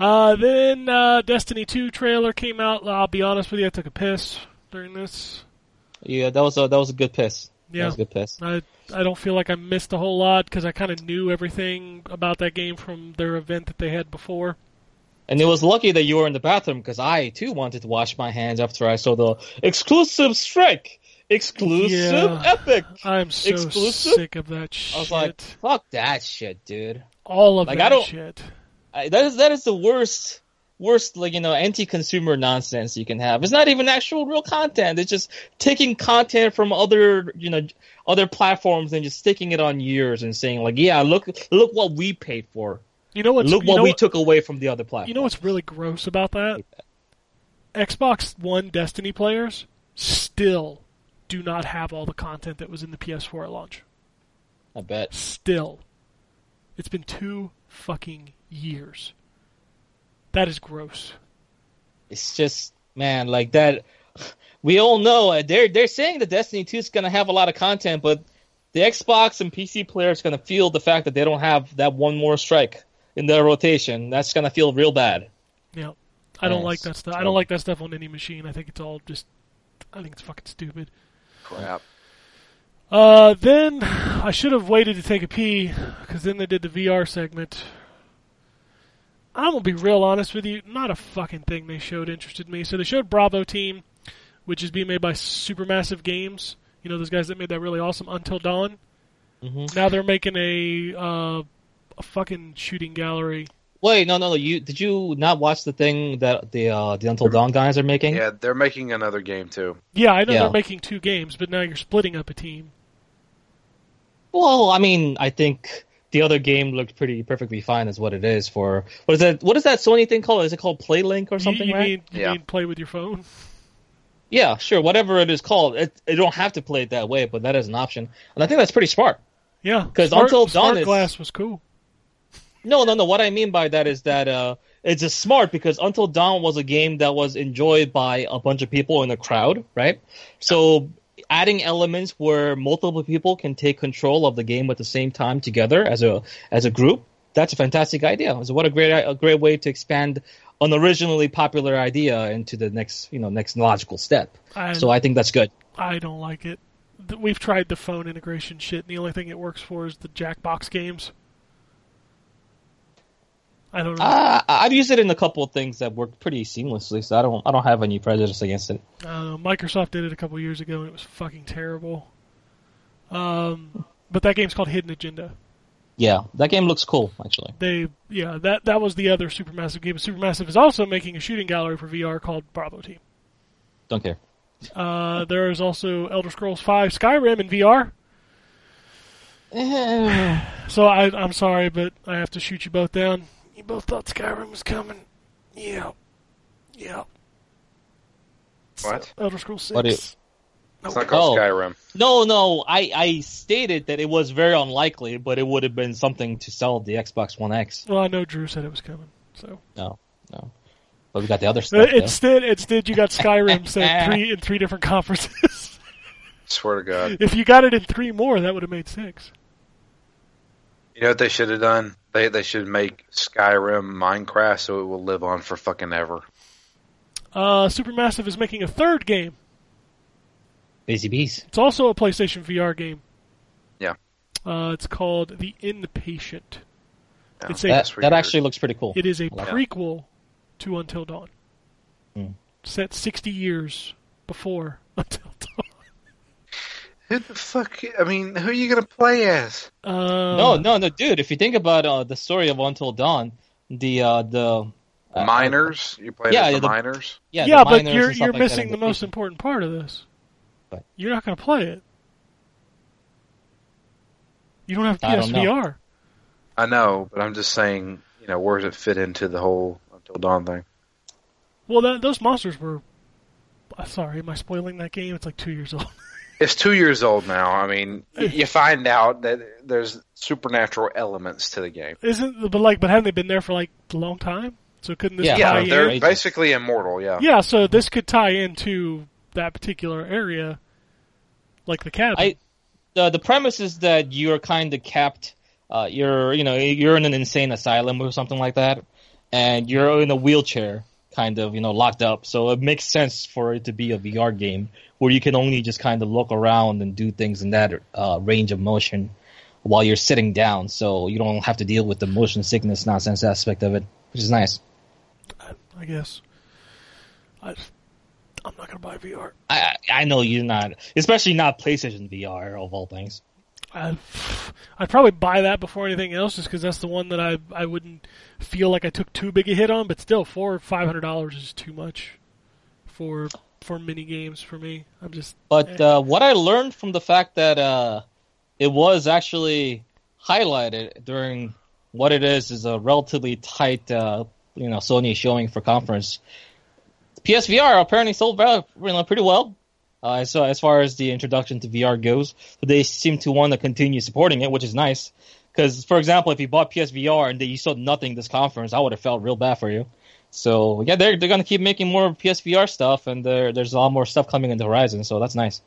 Uh, then uh, Destiny 2 trailer came out. I'll be honest with you, I took a piss during this. yeah, that was a that was a good piss. That Yeah. was a good piss. I I don't feel like I missed a whole lot because I kind of knew everything about that game from their event that they had before. And it was lucky that you were in the bathroom because I too wanted to wash my hands after I saw the exclusive strike, exclusive Yeah. epic. I'm so Exclusive? sick of that shit. I was like, fuck that shit, dude. All of like, I that don't- shit. I, that is that is the worst worst like you know anti-consumer nonsense you can have. It's not even actual real content. It's just taking content from other you know other platforms and just sticking it on yours and saying like, yeah, look look what we paid for. You know what's look you what know we took away from the other platform. You know what's really gross about that? Xbox One Destiny players still do not have all the content that was in the PS4 at launch. I bet. Still. It's been two fucking years. That is gross. it's just man like that we all know uh, they're they're saying that destiny 2 is going to have a lot of content but the xbox and pc player is going to feel the fact that they don't have that one more strike in their rotation that's going to feel real bad Yeah. I don't Yes. like that stuff. I don't like that stuff on any machine. I think it's all just I think it's fucking stupid. Crap. Uh, then I should have waited to take a pee because then they did the VR segment. I'm gonna be real honest with you. Not a fucking thing they showed interested me. So they showed Bravo Team, which is being made by Supermassive Games. You know those guys that made that really awesome Until Dawn. Mhm. Now they're making a uh, a fucking shooting gallery. wait no no no you did you not watch the thing that the uh the until dawn guys are making Yeah, they're making another game too. Yeah, I know Yeah. they're making two games, but now you're splitting up a team. well i mean i think the other game looked pretty perfectly fine as what it is for what is that what is that sony thing called is it called playlink or You- something you right? mean you Yeah. mean play with your phone? Yeah, sure, whatever it is called. It, it don't have to play it that way, but that is an option, and I think that's pretty smart. Yeah, 'Cause Smart- Until Dawn Smart is- Glass was cool. No, no, no. What I mean by that is that uh, it's just smart because Until Dawn was a game that was enjoyed by a bunch of people in a crowd, right? So adding elements where multiple people can take control of the game at the same time together as a as a group. That's a fantastic idea. So what a great a great way to expand an originally popular idea into the next you know next logical step. I- so I think that's good. I don't like it. Th- We've tried the phone integration shit, and the only thing it works for is the Jackbox games. I don't know. Uh, I've used it in a couple of things that worked pretty seamlessly, so I don't I don't have any prejudice against it. Uh, Microsoft did it a couple years ago, and it was fucking terrible. Um, but that game's called Hidden Agenda. Yeah, that game looks cool actually. They, yeah, that that was the other Supermassive game. Supermassive is also making a shooting gallery for VR called Bravo Team. Don't care. Uh, there is also Elder Scrolls V Skyrim in VR. So I, I'm sorry, but I have to shoot you both down. You both thought Skyrim was coming. Yeah, yeah. What? Elder Scrolls Six. What do you- It's not called Oh. Skyrim. No, no, I I stated that it was very unlikely, but it would have been something to sell the Xbox One X. Well, I know Drew said it was coming. So No, no, but we got the other Uh, stuff. though. instead, instead you got Skyrim said three in three different conferences. Swear to God. if you got it in three more, that would have made six. You know what they should have done? They they should make Skyrim Minecraft so it will live on for fucking ever. Uh, Supermassive is making a third game. Busy bees. It's also a PlayStation VR game. Yeah. Uh, it's called The Inpatient. Yeah. It's a That, That's that weird. actually looks pretty cool. It is a like that. prequel to Until Dawn. Mm. set 60 years before until Who the fuck? I mean, who are you gonna play as? Uh, No, no, no, dude. If you think about uh, the story of Until Dawn, the uh, the uh, Miners? You play yeah, as yeah, the the- miners? yeah, the yeah, but miners you're and stuff you're like that missing and the most people. important part of this. But- You're not going to play it. You don't have I don't know. PSVR. I know, but I'm just saying, you know, where does it fit into the whole Until Dawn thing? Well, that, those monsters were. I'm Sorry, am I spoiling that game? It's like two years old. It's two years old now. I mean, y- you find out that there's supernatural elements to the game. Isn't but like but haven't they been there for like a long time? So couldn't this Yeah. tie Yeah, in? they're ages. basically immortal. Yeah. Yeah, so this could tie into that particular area, like the cabin. I- the the premise is that you're kind of capped. Uh, you're you know you're in an insane asylum or something like that, and you're in a wheelchair, kind of you know locked up. So it makes sense for it to be a VR game where you can only just kind of look around and do things in that uh, range of motion while you're sitting down. So you don't have to deal with the motion sickness nonsense aspect of it, which is nice. I guess. I, I'm not gonna buy VR. I I know you're not, especially not PlayStation VR of all things. I, I'd probably buy that before anything else, just because that's the one that I I wouldn't feel like I took too big a hit on. But still, four or five hundred dollars is too much for for mini games for me. I'm just But uh, what I learned from the fact that uh, it was actually highlighted during what it is is a relatively tight, uh, you know, Sony showing for conference. PSVR apparently sold very, you know, pretty well. Uh, so as far as the introduction to VR goes, but they seem to want to continue supporting it, which is nice. Because, for example, if you bought PSVR and then you sold nothing this conference, I would have felt real bad for you. So yeah, they're they're gonna keep making more PSVR stuff, and there there's a lot more stuff coming in the horizon. So that's nice.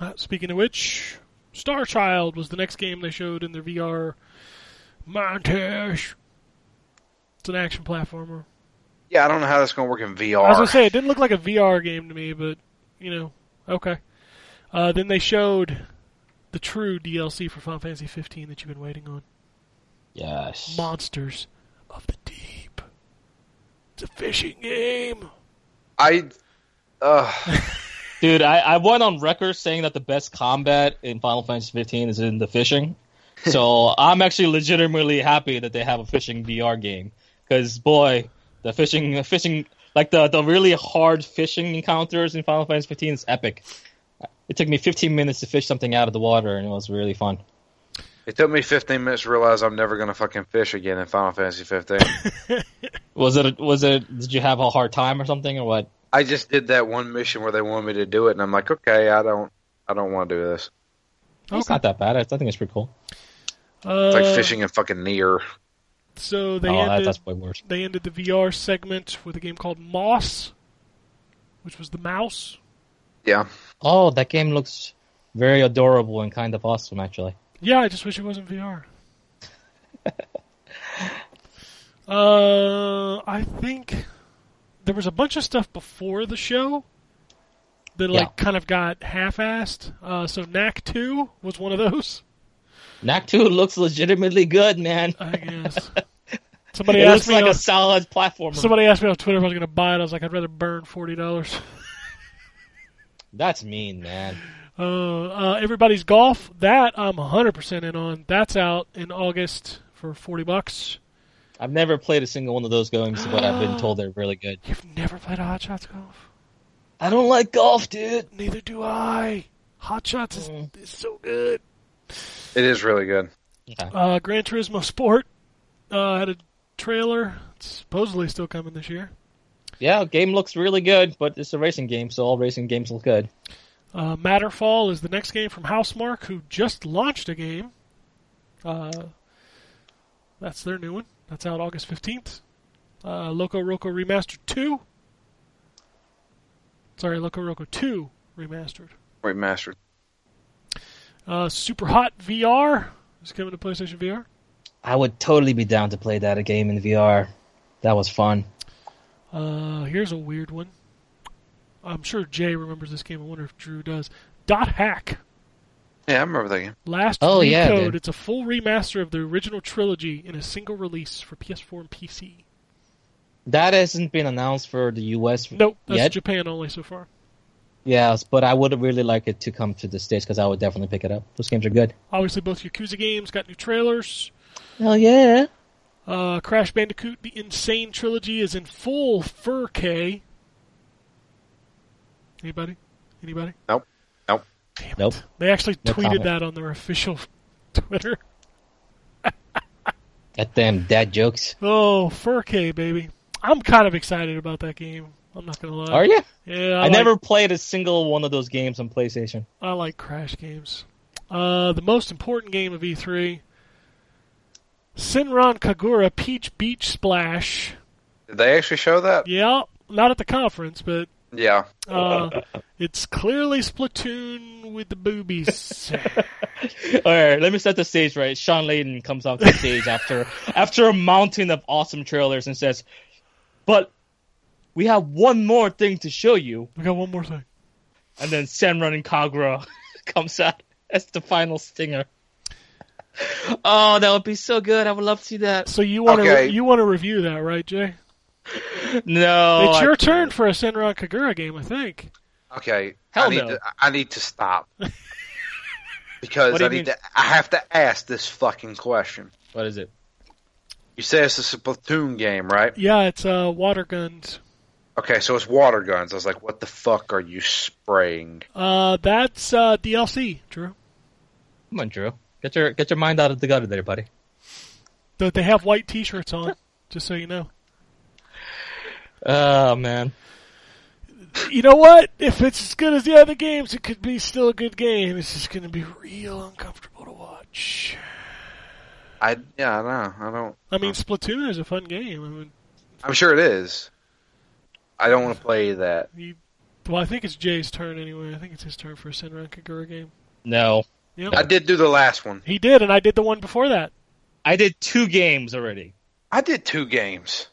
Uh, speaking of which, Star Child was the next game they showed in their VR montage. It's an action platformer. Yeah, I don't know how that's gonna work in VR. I was gonna say it didn't look like a VR game to me, but you know, okay. Uh, then they showed the true DLC for Final Fantasy 15 that you've been waiting on: Yes. Monsters of the Deep. It's a fishing game. I. Uh, Dude, I, I went on record saying that the best combat in Final Fantasy 15 is in the fishing. So I'm actually legitimately happy that they have a fishing VR game because boy, the fishing the fishing like the the really hard fishing encounters in Final Fantasy 15 is epic. It took me 15 minutes to fish something out of the water, and it was really fun. it took me 15 minutes to realize I'm never gonna fucking fish again in Final Fantasy 15. Was it was it did you have a hard time or something or what? I just did that one mission where they wanted me to do it, and I'm like, okay, I don't, I don't want to do this. It's not that bad. I I think it's pretty cool. Uh, It's like fishing in fucking near. So they oh, that, ended. that's way worse. They ended the VR segment with a game called Moss, which was the mouse. Yeah, Oh, that game looks very adorable and kind of awesome, actually. Yeah, I just wish it wasn't VR. uh, I think there was a bunch of stuff before the show that like kind of got half-assed. Uh, so Knack Two was one of those, Knack 2 looks legitimately good, man. I guess. Somebody it asked looks me like on, a solid platformer. somebody asked me on Twitter if I was going to buy it. I was like, I'd rather burn forty dollars. That's mean, man. Uh, uh, everybody's golf. That I'm 100% in on. That's out in August for 40 bucks. I've never played a single one of those games, but I've been told they're really good. You've never played a Hot Shots golf? I don't like golf, dude. Neither do I. Hot Shots is, Mm. is so good. it is really good. Uh, Gran Turismo Sport uh, had a trailer. It's supposedly still coming this year. Yeah, game looks really good, but it's a racing game, so all racing games look good. Uh, Matterfall is the next game from Housemark, who just launched a game. Uh, that's their new one. That's out August 15th. Uh, Loco Roco Remastered 2. Sorry, Loco Roco 2 Remastered. Remastered. Uh, Super Hot VR is coming to PlayStation VR. I would totally be down to play that a game in VR. That was fun. Uh, here's a weird one. I'm sure Jay remembers this game. I wonder if Drew does. Dot Hack. Yeah, I remember that game. Last Oh, Recode. yeah, dude. it's a full remaster of the original trilogy in a single release for PS4 and PC. That hasn't been announced for the U.S. Nope, that's yet. Japan only so far. Yes, but I would really like it to come to the states because I would definitely pick it up. Those games are good. Obviously, both Yakuza games got new trailers. Hell yeah! Uh, Crash Bandicoot: The Insane Trilogy is in full 4K. Anybody? Anybody? Nope. Nope. Damn Nope. It. They actually No tweeted comment. that on their official Twitter. That damn dad jokes. Oh, 4K, baby. I'm kind of excited about that game. I'm not gonna lie. Are you? Yeah, I, I, like- never played a single one of those games on PlayStation. I like Crash games. Uh, the most important game of E3. Sinran Kagura Peach Beach Splash. Did they actually show that? Yeah, not at the conference, but Yeah. uh, it's clearly Splatoon with the boobies. All right, let me set the stage right. Sean Layden comes off the stage after after a mountain of awesome trailers and says, "But we have one more thing to show you." we got one more thing. And then Senran and Kagura comes out as the final stinger. Oh, that would be so good. I would love to see that. So you want to Okay. you want to review that, right, Jay? No, it's Oh, I- your turn for a Sinran Kagura game, I think. Okay. Hell I need no. to, I need to stop. because What do I you need mean? to I have to ask this fucking question. what is it? You say it's a Splatoon game, right? Yeah, it's uh, water guns. Okay, so it's water guns. I was like, what the fuck are you spraying? Uh, that's uh, DLC, Drew. Come on, Drew. Get your get your mind out of the gutter, there, buddy. That they have white T-shirts on, just so you know. Oh man. You know what? If it's as good as the other games, it could be still a good game. It's just going to be real uncomfortable to watch. I yeah, no, I don't. I mean, Splatoon is a fun game. I mean, I'm sure it is. I don't want to play that. you, well, I think it's Jay's turn anyway. I think it's his turn for a Senran Kagura game. No, Yep. I did do the last one. he did, and I did the one before that. I did two games already. I did two games.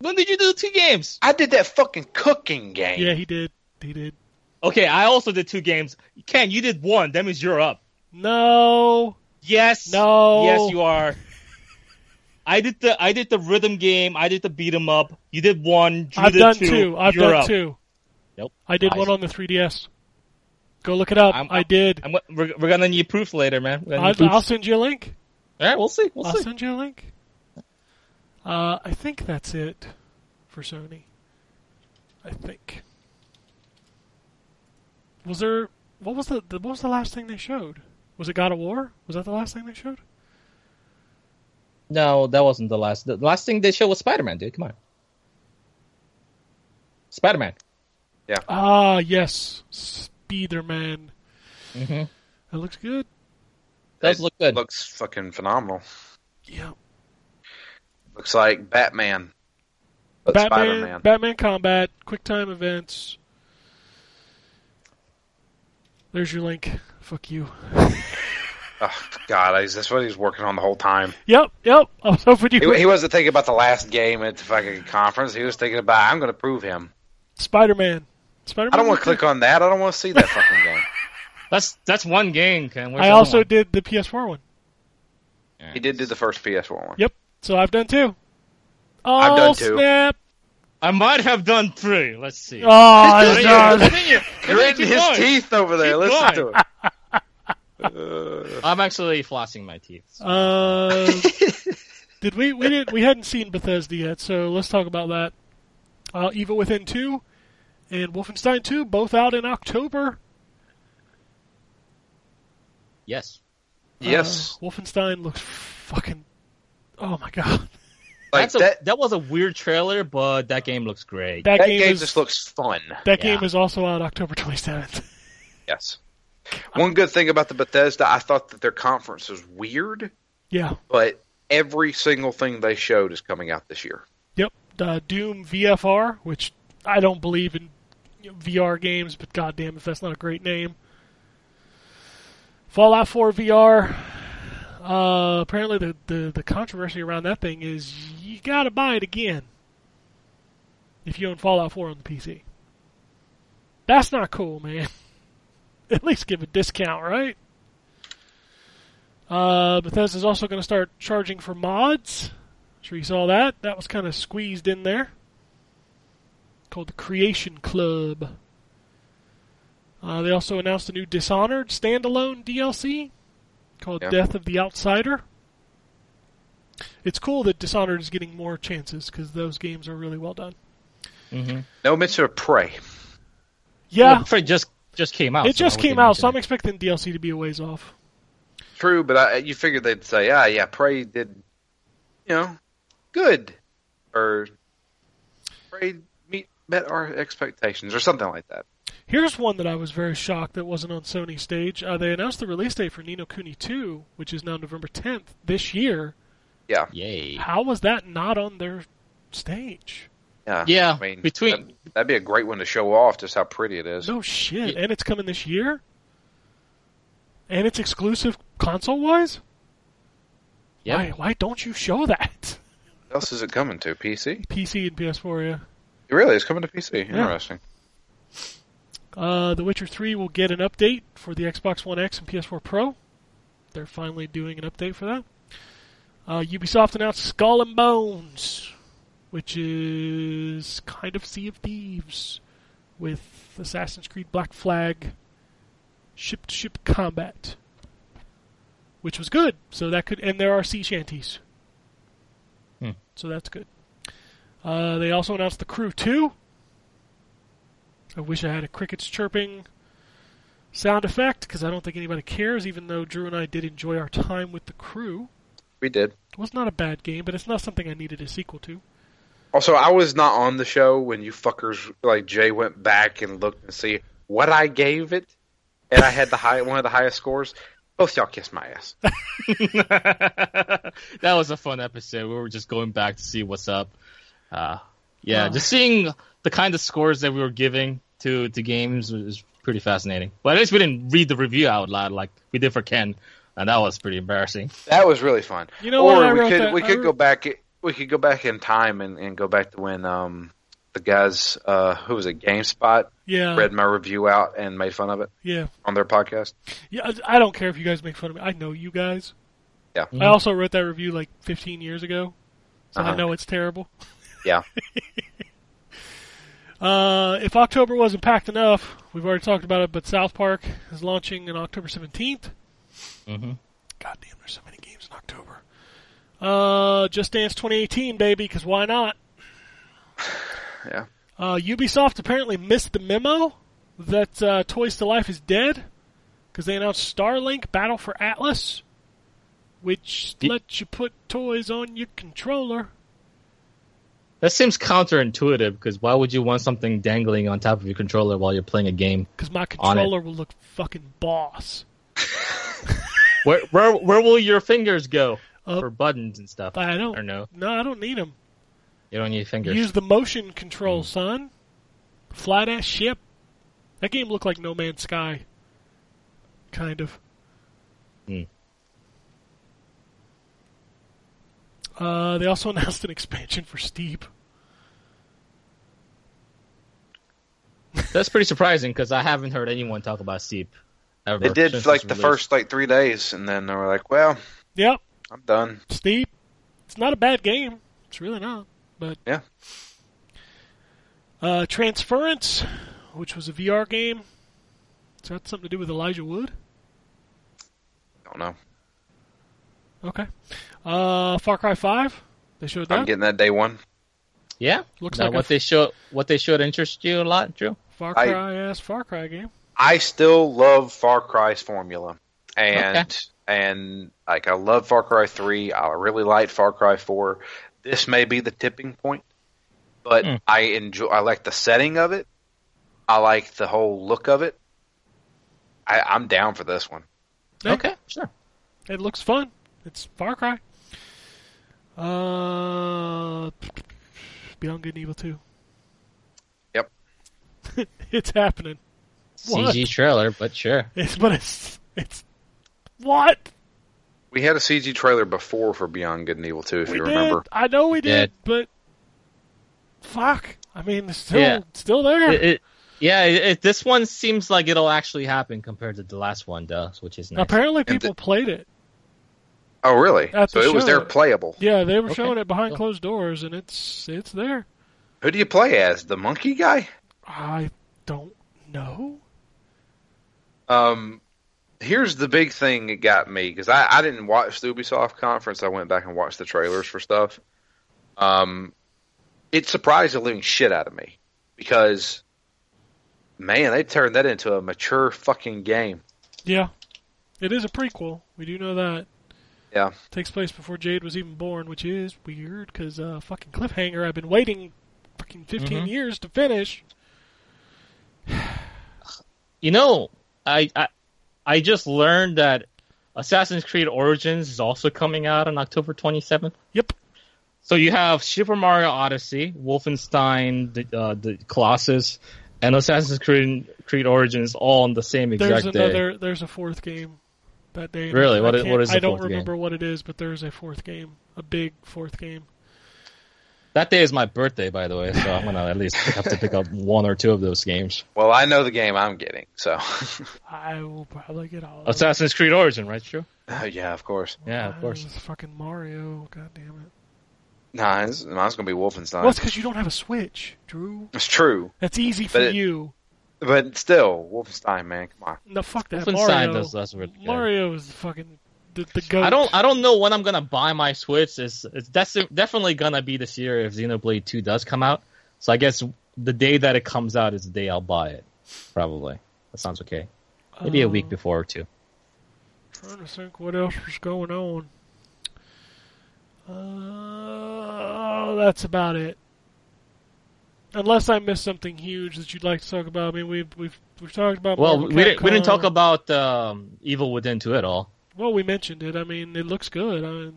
When did you do two games? I did that fucking cooking game. Yeah, he did. He did. Okay, I also did two games. Ken, you did one. That means you're up. No. Yes. No. Yes, you are. I did the I did the rhythm game. I did the beat 'em up. You did one. Drew I've did done 2 two. I've You're done up. two. Nope. I did I- one on the 3DS. Go look it up. I'm- I did. I'm, go- we're, we're gonna need proof later, man. We're gonna I'll, need proof. I'll send you a link. All right, we'll see. We'll I'll see. send you a link. Uh, I think that's it for Sony. I think. Was there what was the, the what was the last thing they showed? Was it God of War? Was that the last thing they showed? No, that wasn't the last. The last thing they showed was Spider Man, dude. Come on. Spider Man. Ah, yes, Spider-Man. Mhm. That looks good. Does It look good. Looks fucking phenomenal. Yeah, Looks like Batman. But Batman, Spider-Man. Batman Combat, Quick Time Events. There's your link. Fuck you. oh, God, I, that's what he was working on the whole time. Yep, yep. I was hoping you. He, would- he wasn't thinking about the last game at the fucking conference. He was thinking about, I'm going to prove him. Spider-Man. Spider-Man. I don't want looked to good. click on that. I don't want to see that fucking game. That's that's one game, Ken. Where's I the other also one? did the PS4 one. He did do the first PS4 one. Yep. So I've done two. Oh, I've done two. snap. I might have done three. Let's see. Oh, I Continue, done. continue, You're in continue, his keep going. teeth over there. Keep Listen going. to it. I'm actually flossing my teeth. Uh, did we? We did. We hadn't seen Bethesda yet, so let's talk about that. Uh, Evil Within two and Wolfenstein two, both out in October. Yes. Yes. Uh, Wolfenstein looks fucking. Oh my god, like That's a, that, that was a weird trailer, but that game looks great. that, that game, game, is just looks fun. that yeah. game is also out October twenty seventh. Yes. One good thing about the Bethesda, I thought that their conference was weird, yeah. but every single thing they showed is coming out this year. Yep, uh, Doom VFR, which I don't believe in you know, VR games, but goddamn if that's not a great name. Fallout 4 VR. Uh, apparently, the, the, the controversy around that thing is you gotta buy it again if you own Fallout 4 on the PC. That's not cool, man. At least give a discount, right? Uh, Bethesda's also going to start charging for mods. Sure, you saw that. That was kind of squeezed in there. called the Creation Club. Uh, they also announced a new Dishonored standalone DLC called Yeah. Death of the Outsider. It's cool that Dishonored is getting more chances because those games are really well done. Mm-hmm. No mention of Prey. Yeah, it just just came out. it so just we came can out, so I'm mention expecting DLC to be a ways off. True, but I, you figured they'd say, ah, yeah, Prey did, you know, good. Or Prey meet, met our expectations, or something like that. Here's one that I was very shocked that wasn't on Sony's stage. Uh, they announced the release date for Nino Kuni 2, which is now November 10th this year. Yeah. it. Yay! How was that not on their stage? Yeah. Yeah, I mean, between- that, would be a great one to show off just how pretty it is. No shit. And it's coming this year? And it's exclusive console wise? Yep. Why, why don't you show that? What else is it coming to? PC? PC and PS4, yeah. Really, it's coming to PC. Yeah. Interesting. Uh, the Witcher 3 will get an update for the Xbox One X and PS4 Pro. They're finally doing an update for that. Uh, Ubisoft announced Skull and Bones, which is kind of Sea of Thieves with Assassin's Creed Black Flag ship to ship combat, which was good. So that could, and there are sea shanties. Hmm. So that's good. Uh, they also announced The Crew 2. I wish I had a crickets chirping sound effect because I don't think anybody cares, even though Drew and I did enjoy our time with the crew. We did. It was not a bad game, but it's not something I needed a sequel to. Also, I was not on the show when you fuckers like Jay went back and looked and see what I gave it, and I had the high one of the highest scores. Both y'all kissed my ass. that was a fun episode. We were just going back to see what's up. Uh, yeah, Oh. just seeing the kind of scores that we were giving to to games was pretty fascinating. But at least we didn't read the review out loud like we did for Ken, and that was pretty embarrassing. That was really fun. You know or what? I we wrote could that- we I could wrote- go back we could go back in time and, and go back to when um the guys uh who was it GameSpot Yeah, read my review out and made fun of it yeah, on their podcast. yeah. I- I don't care if you guys make fun of me. I know you guys. Yeah. I also wrote that review like 15 years ago, so I Uh-huh. know it's terrible. Yeah. Uh, if October wasn't packed enough, we've already talked about it, but South Park is launching on October 17th. Mm-hmm. God damn, there's so many games in October. Uh, Just Dance 2018, baby, because why not? Yeah. Uh, Ubisoft apparently missed the memo that uh, Toys to Life is dead because they announced Starlink Battle for Atlas, which Ye- lets you put toys on your controller. That seems counterintuitive because why would you want something dangling on top of your controller while you're playing a game? Because my On it. controller will look fucking boss. Where where where will your fingers go Up. for buttons and stuff? Oh. I don't. Or no, No, I don't need them. you don't need fingers. Use the motion control, son. Fly that ship. That game looked like No Man's Sky. Kind of. Hmm. Uh, they also announced an expansion for Steep. That's pretty surprising because I haven't heard anyone talk about Steep. Ever They did since like its the release. first like three days and then they were like, Well, Yep, I'm done. Steep. It's not a bad game. It's really not. But Yeah. uh, Transference, which was a VR game. Does that have something to do with Elijah Wood? Don't know. Okay. Uh, Far Cry Five. They showed I'm that. getting that day one. Yeah, Looks Now, like a what f- they showed. What they showed interests you a lot, Drew. Far I- Cry ass Far Cry game. I still love Far Cry's formula, and and like I love Far Cry Three. I really liked Far Cry Four. This may be the tipping point, but Hmm. I enjoy. I like the setting of it. I like the whole look of it. I, I'm down for this one. Yeah. Okay, sure. It looks fun. It's Far Cry. Uh, Beyond Good and Evil Two. Yep. it's happening. What? CG trailer, but sure. It's but it's it's what We had a CG trailer before for Beyond Good and Evil Two, if we you did. remember. I know we did, Dead. but fuck. I mean, it's still Yeah. it's still there. It, it- yeah, it, it- this one seems like it'll actually happen compared to the last one, does, which is nice. Apparently, the- people played it. Oh, really? At so the it was show. there playable. Yeah, they were Okay. Oh. showing it behind Cool. closed doors, and it's it's there. Who do you play as? The monkey guy? I don't know. Um, here's the big thing that got me because I, I didn't watch the Ubisoft conference. I went back and watched the trailers for stuff. Um, it surprised the living shit out of me because, man, they turned that into a mature fucking game. Yeah, it is a prequel. We do know that. Yeah. takes place before Jade was even born, which is weird because uh, fucking cliffhanger. I've been waiting fucking 15 Mhm. years to finish. You know, I, I I just learned that Assassin's Creed Origins is also coming out on October 27th. Yep. So you have Super Mario Odyssey, Wolfenstein, the, uh, the Colossus, and Assassin's Creed Creed Origins all on the same There's exact day. another. There's a fourth game that day. Really? I What is- can't- what is the I don't fourth game? remember what it is, but there's a fourth game, a big fourth game. That day is my birthday, by the way, so I'm gonna at least have to pick up one or two of those games. Well, I know the game I'm getting, so I will probably get all. of it. Assassin's Creed Origin, right? True. Oh, yeah, of course. Yeah, of course. It's fucking Mario. God damn it. Nah, it's- mine's gonna be Wolfenstein. Well, it's because you don't have a Switch, Drew. It's true, That's easy for But it- you. but still, Wolfenstein, man, come on. No, fuck that. Wolfenstein Mario. does that's really good. Mario is fucking the, the goat. I don't I don't know when I'm gonna buy my Switch. It's it's that's definitely gonna be this year if Xenoblade Two does come out. So I guess the day that it comes out is the day I'll buy it. Probably. That sounds okay. Maybe a week Um, before or two. Trying to think what else was going on. Uh, that's about it. Unless I missed something huge that you'd like to talk about. I mean, we've we've we've talked about. Well, Marvel we didn't we didn't Capcom. talk about um, Evil Within Two at all. Well, we mentioned it. I mean, it looks good. I mean,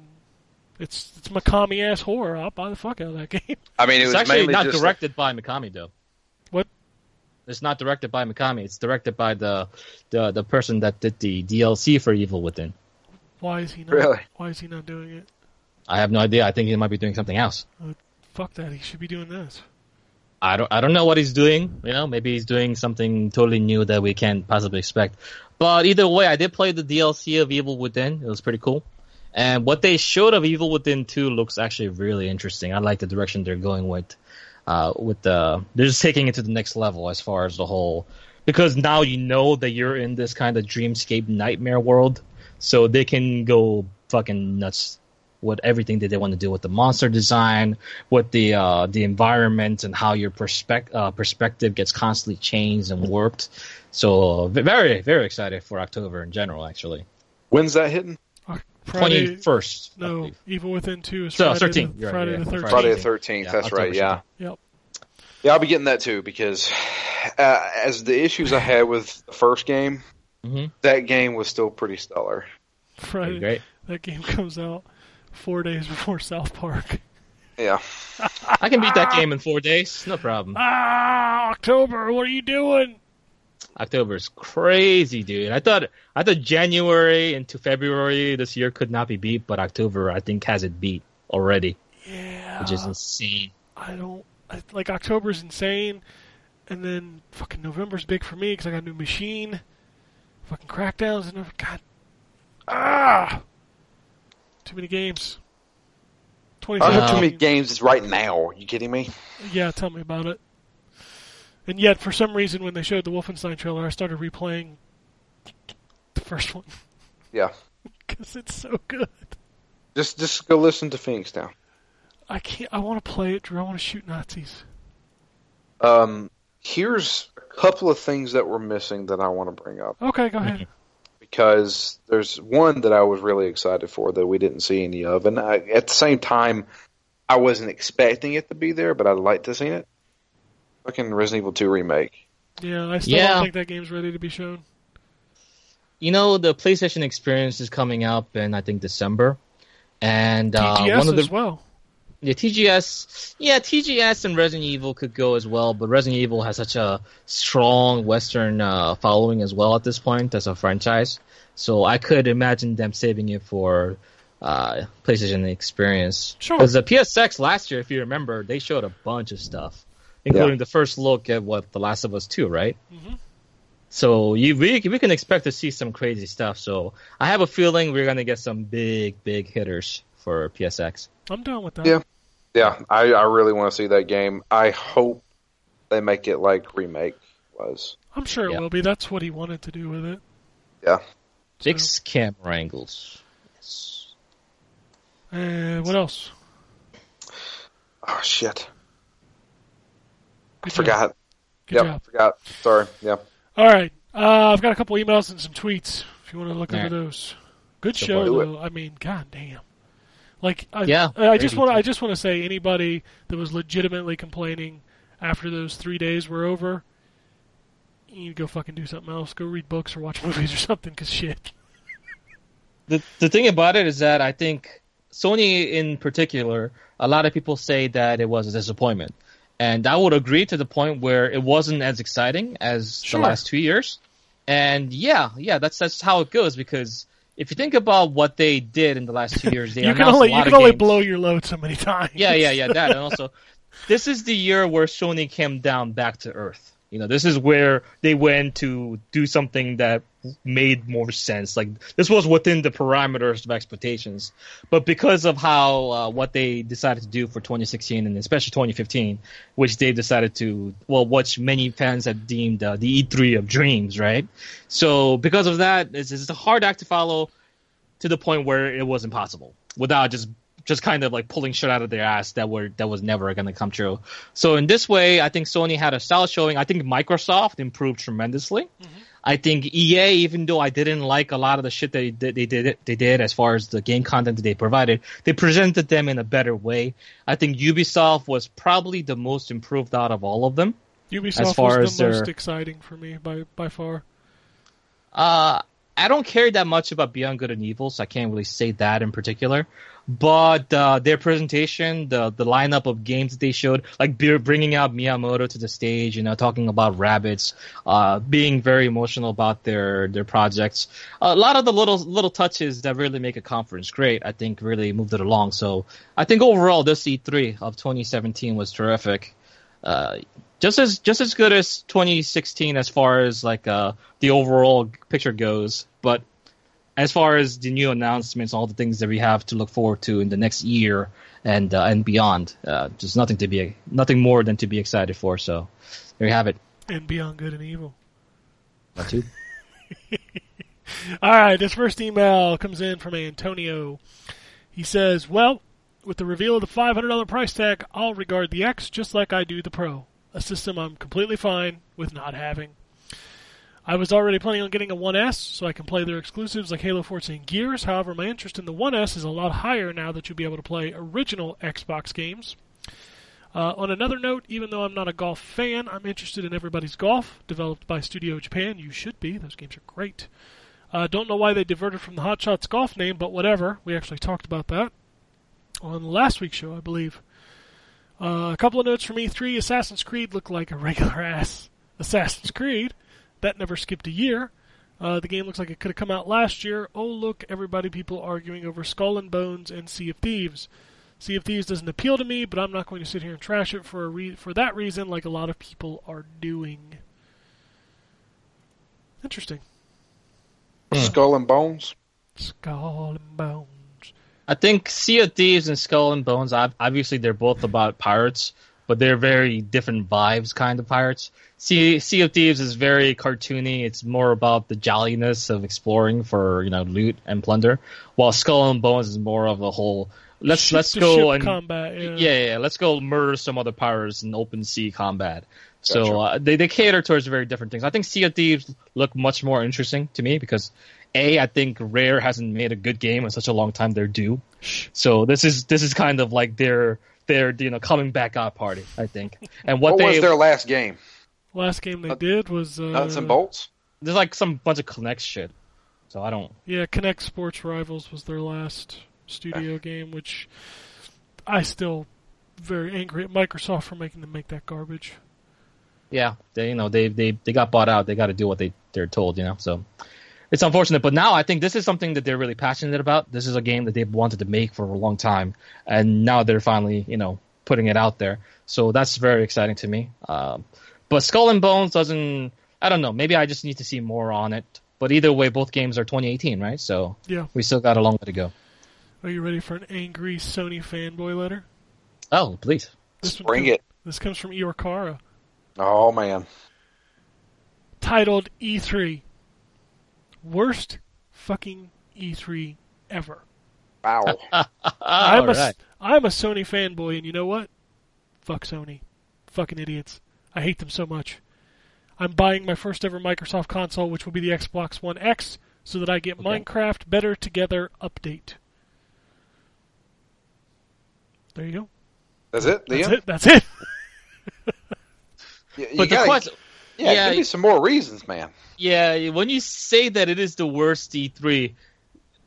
it's it's Mikami ass horror. I'll buy the fuck out of that game. I mean, it It's was actually mainly not just directed by Mikami though. What? It's not directed by Mikami. It's directed by the the the person that did the DLC for Evil Within. Why is he not? Really? Why is he not doing it? I have no idea. I think he might be doing something else. Fuck that. He should be doing this. I don't I don't know what he's doing. You know, maybe he's doing something totally new that we can't possibly expect. But either way, I did play the DLC of Evil Within. It was pretty cool. And what they showed of Evil Within 2 looks actually really interesting. I like the direction they're going with uh with the they're just taking it to the next level as far as the whole because now you know that you're in this kind of dreamscape nightmare world. So they can go fucking nuts with everything that they want to do with the monster design, with the uh, the environment, and how your perspec- uh, perspective gets constantly changed and warped. So uh, v- very very excited for October in general. Actually, When's that hitting? Friday, twenty first. No, Evil Within Two is So, Friday, 13, The, you're right, Friday yeah, the Friday. thirteenth. Friday the thirteenth. Yeah, that's October right. Yeah, Yep. yeah, I'll be getting that too because uh, as the issues I had with the first game, Mhm. that game was still pretty stellar. Friday. Great. That game comes out four days before South Park. Yeah, I can beat that game in four days. No problem. Ah, October. What are you doing? October's crazy, dude. I thought I thought January into February this year could not be beat, but October I think has it beat already, Yeah. which is insane. I don't I, like October's insane, and then fucking November's big for me because I got a new machine. Fucking crackdowns and I've got ah, too many games. Twenty. I don't have too many games right now. Are you kidding me? Yeah, tell me about it. And yet, for some reason, when they showed the Wolfenstein trailer, I started replaying the first one Yeah, because it's so good. just just go listen to Phoenix now. I can't. I want to play it, Drew. I want to shoot Nazis. Um, here's a couple of things that were missing that I want to bring up Okay, go ahead. because there's one that I was really excited for that we didn't see any of, and I, at the same time, I wasn't expecting it to be there, but I'd like to see it. Fucking Resident Evil 2 remake. Yeah, I still Yeah. don't think that game's ready to be shown. you know the PlayStation Experience is coming up in I think December, and uh, TGS one of the as well. yeah, TGS yeah TGS and Resident Evil could go as well, but Resident Evil has such a strong Western uh, following as well at this point as a franchise, so I could imagine them saving it for. Uh, PlayStation Experience. Sure. Because the PSX last year, if you remember, they showed a bunch of stuff, including the first look at what The Last of Us Two, right? So you, we we can expect to see some crazy stuff. So I have a feeling we're gonna get some big big hitters for PSX. I'm done with that. Yeah. Yeah, I, I really want to see that game. I hope they make it like remake was. I'm sure it Yeah. will be. That's what he wanted to do with it. Yeah. Six camera angles. Yes. Uh, what else? Oh shit, I Good job. forgot. Good yep, job. forgot. Sorry. Yeah. All right. Uh, I've got a couple emails and some tweets. If you want to look All over right. those, good Good show. boy. Do it. Though. I mean, god damn. Like, I, Yeah, I just crazy want. to I thing. just want to say anybody that was legitimately complaining after those three days were over, you need to go fucking do something else. Go read books or watch movies or something. Cause shit. The the thing about it is that I think Sony in particular, a lot of people say that it was a disappointment. And I would agree to the point where it wasn't as exciting as Sure. the last two years. And yeah, yeah, that's that's how it goes because if you think about what they did in the last two years, they you can announced only a you lot can of only games. blow your load so many times. Yeah, yeah, yeah. That and also, this is the year where Sony came down back to earth. You know, this is where they went to do something that made more sense. Like this was within the parameters of expectations, but because of how uh, what they decided to do for 2016 and especially 2015, which they decided to well, which many fans have deemed uh, the E3 of dreams, right? So because of that, it's, it's a hard act to follow to the point where it was impossible without just just kind of like pulling shit out of their ass that were that was never going to come true. So in this way, I think Sony had a solid showing. I think Microsoft improved tremendously. I think EA, even though I didn't like a lot of the shit they did, they did they did as far as the game content that they provided, they presented them in a better way. I think Ubisoft was probably the most improved out of all of them. Ubisoft As far was as the their- most exciting for me by by far. Uh, I don't care that much about Beyond Good and Evil, so I can't really say that in particular. But uh, their presentation, the the lineup of games that they showed, like be- bringing out Miyamoto to the stage, you know, talking about rabbits, uh, being very emotional about their their projects. A lot of the little little touches that really make a conference great, I think, really moved it along. So I think overall, this E3 of 2017 was terrific. Uh, just as just as good as 2016 as far as like uh, the overall picture goes, but as far as the new announcements, all the things that we have to look forward to in the next year and uh, and beyond, uh, just nothing to be nothing more than to be excited for. So there you have it. and Beyond Good and Evil. All right, this first email comes in from Antonio. He says, "Well, with the reveal of the $500 price tag, I'll regard the X just like I do the Pro, a system I'm completely fine with not having. I was already planning on getting a 1S so I can play their exclusives like Halo Force and Gears. However, my interest in the 1S is a lot higher now that you'll be able to play original Xbox games." Uh, on another note, even though I'm not a golf fan, I'm interested in Everybody's Golf, developed by Studio Japan. You should be; those games are great. Uh, don't know why they diverted from the Hot Shots Golf name, but whatever. We actually talked about that on last week's show, I believe. Uh, a couple of notes from E3: Assassin's Creed looked like a regular ass Assassin's Creed that never skipped a year. Uh, the game looks like it could have come out last year. Oh look, everybody, people arguing over Skull and Bones and Sea of Thieves. Sea of Thieves doesn't appeal to me, but I'm not going to sit here and trash it for a re- for that reason, like a lot of people are doing. Interesting. Hmm. Skull and Bones. Skull and bones. I think Sea of Thieves and Skull and Bones. ob- Obviously, they're both about pirates, but they're very different vibes kind of pirates. Sea Sea of Thieves is very cartoony. It's more about the jolliness of exploring for you know loot and plunder, while Skull and Bones is more of a whole. Let's Ship let's to go ship and combat. Yeah. yeah, yeah, yeah. Let's go murder some other pirates in open sea combat. Gotcha. So uh, they they cater towards very different things. I think Sea of Thieves look much more interesting to me because a I think Rare hasn't made a good game in such a long time. They're due. So this is this is kind of like their their you know coming back out party. I think. And what, What, they was their last game? Last game they Uh, did was uh, Nuts and bolts. there's like some bunch of connect shit. So I don't. Yeah, Connect Sports Rivals was their last Ah. studio game, which I still very angry at Microsoft for making them make that garbage. yeah, they you know they they they got bought out. They got to do what they they're told, you know. So it's unfortunate, but now I think this is something that they're really passionate about. This is a game that they've wanted to make for a long time, and now they're finally you know putting it out there. So that's very exciting to me. Um, but Skull and Bones doesn't. I don't know. Maybe I just need to see more on it. But either way, both games are 2018, right? So Yeah. we still got a long way to go. Are you ready for an angry Sony fanboy letter? Oh, please. This one Bring com- it. This comes from Iwakara, Oh man. titled E3. Worst fucking E3 ever. Wow. I'm, a, All Oh, right. am a Sony fanboy, and you know what? Fuck Sony. Fucking idiots. I hate them so much. I'm buying my first ever Microsoft console, which will be the Xbox One X, so that I get Okay. Minecraft Better Together update. There you go. That's it, That's Liam? it. That's it. You, you But the gotta- question, yeah, yeah, give me some more reasons, man. yeah, when you say that it is the worst E3,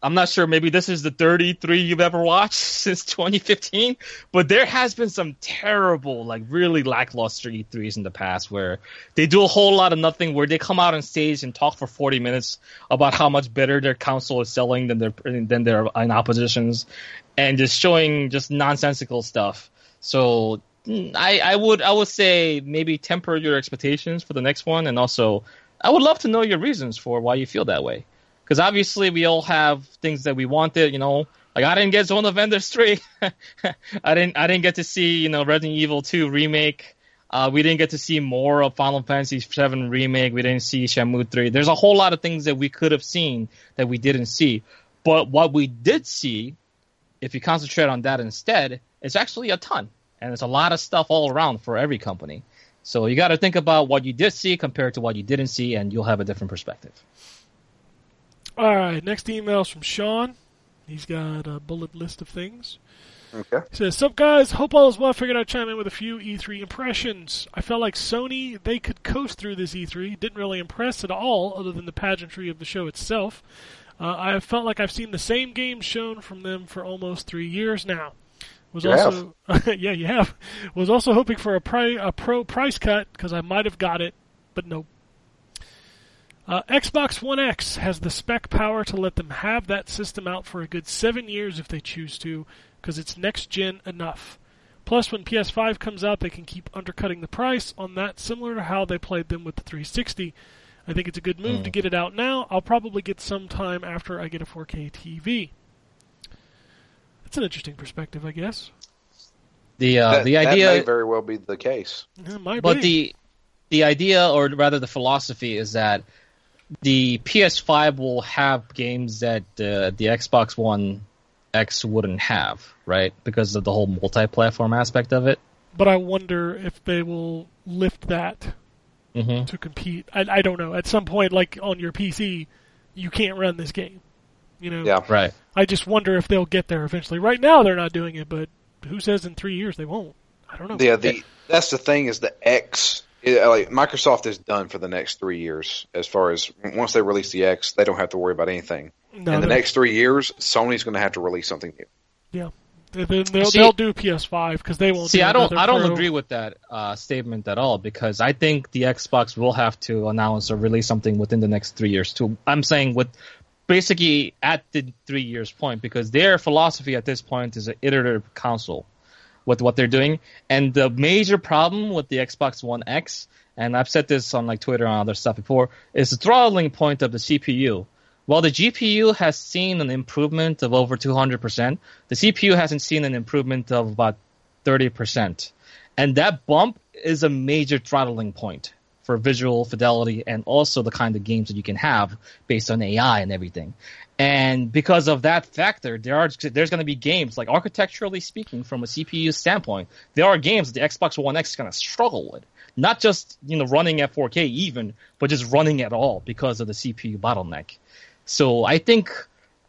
I'm not sure. Maybe this is the third E3 you've ever watched since 2015, but there has been some terrible, like really lackluster E3s in the past where they do a whole lot of nothing. Where they come out on stage and talk for 40 minutes about how much better their console is selling than their than their in oppositions, and just showing just nonsensical stuff. So mm, I, I would I would say maybe temper your expectations for the next one, and also I would love to know your reasons for why you feel that way, because obviously we all have things that we wanted, you know. Like I didn't get Zone of Enders three, I didn't I didn't get to see you know Resident Evil two remake. Uh, we didn't get to see more of Final Fantasy VII remake. We didn't see Shamu three. There's a whole lot of things that we could have seen that we didn't see. But what we did see if you concentrate on that instead, it's actually a ton. And it's a lot of stuff all around for every company. So you got to think about what you did see compared to what you didn't see, and you'll have a different perspective. All right. Next email's from Sean. He's got a bullet list of things. Okay. He says, Sup guys, hope all is well. Figured I'd chime in with a few E3 impressions. I felt like Sony, they could coast through this E3. Didn't really impress at all, other than the pageantry of the show itself. Uh, I have felt like I've seen the same games shown from them for almost three years now. Was You also yeah, you have. Was also hoping for a, pri- a pro price cut because I might have got it, but nope. Uh, Xbox One X has the spec power to let them have that system out for a good seven years if they choose to, because it's next gen enough. Plus, when PS5 comes out, they can keep undercutting the price on that, similar to how they played them with the 360. I think it's a good move to Mm. get it out now. I'll probably get some time after I get a 4K TV. That's an interesting perspective, I guess. The uh, that, the that idea, may very well be the case. Yeah, might but be. the the idea, or rather the philosophy, is that the PS5 will have games that uh, the Xbox One X wouldn't have, right? Because of the whole multi-platform aspect of it. But I wonder if they will lift that hmm to compete. I, I don't know. At some point, like on your PC, you can't run this game. You know, Yeah. Right. I just wonder if they'll get there eventually. Right now, they're not doing it, but who says in three years they won't? I don't know. Yeah, the that's the thing is the X. yeah, like Microsoft is done for the next three years. As far as once they release the X, they don't have to worry about anything. no, In the they're- next three years, Sony's going to have to release something new. Then they'll, See- they'll do PS5 because they won't. See, do I don't, another I don't Pro. agree with that uh, statement at all because I think the Xbox will have to announce or release something within the next three years. Too, I'm saying with basically at the three years point because their philosophy at this point is an iterative console with what they're doing. And the major problem with the Xbox One X, and I've said this on like Twitter and other stuff before, is the throttling point of the CPU. While the GPU has seen an improvement of over 200%, the CPU hasn't seen an improvement of about 30%. And that bump is a major throttling point for visual fidelity and also the kind of games that you can have based on AI and everything. And because of that factor, there are there's going to be games like architecturally speaking, from a CPU standpoint, there are games that the Xbox One X is going to struggle with. Not just you know running at 4K even, but just running at all because of the CPU bottleneck. So I think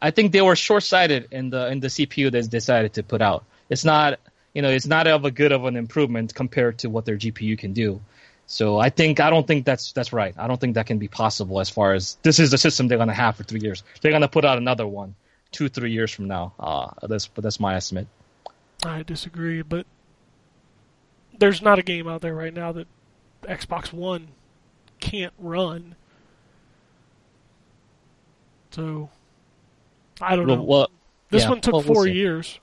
I think they were short sighted in the in the CPU they decided to put out. It's not you know it's not of a good of an improvement compared to what their GPU can do. So I think I don't think that's that's right. I don't think that can be possible as far as this is the system they're gonna have for three years. They're gonna put out another one two three years from now. Uh, that's but that's my estimate. I disagree, but there's not a game out there right now that Xbox One can't run. So I don't know. Well, well, this yeah, one took well, we'll 4 see. years.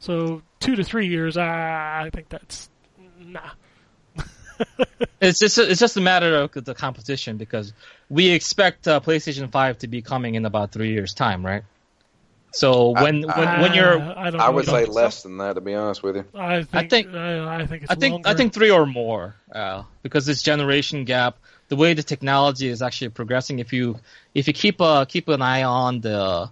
So 2 to 3 years, I, I think that's nah. It's just it's just a matter of the competition because we expect uh, PlayStation Five to be coming in about three years time, right? So when I- when, when you're Uh, I, don't I know, would don't say think so. less than that, to be honest with you. I think. I I think- think. I, think. It's I think I longer. think three or more, uh, because this generation gap, the way the technology is actually progressing. If you if you keep uh, keep an eye on the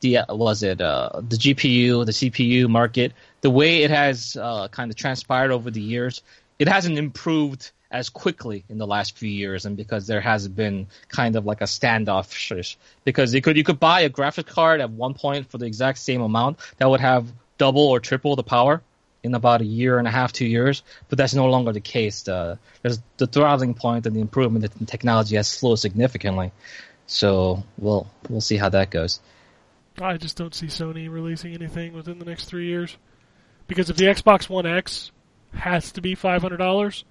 the uh, was it uh, the GPU the CPU market, the way it has uh, kind of transpired over the years, it hasn't improved as quickly in the last few years, and because there has been kind of like a standoff, sh- because you could you could buy a graphic card at one point for the exact same amount that would have double or triple the power in about a year and a half, two years, but that's no longer the case. The, there's the throttling point and the improvement in technology has slowed significantly. So we'll we'll see how that goes. I just don't see Sony releasing anything within the next three years, because if the Xbox One X has to be five hundred dollars,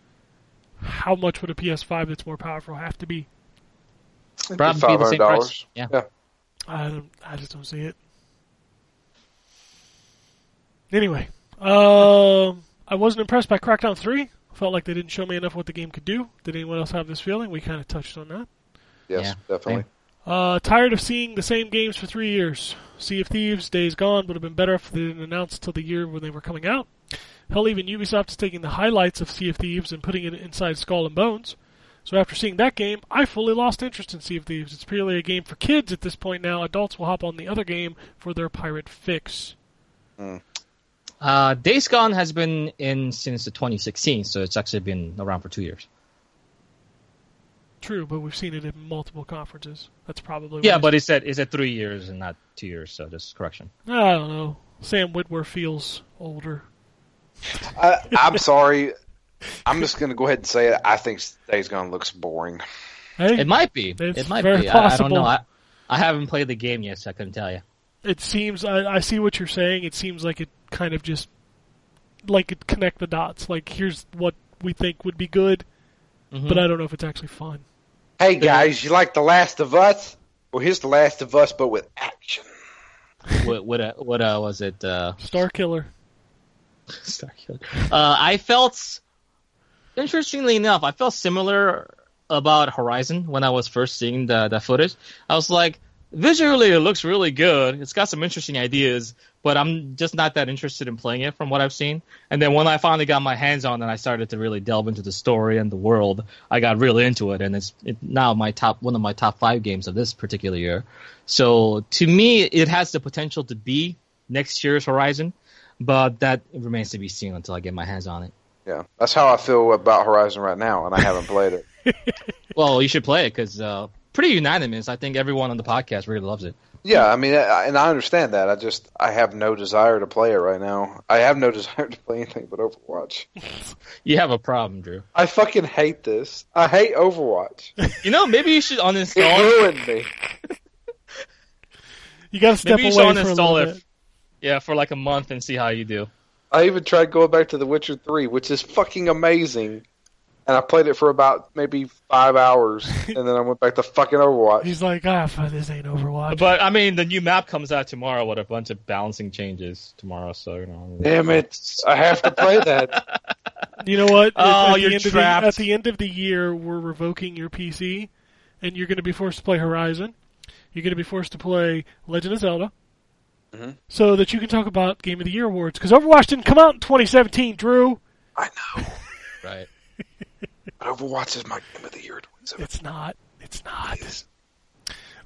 how much would a PS5 that's more powerful have to be? Probably be the same $500. price. Yeah. I don't, I just don't see it. Anyway, um, I wasn't impressed by Crackdown Three. Felt like they didn't show me enough what the game could do. Did anyone else have this feeling? We kind of touched on that. Yes, Yeah. definitely. Uh, tired of seeing the same games for three years. Sea of Thieves, Days Gone would have been better if they didn't announce till the year when they were coming out. Hell, even Ubisoft is taking the highlights of Sea of Thieves and putting it inside Skull and Bones. So after seeing that game, I fully lost interest in Sea of Thieves. It's purely a game for kids at this point now. Adults will hop on the other game for their pirate fix. Uh, Days Gone has been in since the 2016, so it's actually been around for two years. True, but we've seen it in multiple conferences. That's probably Yeah, what but it's at it's at three years and not two years, so just correction. I don't know. Sam Whitwer feels older. I, I'm sorry. I'm just going to go ahead and say it. I think Days Gone looks boring. Hey, It might be. It's it might very be. I, I don't know. possible. I, I haven't played the game yet, so I couldn't tell you. it seems I, I see what you're saying it seems like it kind of just like it connect the dots like here's what we think would be good Mm-hmm. but i don't know if it's actually fun Hey, guys, you like The Last of Us? Well, here's The Last of Us, but with action. what what uh, what uh, was it? Uh, star killer Star Killer. Uh, I felt, interestingly enough, I felt similar about Horizon when I was first seeing the, the footage. I was like, visually, it looks really good. It's got some interesting ideas, but I'm just not that interested in playing it from what I've seen. And then when I finally got my hands on it, I started to really delve into the story and the world. I got really into it, and it's it, now my top one of my top five games of this particular year. So to me, it has the potential to be next year's Horizon but that remains to be seen until I get my hands on it. Yeah, that's how I feel about Horizon right now, and I haven't played it. Well, you should play it because uh, pretty unanimous. I think everyone on the podcast really loves it. Yeah, I mean, I- and I understand that. I just I have no desire to play it right now. I have no desire to play anything but Overwatch. You have a problem, Drew. I fucking hate this. I hate Overwatch. It You know, maybe you should uninstall. it. ruined me. you gotta step Maybe you should away for a little uninstall it. bit Yeah, for like a month and see how you do. I even tried going back to The Witcher 3, which is fucking amazing. And I played it for about maybe five hours, and then I went back to fucking Overwatch. he's like ah fuck, this ain't overwatch But I mean, the new map comes out tomorrow with a bunch of balancing changes tomorrow. So you know. Damn it! I have to play that. you know what At- Oh, at, the you're end of the, trapped. at the end of the year we're revoking your pc and you're gonna be forced to play horizon you're gonna be forced to play legend of zelda Mm-hmm. so that you can talk about game of the year awards because overwatch didn't come out in 2017 drew I know. Right. But Overwatch is my game of the year. It's not. It's not.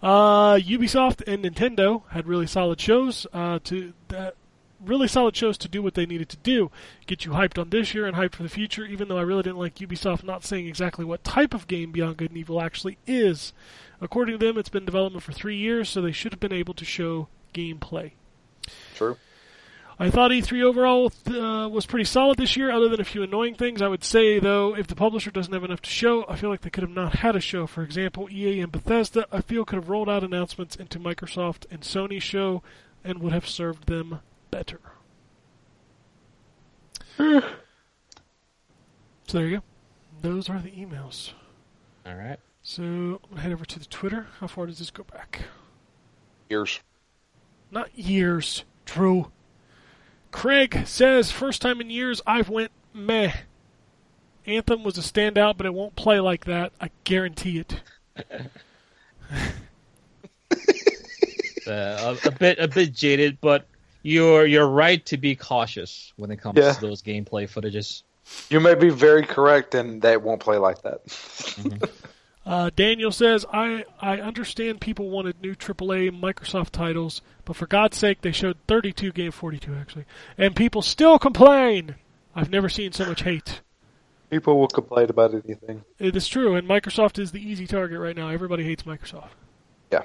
Uh, Ubisoft and Nintendo had really solid shows uh, to that really solid shows to do what they needed to do, get you hyped on this year and hyped for the future. Even though I really didn't like Ubisoft not saying exactly what type of game Beyond Good and Evil actually is. According to them, it's been in development for three years, so they should have been able to show gameplay. True. I thought E3 overall uh, was pretty solid this year, other than a few annoying things. I would say, though, if the publisher doesn't have enough to show, I feel like they could have not had a show. For example, EA and Bethesda, I feel, could have rolled out announcements into Microsoft and Sony show and would have served them better. so there you go. Those are the emails. All right. So I'm going to head over to the Twitter. How far does this go back? Years. not years, Drew. Craig says, first time in years I've went meh. Anthem was a standout, but it won't play like that. I guarantee it. uh, a, a bit a bit jaded, but you're you're right to be cautious when it comes Yeah. to those gameplay footages. You may be very correct, and that won't play like that. Uh, Daniel says, I, I understand people wanted new AAA Microsoft titles, but for God's sake, they showed 32 game 42, actually. And people still complain! I've never seen so much hate. People will complain about anything. It is true, and Microsoft is the easy target right now. Everybody hates Microsoft. Yeah.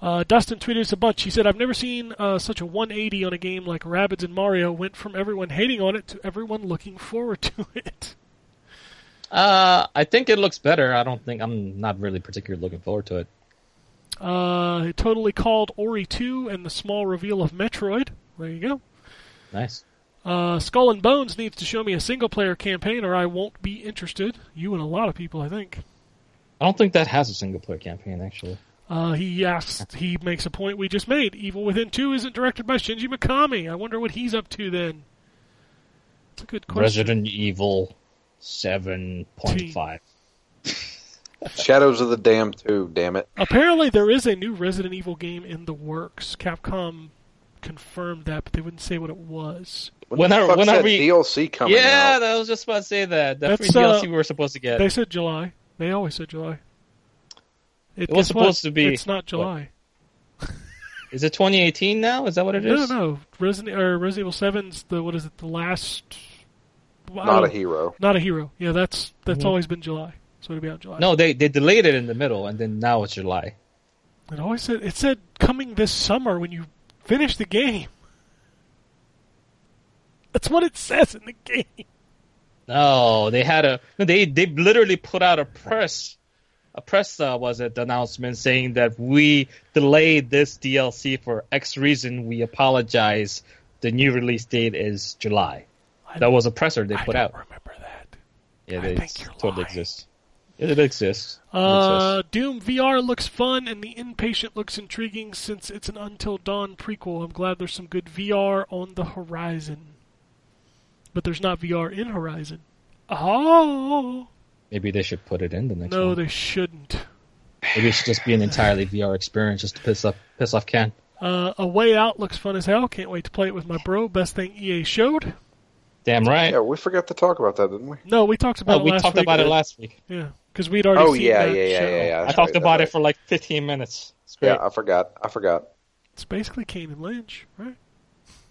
Uh, Dustin tweeted us a bunch. He said, I've never seen uh, such a 180 on a game like Rabbids and Mario went from everyone hating on it to everyone looking forward to it. Uh, I think it looks better. I don't think I'm not really particularly looking forward to it. Uh, it totally called Ori 2 and the small reveal of Metroid. There you go. Nice. Uh, Skull and Bones needs to show me a single player campaign or I won't be interested. You and a lot of people, I think. I don't think that has a single player campaign actually. Uh, he asks, he makes a point we just made. Evil Within 2 isn't directed by Shinji Mikami. I wonder what he's up to then. It's a good question. Resident Evil seven point five. Shadows of the Dam 2, damn it. Apparently, there is a new Resident Evil game in the works. Capcom confirmed that, but they wouldn't say what it was. When the are- fuck's when are that we- DLC coming Yeah, out? that I was just about to say that. That's free That's, uh, DLC we were supposed to get. They said July. They always said July. It was guess what? supposed to be- It's not July. Is it 2018 now? Is that what it No, is? no. Resident or Resident Evil Seven's the what is it? The last. I Not a um, don't- hero. Not a hero. Yeah, that's that's always been July. So it'll be out in July. Mm-hmm. No, they they delayed it in the middle, and then now it's July. It always said it said coming this summer when you finish the game. That's what it says in the game. No, they had a no, they they literally put out a press a press uh, was it announcement saying that we delayed this DLC for X reason. We apologize. The new release date is July. That was a presser they I put don't out. remember that. Yeah, I they think you're totally lying. exists. Yeah, it exists. It exists. Uh, Doom VR looks fun, and the Inpatient looks intriguing since it's an Until Dawn prequel. I'm glad there's some good VR on the horizon, but there's not VR in Horizon. Oh Maybe they should put it in the next no, one. they shouldn't. Maybe it should just be an entirely VR experience just to piss off piss off Ken. Uh, a Way Out looks fun as hell. Can't wait to play it with my bro. Best thing EA showed. Damn right. Yeah, we forgot to talk about that, didn't we? No, we talked about Oh, it we last talked week. about it last week. Yeah, because we'd already Oh, seen yeah, that yeah, yeah, show. yeah, yeah. I talked about it for like 15 minutes. It's great. Yeah, I forgot. I forgot. It's basically Kane and Lynch, right?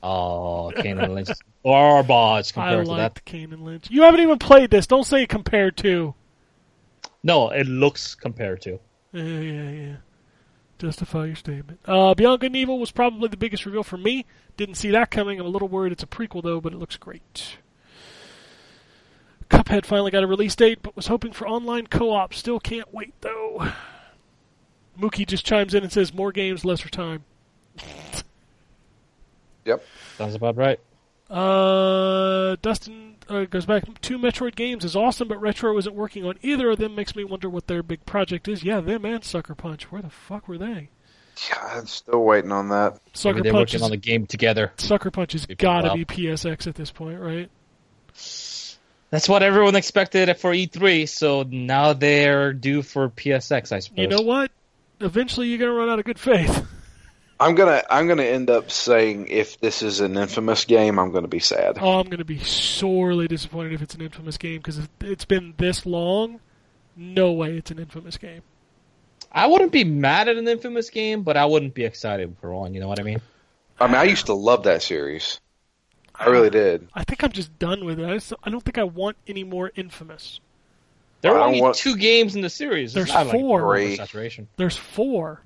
Oh, Kane and Lynch. Garbage I compared to that. liked Kane and Lynch. You haven't even played this. Don't say compared to. No, it looks compared to. Yeah, yeah, yeah. Justify your statement. Uh, Beyond Good and Evil was probably the biggest reveal for me. Didn't see that coming. I'm a little worried it's a prequel though, but it looks great. Cuphead finally got a release date, but was hoping for online co-op. Still can't wait though. Mookie just chimes in and says, "More games, lesser time." Yep. Sounds about right. Uh, Dustin uh, goes back. Two Metroid games is awesome, but Retro isn't working on either of them. Makes me wonder what their big project is. Yeah, them and Sucker Punch. Where the fuck were they? Yeah, I'm still waiting on that. Sucker Maybe they're Punch working is on the game together. Sucker Punch has It'd be got to wild. be PSX at this point, right? That's what everyone expected for E3, so now they're due for PSX, I suppose. You know what? Eventually, you're gonna run out of good faith. I'm gonna I'm gonna end up saying if this is an infamous game, I'm gonna be sad. oh, I'm gonna be sorely disappointed if it's an infamous game because it's been this long. No way, it's an infamous game. I wouldn't be mad at an infamous game, but I wouldn't be excited for one. You know what I mean? I mean, I used to love that series. I really did. I think I'm just done with it. I, just, I don't think I want any more infamous. There I are don't only want- two games in the series. It's There's not like four. oversaturation. saturation. There's four.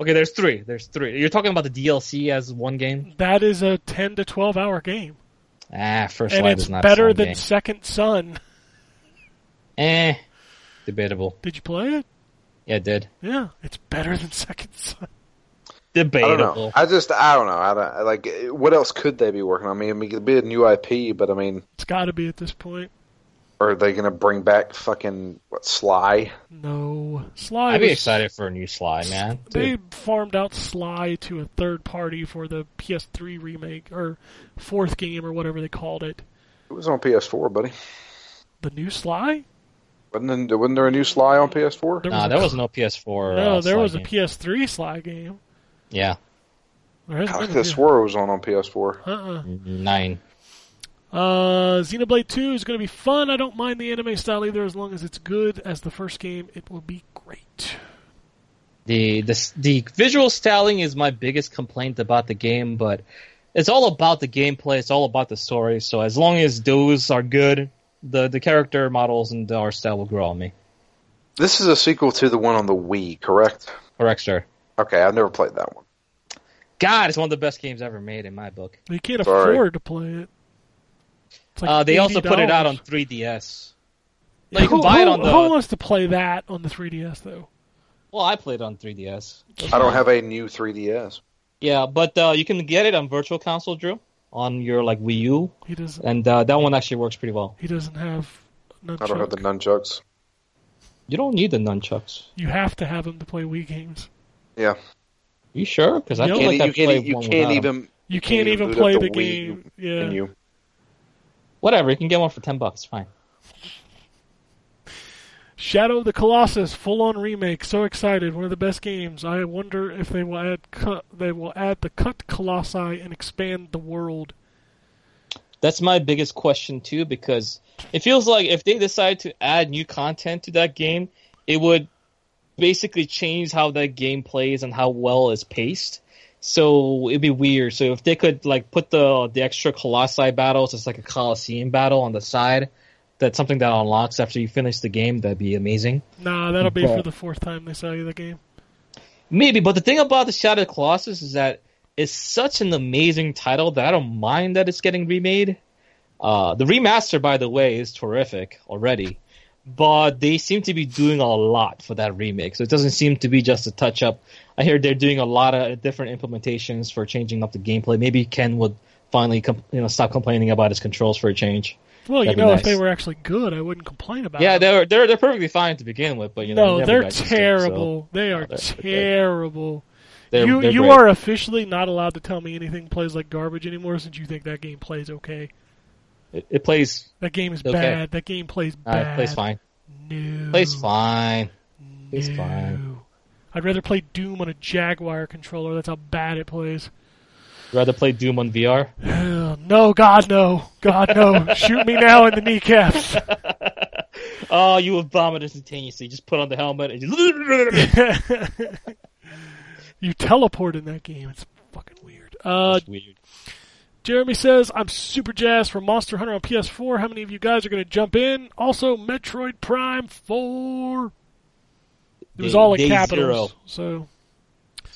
Okay, there's three. There's three. You're talking about the DLC as one game? That is a 10 to 12 hour game. Ah, first and light it's is not eh? better its own than game. Second Son. Eh, debatable. Did you play it? Yeah, it did. Yeah, it's better than Second Son. I Debatable. don't know. I just I don't know. I don't like what else could they be working on? I mean, I mean, it'd be a new IP, but I mean, It's got to be at this point. are they gonna bring back fucking what Sly? No. Sly. I'd be was- excited for a new Sly, man. They Dude, farmed out Sly to a third party for the PS3 remake or fourth game or whatever they called it. It was on PS4, buddy. The new Sly? Wasn't there, wasn't there a new Sly on PS4? There nah, a there cl- was no PS4. no, uh, there Sly was a game. PS3 Sly game. Yeah, There hasn't I been could a have few. swore it was on on PS4. Uh-uh. nine. Uh, Xenoblade 2 is going to be fun. I don't mind the anime style either, as long as it's good as the first game. It will be great. The the the visual styling is my biggest complaint about the game, but it's all about the gameplay. It's all about the story. So as long as those are good, the the character models and the art style will grow on me. This is a sequel to the one on the Wii, correct? Correct, sir. Okay, I've never played that one. God, it's one of the best games ever made in my book. They can't Sorry. afford to play it. It's like Uh, they also put it out on $80. 3DS. No, you who, can buy it who- on the. who wants to play that on the 3DS though? Well, I played on 3DS. I don't have a new 3DS. Yeah, but uh, you can get it on Virtual Console, Drew, on your like Wii U, He doesn't. and uh, that one actually works pretty well. He doesn't have. I don't have the nunchuck. nunchucks. You don't need the nunchucks. You have to have him to play Wii games. Yeah, You sure? Because I No, feel And like I you can't, e- played you one can't without 'em. even You can't you even boot play up the, the Wii, game. Yeah. can you? Whatever, you can get one for ten bucks. Fine. Shadow of the Colossus full on remake. So excited. One of the best games. I wonder if they will add cut. They will add the cut colossi and expand the world. That's my biggest question too, because it feels like if they decide to add new content to that game, it would basically change how that game plays and how well it's paced. So it'd be weird. So if they could like put the the extra colossi battles as like a coliseum battle on the side, that's something that unlocks after you finish the game. That'd be amazing. Nah, that'll be Yeah. for the fourth time they sell you the game. Maybe, but the thing about the Shadow of the Colossus is that it's such an amazing title that I don't mind that it's getting remade. Uh, the remaster, by the way, is terrific already, but they seem to be doing a lot for that remake, so it doesn't seem to be just a touch up. I hear they're doing a lot of different implementations for changing up the gameplay. Maybe Ken would finally, com- you know, stop complaining about his controls for a change. Well, That'd you be know, if nice. they were actually good, I wouldn't complain about Yeah, it. they're they're they're perfectly fine to begin with, but you know, Uh, no, you never they're got used to it, so Oh, terrible. They are they're- they're- terrible. they're- you they're you great. are officially not allowed to tell me anything plays like garbage anymore since you think that game plays okay. It, it plays. That game is Okay. bad. That game plays Uh, bad. it plays fine. No. Plays fine. plays no. fine. I'd rather play Doom on a Jaguar controller. That's how bad it plays. rather play Doom on VR? Ugh, no, God, no. God, no. Shoot me now in the kneecaps. Oh, you would vomit instantaneously. Just put on the helmet and you you teleport in that game. It's fucking weird. Uh, weird. Jeremy says, I'm super jazzed for Monster Hunter on PS4. How many of you guys are going to jump in? Also, Metroid Prime 4. It was Day- all in day capitals. zero. So,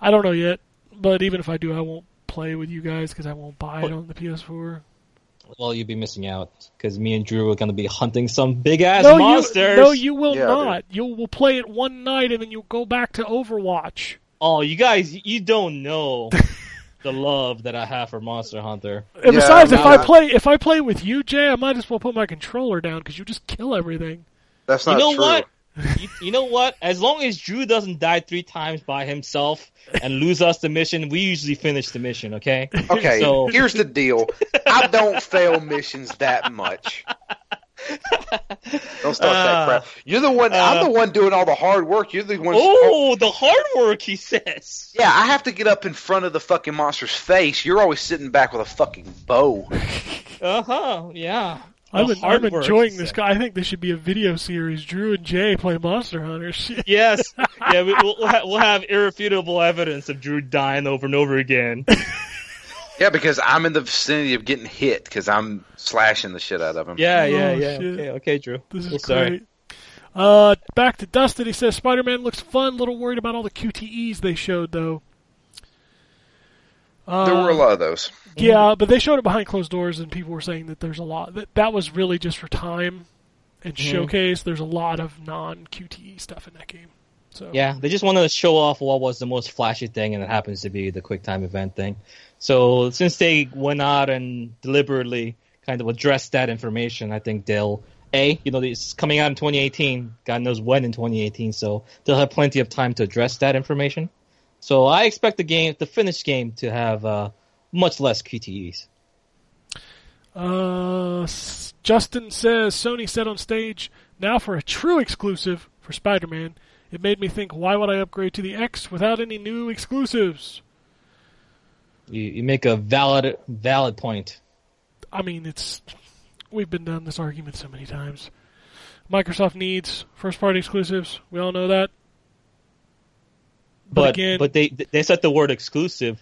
I don't know yet. But even if I do, I won't play with you guys because I won't buy it on the PS4. Well, you'd be missing out because me and Drew are going to be hunting some big ass no, monsters. You, no, you will Yeah, not. You will play it one night and then you'll go back to Overwatch. Oh, you guys, you don't know the love that I have for Monster Hunter. And Yeah, besides, if no, I I- play if I play with you, Jay, I might as well put my controller down because you just kill everything. That's you not know true. what? You, you know what? As long as Drew doesn't die three times by himself and lose us the mission, we usually finish the mission. Okay. Okay, So- here's the deal. I don't fail missions that much. Don't start Uh, that crap. You're the one. uh, I'm the one doing all the hard work. You're the one. Oh, the hard work, he says. Yeah, I have to get up in front of the fucking monster's face. You're always sitting back with a fucking bow. Uh huh. Yeah. I'm, The en- hard I'm work, enjoying he this said. guy. I think this should be a video series. Drew and Jay play Monster Hunter. Shit. Yes. Yeah, we, we'll, we'll ha- we'll have irrefutable evidence of Drew dying over and over again. Yeah, because I'm in the vicinity of getting hit because I'm slashing the shit out of him. Yeah, yeah, Oh, yeah. shit. Okay, okay, Drew. This is We're great. sorry. Uh, back to Dustin. He says Spider Man looks fun. Little worried about all the QTEs they showed though. Uh, There were a lot of those. Mm-hmm. Yeah, but they showed it behind closed doors, and people were saying that there's a lot. That that was really just for time and Mm-hmm. showcase. There's a lot of non QTE stuff in that game. So Yeah, they just wanted to show off what was the most flashy thing, and it happens to be the quick time event thing. So since they went out and deliberately kind of addressed that information, I think they'll a you know it's coming out in 2018. God knows when in 2018, so they'll have plenty of time to address that information. So I expect the game, the finished game, to have uh, much less QTEs. Uh, S- Justin says Sony said on stage, now for a true exclusive for Spider Man, It made me think, why would I upgrade to the X without any new exclusives? You, you make a valid valid point. I mean, it's we've been down this argument so many times. Microsoft needs first-party exclusives. We all know that. But But but, again- they they said the word exclusive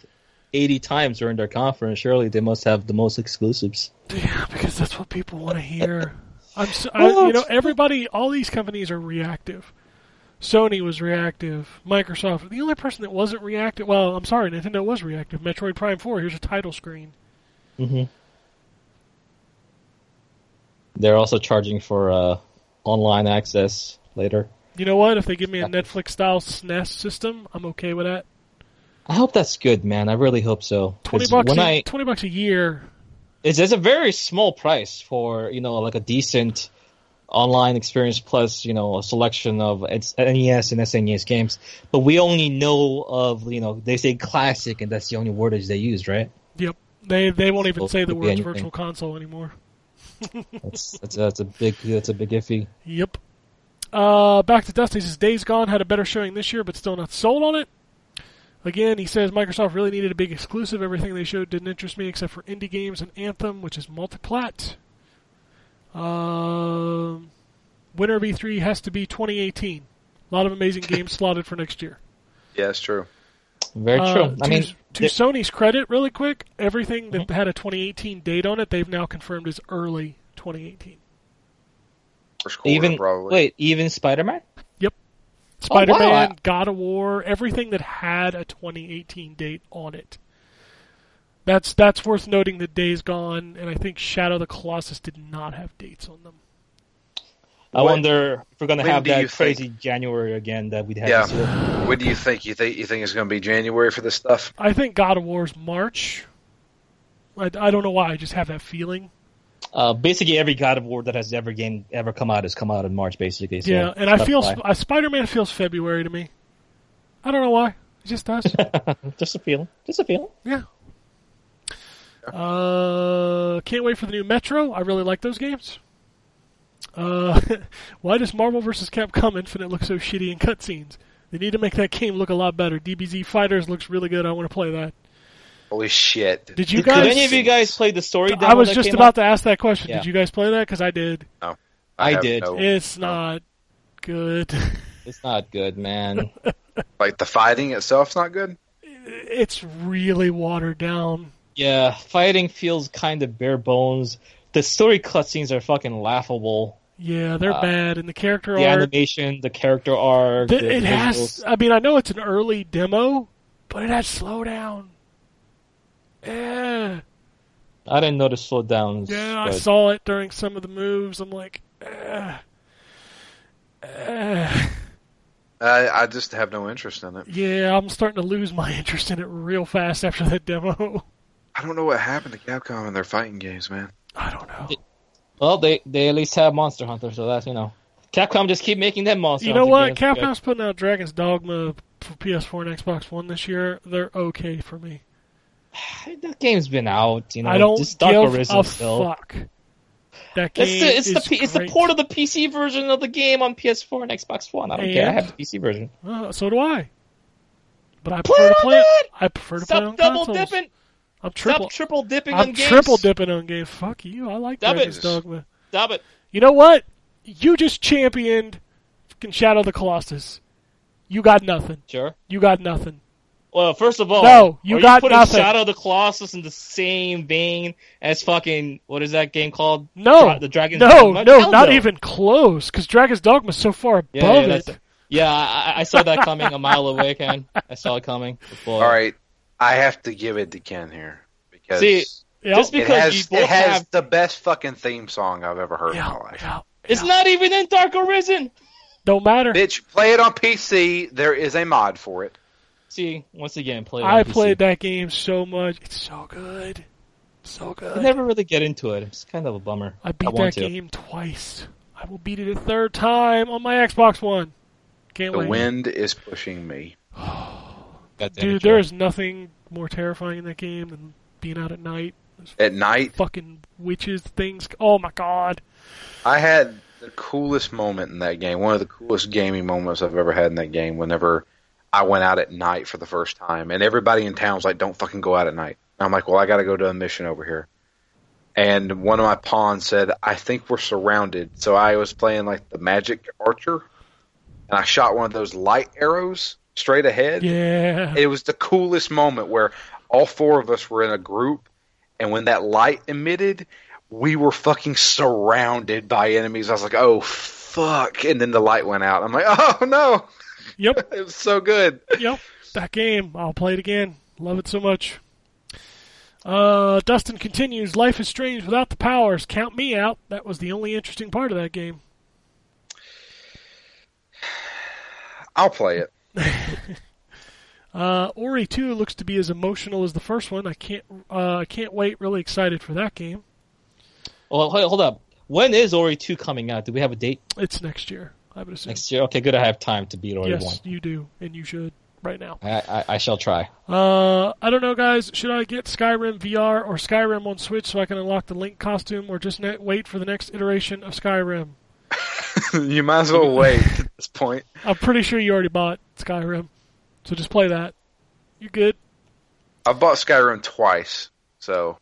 eighty times during their conference. Surely they must have the most exclusives. Yeah, because that's what people want to hear. I'm, so, I, you know, everybody, all these companies are reactive. Sony was reactive. Microsoft. The only person that wasn't reactive. Well, I'm sorry, Nintendo was reactive. Metroid Prime Four. Here's a title screen. hmm They're also charging for uh, online access later. You know what? If they give me a Netflix style SNES E system, I'm okay with that. I hope that's good, man. I really hope so. Twenty 'Cause bucks. When A, I, Twenty bucks a year. it's, it's a very small price for you know like a decent online experience plus you know a selection of it's NES E and SNES games. But we only know of you know they say classic and that's the only wordage they use, right? Yep. They they won't even Well, say the could be words anything. virtual console anymore. That's that's, that's a big that's a big iffy. Yep. Uh, back to Dusty says Days Gone had a better showing this year, but still not sold on it. Again, he says Microsoft really needed a big exclusive. Everything they showed didn't interest me except for indie games and Anthem, which is multiplat. Um, winner of E3 has to be 2018. A lot of amazing games slotted for next year. Yeah, it's true. Very Uh, true. I to, mean, Mm-hmm. to they- Sony's credit, really quick, everything that had a 2018 date on it, they've now confirmed is early 2018. First quarter, even probably. wait, even Spider Man. Oh, wow. Spider Man, God of War, everything that had a 2018 date on it. That's that's worth noting. That Days Gone and I think Shadow of the Colossus did not have dates on them. I When- wonder if we're gonna when have do you that think- crazy January again that we'd have Yeah. this year. What do you think? You think you think it's going to be January for this stuff? I think God of War's March. I, I don't know why. I just have that feeling. Uh, basically, every God of War that has ever game ever come out has come out in March, basically. So yeah, and I that's feel why. Sp- uh, Spider Man feels February to me. I don't know why. It just does. just a feeling, just a feeling. yeah. Uh, can't wait for the new Metro. I really like those games. Uh, why does Marvel vs. Capcom Infinite look so shitty in cutscenes? They need to make that game look a lot better. DBZ Fighters looks really good. I want to play that. Holy shit! Did you Did guys? any of you guys play the story? Demo I was that just came about out? to ask that question. Yeah. Oh. Did you guys play that? Because I did. I have did. no- It's not good. It's not good, man. like the fighting itself's not good. it's really watered down. yeah, fighting feels kind of bare bones. The story cutscenes are fucking laughable. Yeah, they're Uh, bad, and the character The art. animation, the character arc, Th- the it has. visuals. I mean, I know it's an early demo, but it has slowdown. Yeah, I didn't notice slowdowns. yeah. I but saw it during some of the moves. I'm like, eh, eh. I, I just have no interest in it. yeah. I'm starting to lose my interest in it real fast after that demo. I don't know what happened to Capcom and their fighting games, man. I don't know. Well, they they at least have Monster Hunter, so that's you know. Capcom just keep making them Monster You know Hunter what? games. Capcom's putting out Dragon's Dogma for PS4 and Xbox One this year. They're okay for me. That game's been out. You know, I don't just Dark give Arisen a still. fuck. That game It's the it's the is P- it's the great. port of the PC version of the game on PS4 and Xbox One. I don't care. I And? have the PC version. Uh, so do I. But I Play prefer to on play. it! I prefer to play on Stop double consoles. dipping. I'm triple. Stop triple dipping I'm on games. triple dipping on games. Fuck you. I like Stop it. Dragon's Dogma. Stop it. You know what? You just championed fucking Shadow of the Colossus. You got nothing. Sure. You got nothing. Well, first of all, No, you Oh, are got you putting nothing. Shadow of the Colossus in the same vein as fucking what is that game called? No. Dra- the Dragon. no, Dogma? no, Hell not even close. Because Dragon's Dogma's so far above Yeah, yeah, it. that's- Yeah, I, I- I saw that coming a mile away, Ken. I saw it coming. Before. All right, I have to give it to Ken here because See, Yeah. Just it because you has both it has have, the best fucking theme song I've ever heard yeah, in my life. yeah. it's not even in Dark Arisen. Don't matter. Bitch, play it on PC. There is a mod for it. See, once again, play. it on I PC. played that game so much. It's so good. So good. I never really get into it. It's kind of a bummer. I beat want that to. game twice. I will beat it a third time on my Xbox One. Can't The wait. wind is pushing me. God damn it, Dude, Joe. there is nothing more terrifying in that game than being out at night. At night, Fucking witches, things. Oh my god. I had the coolest moment in that game, one of the coolest gaming moments I've ever had in that game. Whenever I went out at night for the first time, and everybody in town's like, "Don't fucking go out at night." And I'm like, "Well, I got to go to a mission over here." And one of my pawns said, "I think we're surrounded." So I was playing like the magic archer, and I shot one of those light arrows straight ahead. Yeah. It was the coolest moment where all four of us were in a group, and when that light emitted, we were fucking surrounded by enemies. I was like, oh, fuck. And then the light went out. I'm like, oh, no. Yep. It was so good. Yep. That game. I'll play it again. Love it so much. Uh, Dustin continues. Life is strange without the powers. Count me out. That was the only interesting part of that game. I'll play it. Uh, Ori two looks to be as emotional as the first one. I can't. Uh, I can't wait. Really excited for that game. Well, hold, hold up. When is Ori 2 coming out? Do we have a date It's next year. I would assume. next year? Okay, good. I have time to beat Ori yes, you do, and you should right now. 1. I, I, I shall try. Uh, I don't know, guys. Should I get Skyrim VR or Skyrim on Switch so I can unlock the Link costume, or just ne- wait for the next iteration of Skyrim? you might as well wait at this point. I'm pretty sure you already bought Skyrim, so just play that. You good? I've bought Skyrim twice, so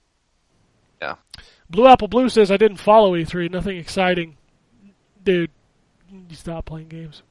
Blue Apple Blue says I didn't follow E3. Nothing exciting, dude. You stop playing games.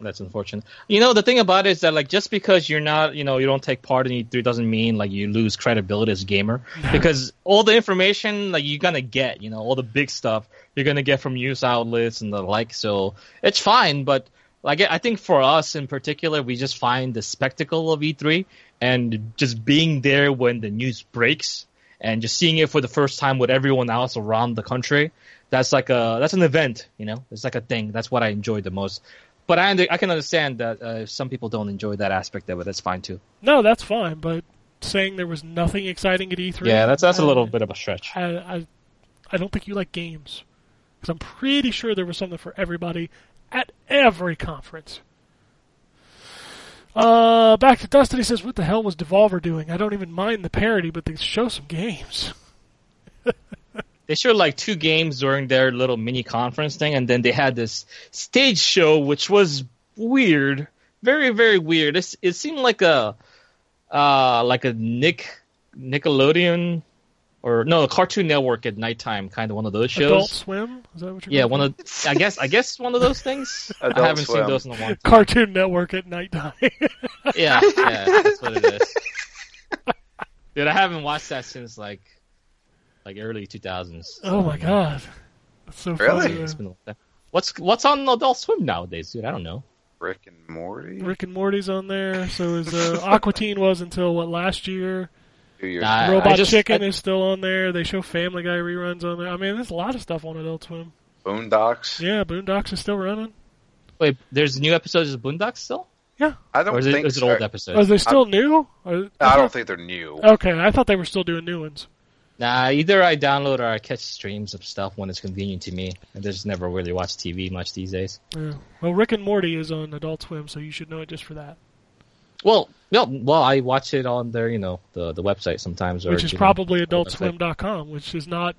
That's unfortunate. You know, the thing about it is that, like, just because you're not, you know, you don't take part in E3 doesn't mean, like, you lose credibility as a gamer. because all the information, like, you're gonna get, you know, all the big stuff you're gonna get from news outlets and the like, so it's fine, but, like, I think for us in particular, we just find the spectacle of E3 and just being there when the news breaks and just seeing it for the first time with everyone else around the country. That's like a, that's an event, you know, it's like a thing. That's what I enjoy the most but I, under- I can understand that uh, some people don't enjoy that aspect of it. That's fine too. No, that's fine. But saying there was nothing exciting at E E3. Yeah, that's that's a I- little bit of a stretch. I, I, I don't think you like games. Because I'm pretty sure there was something for everybody at every conference. Uh, back to Dustin. He says, What the hell was Devolver doing? I don't even mind the parody, but they show some games. They showed like two games during their little mini conference thing, and then they had this stage show, which was weird, very very weird. It's, it seemed like a uh, like a Nick Nickelodeon or no Cartoon Network at nighttime kind of one of those shows. Adult Swim? Is that what you're Yeah, calling one of I guess I guess one of those things. I Adult haven't Swim. seen those in a while. it? Cartoon Network at nighttime. Yeah, yeah, that's what it is. Dude, I haven't watched that since like like early 2000s. oh my god. That's so Really? funny. It's been a long time. What's what's on Adult Swim nowadays, dude? I don't know. Rick and Morty. Rick and Morty's on there. So is uh, Aquatine was until what last year. Two years. Nah, I- Robot I just, Chicken I- is still on there. They show Family Guy reruns on there. I mean, there's a lot of stuff on Adult Swim. Boondocks. Yeah, Boondocks is still running. wait, there's new episodes of Boondocks still, I don't or is it, think is it old Are so. episodes? they still new? Are- I don't think they're new. Okay, I thought they were still doing new ones. Nah, either I download or I catch streams of stuff when it's convenient to me. I just never really watch TV much these days. Yeah. Well, Rick and Morty is on Adult Swim, so you should know it just for that. Well, no, well, I watch it on their, you know, the the website sometimes, or Which is you know, probably website. AdultSwim.com, which is not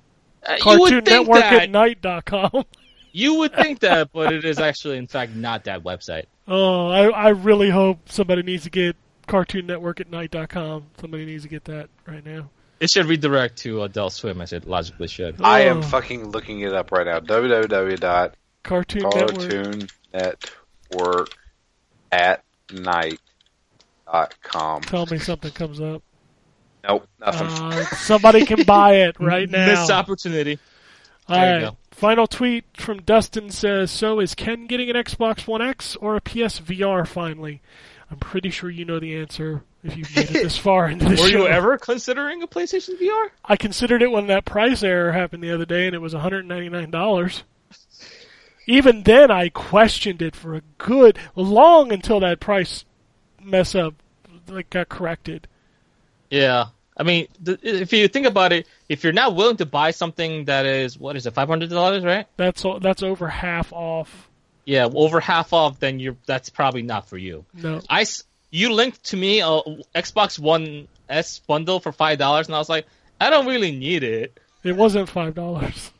Uh, you would Cartoon think Network that. at Night.com. You would think that, but it is actually, in fact, not that website. Oh, I, I really hope somebody needs to get Cartoon Network at Night.com. Somebody needs to get that right now. It should redirect to Adult Swim, as it logically should. I am Oh. fucking looking it up right now. www. Cartoon Network. cartoon network at night dot com. Tell me something comes up. Nope, nothing. Uh, somebody can buy it right now. Missed opportunity. All There you right. go. Final tweet from Dustin says, "So is Ken getting an Xbox One X or a PSVR finally?" I'm pretty sure you know the answer if you've made it this far into the Were show. you ever considering a PlayStation VR? I considered it when that price error happened the other day, and it was 199 dollars. Even then, I questioned it for a good long until that price mess up like got corrected. Yeah. I mean, th- if you think about it, if you're not willing to buy something that is, what is it, $500, right? That's all, that's over half off. Yeah, over half off, then you're, that's probably not for you. No, I, s- you linked to me a Xbox One S bundle for $5, and I was like, I don't really need it. it wasn't five dollars.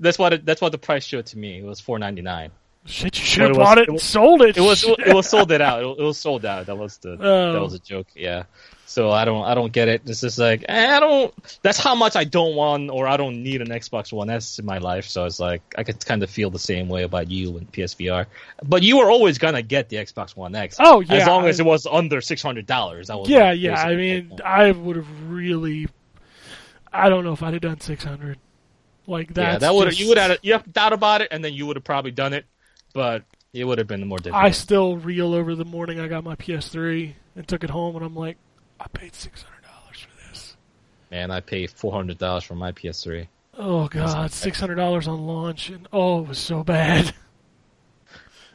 that's what it, that's what the price showed to me. It was four ninety nine. Shit, you should have was- bought it it and was- sold it. It was Shit. it was sold it out. It, was- it was sold out. That was the Oh. that was a joke. Yeah. So I don't I don't get it. It's just like eh, I don't. That's how much I don't want or I don't need an Xbox One S in my life. So it's like I could kind of feel the same way about you and PSVR. But you were always gonna get the Xbox One X. Oh, yeah, As long I- as it was under six hundred dollars. That was yeah, like, yeah. I basically- mean, I would have really. I don't know if I'd have done 600. Like yeah, that's that would just- you would have you have doubt about it, and then you would have probably done it, but it would have been more difficult. I still reel over the morning I got my PS3 and took it home, and I'm like, I paid six hundred dollars for this. Man, I paid four hundred dollars for my PS3. Oh god, six hundred dollars on launch, and oh, it was so bad.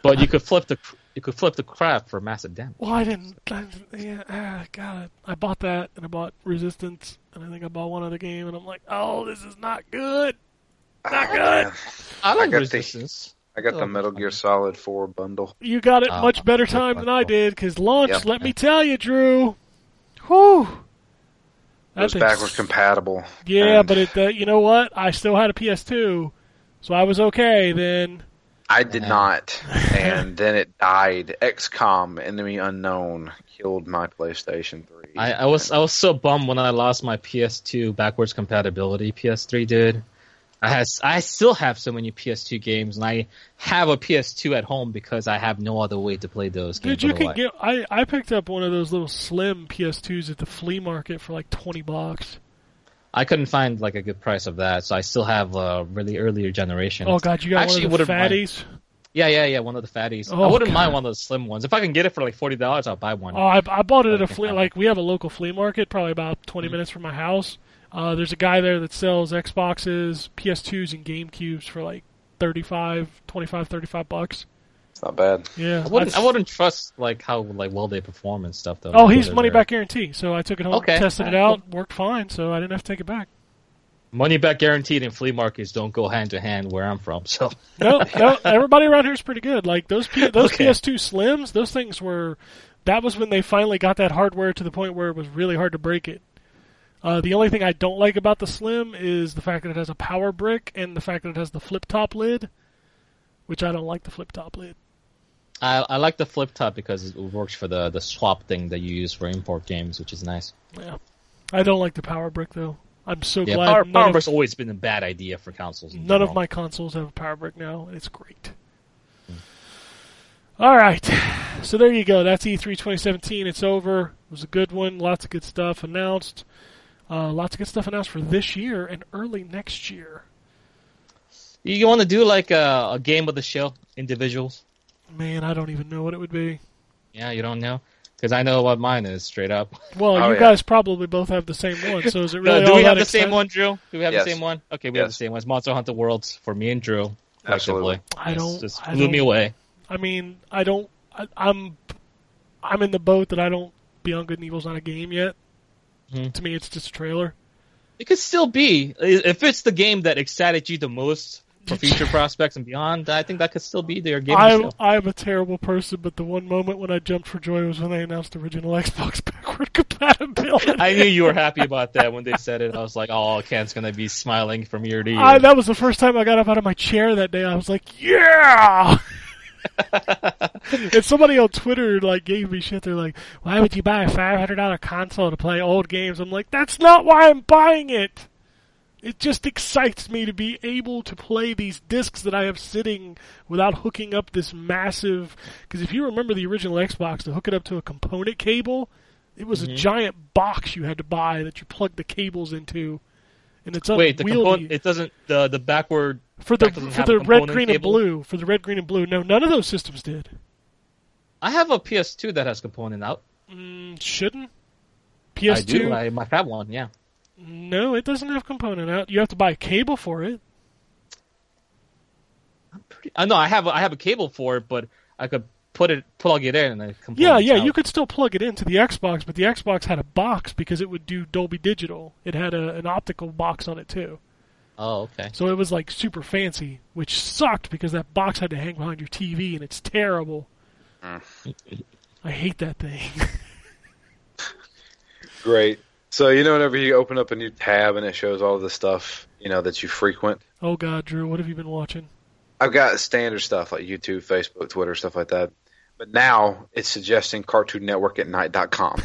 But you could flip the you could flip the crap for massive damage. Well, I didn't. I, didn't- yeah, ah, God, I bought that, and I bought Resistance, and I think I bought one other game, and I'm like, oh, this is not good. Uh, Not good. Oh, I like got the- resistance. I got the Metal Gear Solid 4 bundle. You got it Oh, much better good time one. than I did, because launch. Yep. Let me tell you, Drew. Whew. It was That thing's- backwards compatible. Yeah, and but it, uh, you know what? I still had a PS2, so I was okay then. I did not. and then it died. XCOM Enemy Unknown killed my PlayStation 3. I, I was I was so bummed when I lost my PS2 backwards compatibility. PS3 did. I has I still have so many PS2 games, and I have a PS2 at home because I have no other way to play those games. Dude, you can get. otherwise. I, I picked up one of those little slim PS2s at the flea market for like 20 bucks. I couldn't find like a good price of that, so I still have a really earlier generation. Oh, God, you got Actually, one of the wouldn't mind- fatties? Yeah, yeah, yeah. One of the fatties. Oh, I wouldn't God. mind one of those slim ones. If I can get it for like forty dollars, I'll buy one. Oh, I, I bought it Mm-hmm. at a Okay. flea. Like we have a local flea market, probably about 20 minutes from my house. Uh, there's a guy there that sells Xboxes, PS2s, and GameCubes for like 35, 25, 35 bucks. It's not bad. Yeah, I wouldn't. that's- I wouldn't trust like how like well they perform and stuff though. Oh, Like, he's whether money they're- back guarantee. So I took it home, Okay. tested it Alright, out, worked fine. So I didn't have to take it back. Money back guaranteed and flea markets don't go hand to hand where I'm from. So No, no, everybody around here is pretty good. Like those P- those Okay. PS2 Slims, those things were. That was when they finally got that hardware to the point where it was really hard to break it. Uh, the only thing I don't like about the Slim is the fact that it has a power brick and the fact that it has the flip top lid, which I don't like the flip top lid. I, I like the flip top because it works for the the swap thing that you use for import games, which is nice. Yeah, I don't like the power brick though. I'm so Yeah, glad power, none, power of, brick's always been a bad idea for consoles. in none of general. my consoles have a power brick now, and it's great. Hmm. All right. So there you go. That's E E3 2017. It's over. It was a good one. Lots of good stuff announced. Uh, lots of good stuff announced for this year and early next year. You want to do like a, a game of the show, individuals? Man, I don't even know what it would be. Yeah, you don't know because I know what mine is straight up. Well, Oh, you yeah. guys probably both have the same one, so is it really do all we that have the exciting? same one, Drew? Do we have Yes. the same one? Okay, we have the Yes. same one. It's Monster Hunter Worlds for me and Drew. Absolutely. collectively. I It's don't- Just I blew me don't- away. I mean, I don't. I, I'm. I'm in the boat that I don't. Beyond Good and Evil's not a game yet. Mhm. To me, it's just a trailer. It could still be I- if it's the game that excited you the most for future prospects and beyond. I think that could still be their game. of the I'm, show. I'm a terrible person, but the one moment when I jumped for joy was when they announced original Xbox backward compatibility. I knew you were happy about that when they said it. I was like, "Oh, Ken's gonna be smiling from ear to ear." I, that was the first time I got up out of my chair that day. I was like, yeah! and somebody on Twitter like gave me shit. They're like, why would you buy a five hundred dollar console to play old games? I'm like, that's not why I'm buying it. It just excites me to be able to play these discs that I have sitting without hooking up this massive. Because if you remember the original Xbox, to hook it up to a component cable, it was Mm-hmm. a giant box you had to buy that you plugged the cables into, and it's Wait, the unwieldy component it doesn't the the backward for the That doesn't for have the a red component green cable? and blue for the red green and blue no none of those systems did I have a PS2 that has component out. mm, shouldn't I do. ps2 I might have one. Yeah. no it doesn't have component out you have to buy a cable for it I know. I have. a- I have a cable for it, but I could put it plug it in and then component. yeah yeah out. you could still plug it into the xbox but the xbox had a box because it would do dolby digital it had a, an optical box on it too Oh, okay. so it was like super fancy which sucked because that box had to hang behind your tv and it's terrible i hate that thing Great. So, you know, whenever you open up a new tab and it shows all the stuff, you know, that you frequent, Oh God, Drew, what have you been watching? I've got standard stuff like YouTube, Facebook, Twitter, stuff like that. But now it's suggesting Cartoon Network at night.com.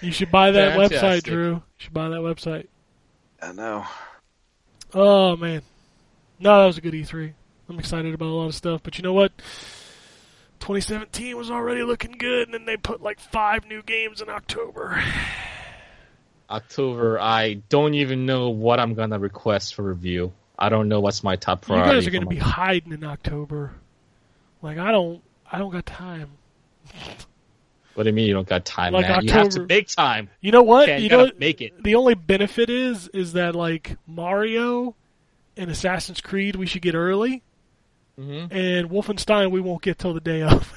You should buy that website, Fantastic. Drew. You should buy that website. I know. Oh man, no, that was a good E3. I'm excited about a lot of stuff, but you know what? 2017 was already looking good, and then they put like five new games in October. October, I don't even know what I'm gonna request for review. I don't know what's my top You priority. guys are for going to my- be hiding in October. Like I don't, I don't got time. What do you mean you don't got time, Like man? You have to October- make time. You know what? Okay, you you know gotta what make it. The only benefit is is that like Mario and Assassin's Creed we should get early, Mhm. and Wolfenstein we won't get till the day of.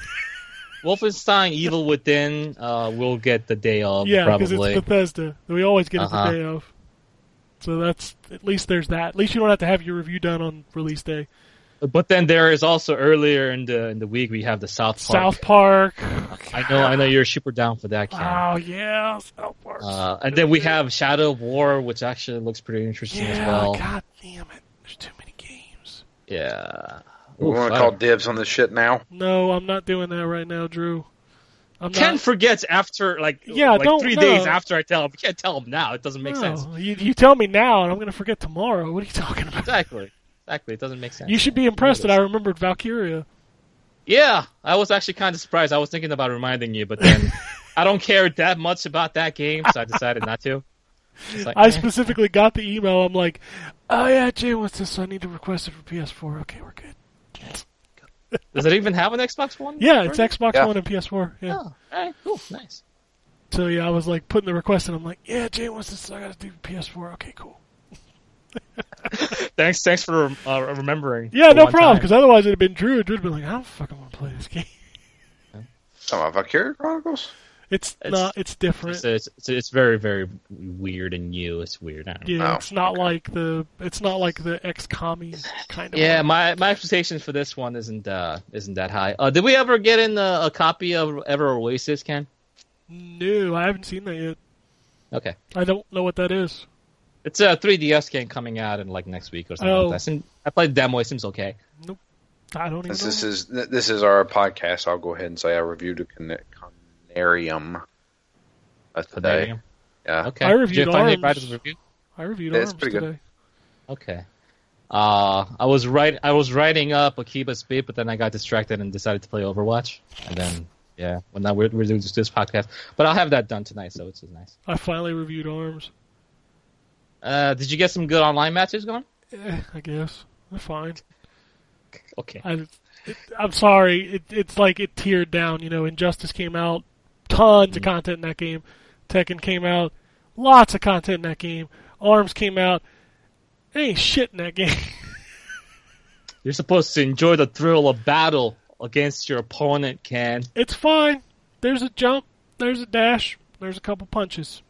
Wolfenstein Evil Within uh, will get the day of yeah, because it's probably. Bethesda. We always get it Uh-huh. the day of. So that's at least there's that. At least you don't have to have your review done on release day. But then there is also earlier in the in the week we have the South Park. South Park. I know, I know you're super down for that, Ken. Oh yeah, South Park. Uh, and then we have Shadow of War, which actually looks pretty interesting yeah, as well. God damn it! There's too many games. Yeah. We Oof, want I- to call dibs on this shit now. No, I'm not doing that right now, Drew. I'm Ken not. forgets after like Yeah, like don't- three no. days after I tell him. You can't tell him now. It doesn't make sense. No, You, you tell me now, and I'm going to forget tomorrow. What are you talking about? Exactly. Exactly. It doesn't make sense. You should be impressed that I remembered Valkyria. Yeah, I was actually kind of surprised. I was thinking about reminding you, but then I don't care that much about that game, so I decided not to. It's like, I eh. specifically got the email. I'm like, oh yeah, Jay wants this, so I need to request it for PS4. Okay, we're good. Does it even have an Xbox One? Yeah, it's Xbox Yeah. One and PS4. Yeah. Oh, alright, cool, nice. So yeah, I was like putting the request, and I'm like, yeah, Jay wants this, so I got to do PS4. Okay, cool. Thanks, thanks for uh, remembering. Yeah, for no one problem. time. Because otherwise, it'd have been Drew. Drew would have been like, I don't fucking want to play this game. Some of Valkyria Chronicles. It's, It's- not. It's different. It's, it's, it's, it's very, very weird and new. It's weird. I don't know. yeah, Oh, it's not like the. It's not like the ex commie kind of. Yeah, my, my expectations for this one isn't uh, isn't that high. Uh, did we ever get in a, a copy of Ever Oasis, Ken? No, I haven't seen that yet. Okay, I don't know what that is. it's a 3DS game coming out in like next week or something. Oh. Like that. Seem- I played the demo. It seems okay. I don't even Since know. this is this is our podcast, I'll go ahead and say I reviewed a Can- Canarium uh, today. Canarium. Yeah. Okay, I reviewed Did you find Arms. any writers review? I reviewed Yeah, Arms it's pretty good. today. Okay. Uh, I was write I was writing up Akiba Speed, but then I got distracted and decided to play Overwatch. And then yeah, well now we're, we're doing this this podcast, but I'll have that done tonight, so it's nice. I finally reviewed Arms. Uh, did you get some good online matches going? Eh, I guess they're fine. Okay. I, it, I'm sorry. It, it's like it tiered down. You know, Injustice came out, tons of content in that game. Tekken came out, lots of content in that game. Arms came out, there ain't shit in that game. You're supposed to enjoy the thrill of battle against your opponent, Ken. it's fine. There's a jump. There's a dash. There's a couple punches.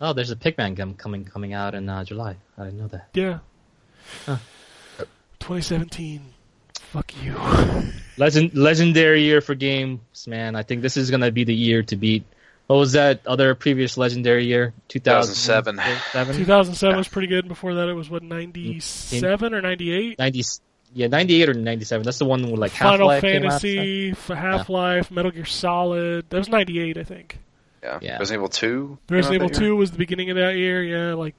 Oh, there's a Pikmin game coming coming out in uh, July. I didn't know that. Yeah. 2017. Fuck you. Legend legendary year for games, man. I think this is gonna be the year to beat. What was that other previous legendary year? 2007. 2007? 2007 was pretty good. Before that, it was what 97 or 98. 90, yeah, 98 or 97. That's the one with like Final Half-Life came out, Fantasy, Half Life, Metal Gear Solid. That was 98, I think. Yeah. Yeah. Resident Evil Two. Resident Evil came out that year? 2 was the beginning of that year. Yeah, like so.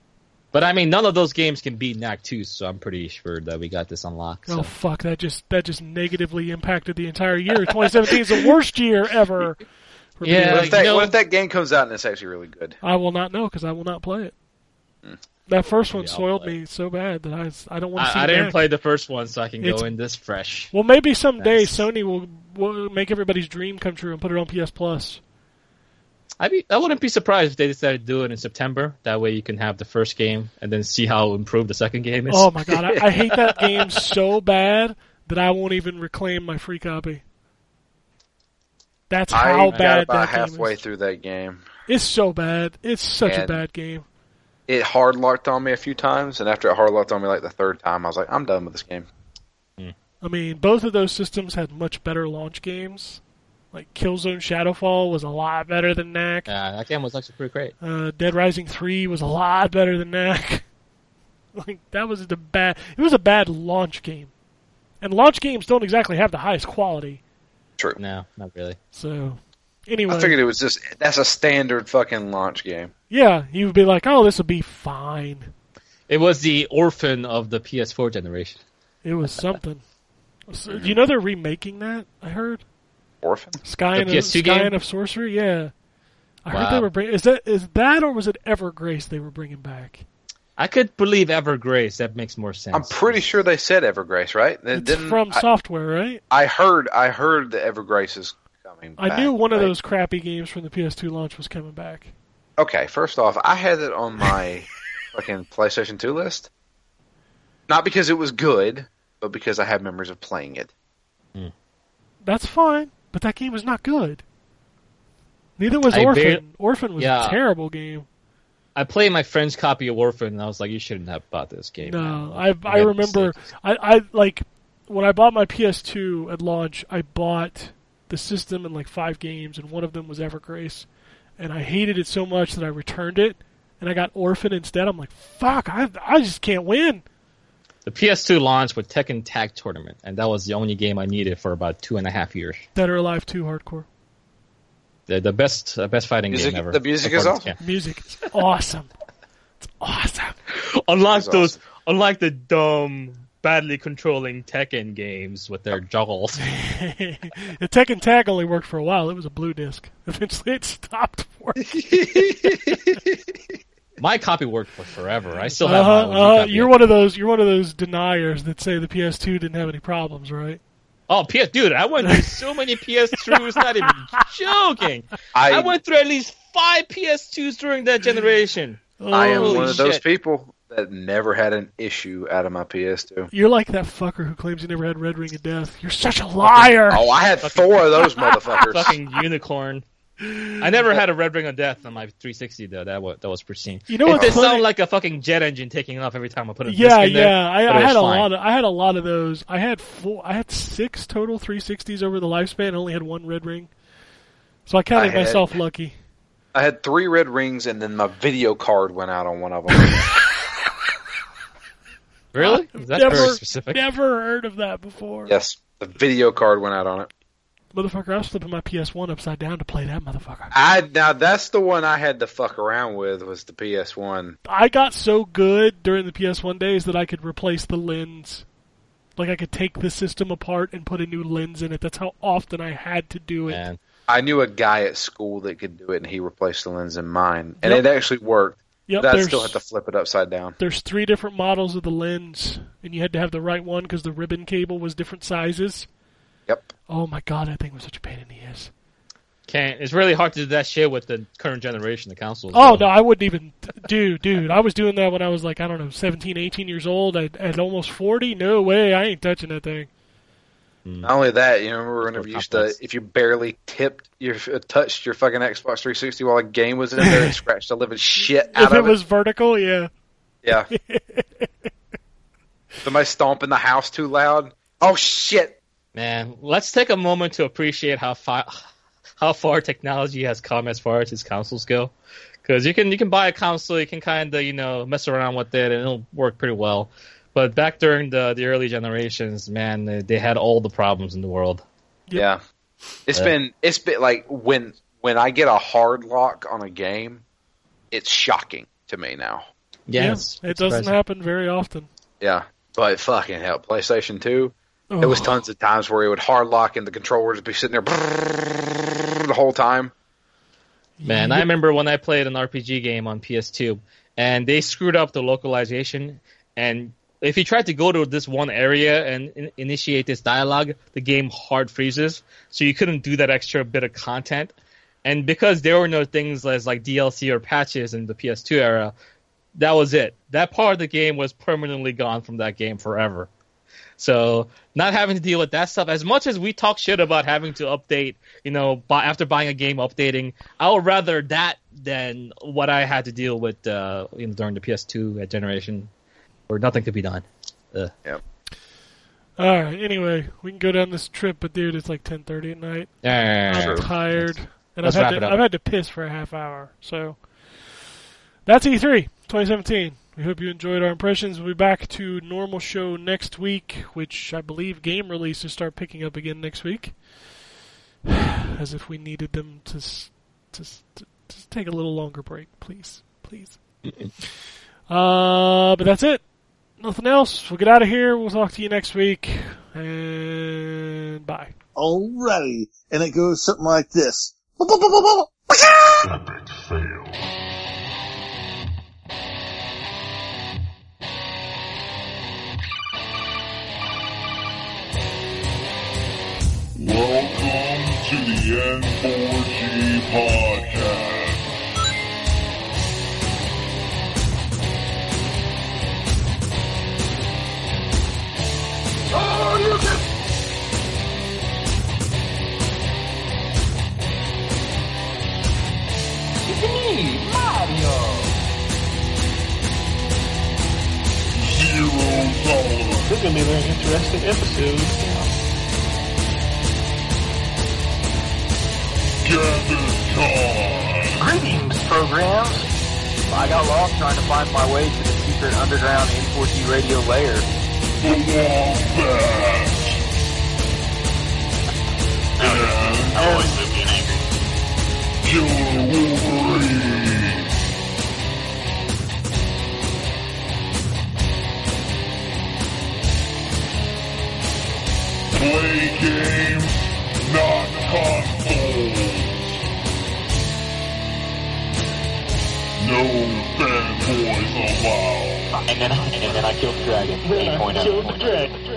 But I mean, none of those games can beat Knack 2, so I'm pretty sure that we got this unlocked. oh So. fuck, that just that just negatively impacted the entire year. 2017 is the worst year ever. for video Yeah, What if, like, games. that, you know- what if that game comes out and it's actually really good? I will not know because I will not play it. That first one Maybe Hmm. I'll soiled play me so bad that I s- I don't want to see. I, I didn't Knack. play the first one, so I can It's- go in this fresh. Well, maybe someday That's- Sony will, will make everybody's dream come true and put it on PS Plus. I'd be, I wouldn't be surprised if they decided to do it in September. That way you can have the first game and then see how improved the second game is. Oh my god, I, I hate that game so bad that I won't even reclaim my free copy. That's how I got bad about that halfway game is. through that game. It's so bad. It's such a And- bad game. It hard locked on me a few times, and after it hard locked on me like the third time, I was like, I'm done with this game. I mean, both of those systems had much better launch games. Like Killzone Shadowfall was a lot better than Knack. Uh, that game was actually pretty great. Uh, Dead Rising 3 was a lot better than Knack. Like that was the bad. It was a bad launch game, and launch games don't exactly have the highest quality. True. No, not really. So anyway, I figured it was just that's a standard fucking launch game. yeah, you would be like, oh, this will be fine. It was the orphan of the PS4 generation. It was something. So, do you know they're remaking that? I heard Orphan. Sky The and uh, PS2 Sky game? and of Sorcery. Yeah, I heard Wow. they were bringing. Is that is that or was it Evergrace they were bringing back? I could believe Evergrace. That makes more sense. I'm pretty sure they said Evergrace, right? They It's didn't- from I, software, right? I heard. I heard that Evergrace is coming. I back, knew one of right? those crappy games from the PS2 launch was coming back. Okay, first off, I had it on my fucking PlayStation 2 list. Not because it was good, but because I have memories of playing it. That's fine, but that game was not good. Neither was I Orphan. bar- Orphan was Yeah. a terrible game. I played my friend's copy of Orphan, and I was like, "You shouldn't have bought this game." man." No, I I Like, you made a remember mistake. I, I like when I bought my PS2 at launch, I bought the system and like five games and one of them was Evergrace and I hated it so much that I returned it and I got Orphan instead. I'm like, "Fuck, I I just can't win." The PS2 launched with Tekken Tag Tournament, and that was the only game I needed for about two and a half years. Dead or Alive 2 hardcore. The, the best, uh, best fighting Music- game ever. the music is According to awesome. Music is awesome. It's awesome. Ken. Unlike It's those, unlike the dumb, badly controlling Tekken games with their juggles. the Tekken Tag only worked for a while. It was a blue disc. Eventually, it stopped working. my copy worked for forever. I still have Uh-huh, my OG uh, copy. you're one of those. You're one of those deniers that say the PS2 didn't have any problems, right? Oh, PS, dude, I went through so many PS2s. Not even joking. I, I went through at least five PS2s during that generation. I am Holy one of those shit. people that never had an issue out of my PS2. You're like that fucker who claims he never had Red Ring of Death. You're such a liar. Oh, I had four of those motherfuckers. Fucking unicorn. I never had a red ring of death on my 360 though. That was that was pristine. You know It what's did sound funny? like a fucking jet engine taking off every time I put a yeah, disc in there. yeah. I, but I it was had a fine. lot. Of, I had a lot of those. I had four. I had six total 360s over the lifespan. I only had one Red Ring, so I counted I had- myself lucky. I had three red rings, and then my video card went out on one of them. Really? Is that never, very specific? never heard of that before. yes, the video card went out on it. Motherfucker, I was flipping my PS1 upside down to play that motherfucker. I now that's the one I had to fuck around with was the PS1. I got so good during the PS1 days that I could replace the lens. Like, I could take the system apart and put a new lens in it. That's how often I had to do it. Man. I knew a guy at school that could do it, and he replaced the lens in mine, and Yep. it actually worked. Yep, but I there's, still had to flip it upside down. there's three different models of the lens, and you had to have the right one because the ribbon cable was different sizes. Yep. Oh my god, that thing was such a pain in the ass. Can't. It's really hard to do that shit with the current generation of consoles. Oh though. no, I wouldn't even, dude, dude. I was doing that when I was like, I don't know, 17, 18 years old. I at almost forty. No way, I ain't touching that thing. Not only that, you remember That's whenever more you used to, complex. if you barely tipped your uh, touched your fucking Xbox 360 while a game was in there, it scratched the living shit out If it of it. was vertical, yeah. Yeah. Somebody stomping the house too loud. Oh shit! Man, let's take a moment to appreciate how far how far technology has come as far as its consoles go. Because you can you can buy a console, you can kind of you know mess around with it, and it'll work pretty well. But back during the the early generations, man, they, they had all the problems in the world. Yeah. it's Yeah. been it's been like when when I get a hard lock on a game, it's shocking to me now. Yeah, it's- it it's doesn't surprising. happen very often. Yeah, but fucking hell, PlayStation Two. Oh, There was tons of times where it would hard lock and the controllers would be sitting there brrrr the whole time. Man, I remember when I played an RPG game on PS2, and they screwed up the localization. And if you tried to go to this one area and in- initiate this dialogue, the game hard freezes, so you couldn't do that extra bit of content. And because there were no things as like DLC or patches in the PS2 era, that was it. That part of the game was permanently gone from that game forever. So not having to deal with that stuff. As much as we talk shit about having to update, you know, buy, after buying a game, updating, I would rather that than what I had to deal with uh, you know, during the PS2 generation, where nothing could be done. All right. Anyway, we can go down this trip, but dude, it's like ten thirty at night. I'm tired, and Let's I've had wrap it to, up. E I've had to piss for a half hour. So that's E3 2017. We hope you enjoyed our impressions. We'll be back to normal show next week, which I believe game releases start picking up again next week. As if we needed them to s- to s- to just take a little longer break, please, please. uh, but that's it. Nothing else. We'll get out of here. We'll talk to you next week, and bye. Alrighty. And it goes something like this. Epic fail. Welcome to the N4G podcast. Oh, Zero tolerance. This is going to be a very interesting episode. Gather time. Greetings, programs. I got lost trying to find my way to the secret underground N4G radio layer. The Wombat. And I always live being angry. Killer Wolverine. Play games, not consoles. No fanboys allowed. And then, and then I killed the dragon. 8.0. Kill the dragon.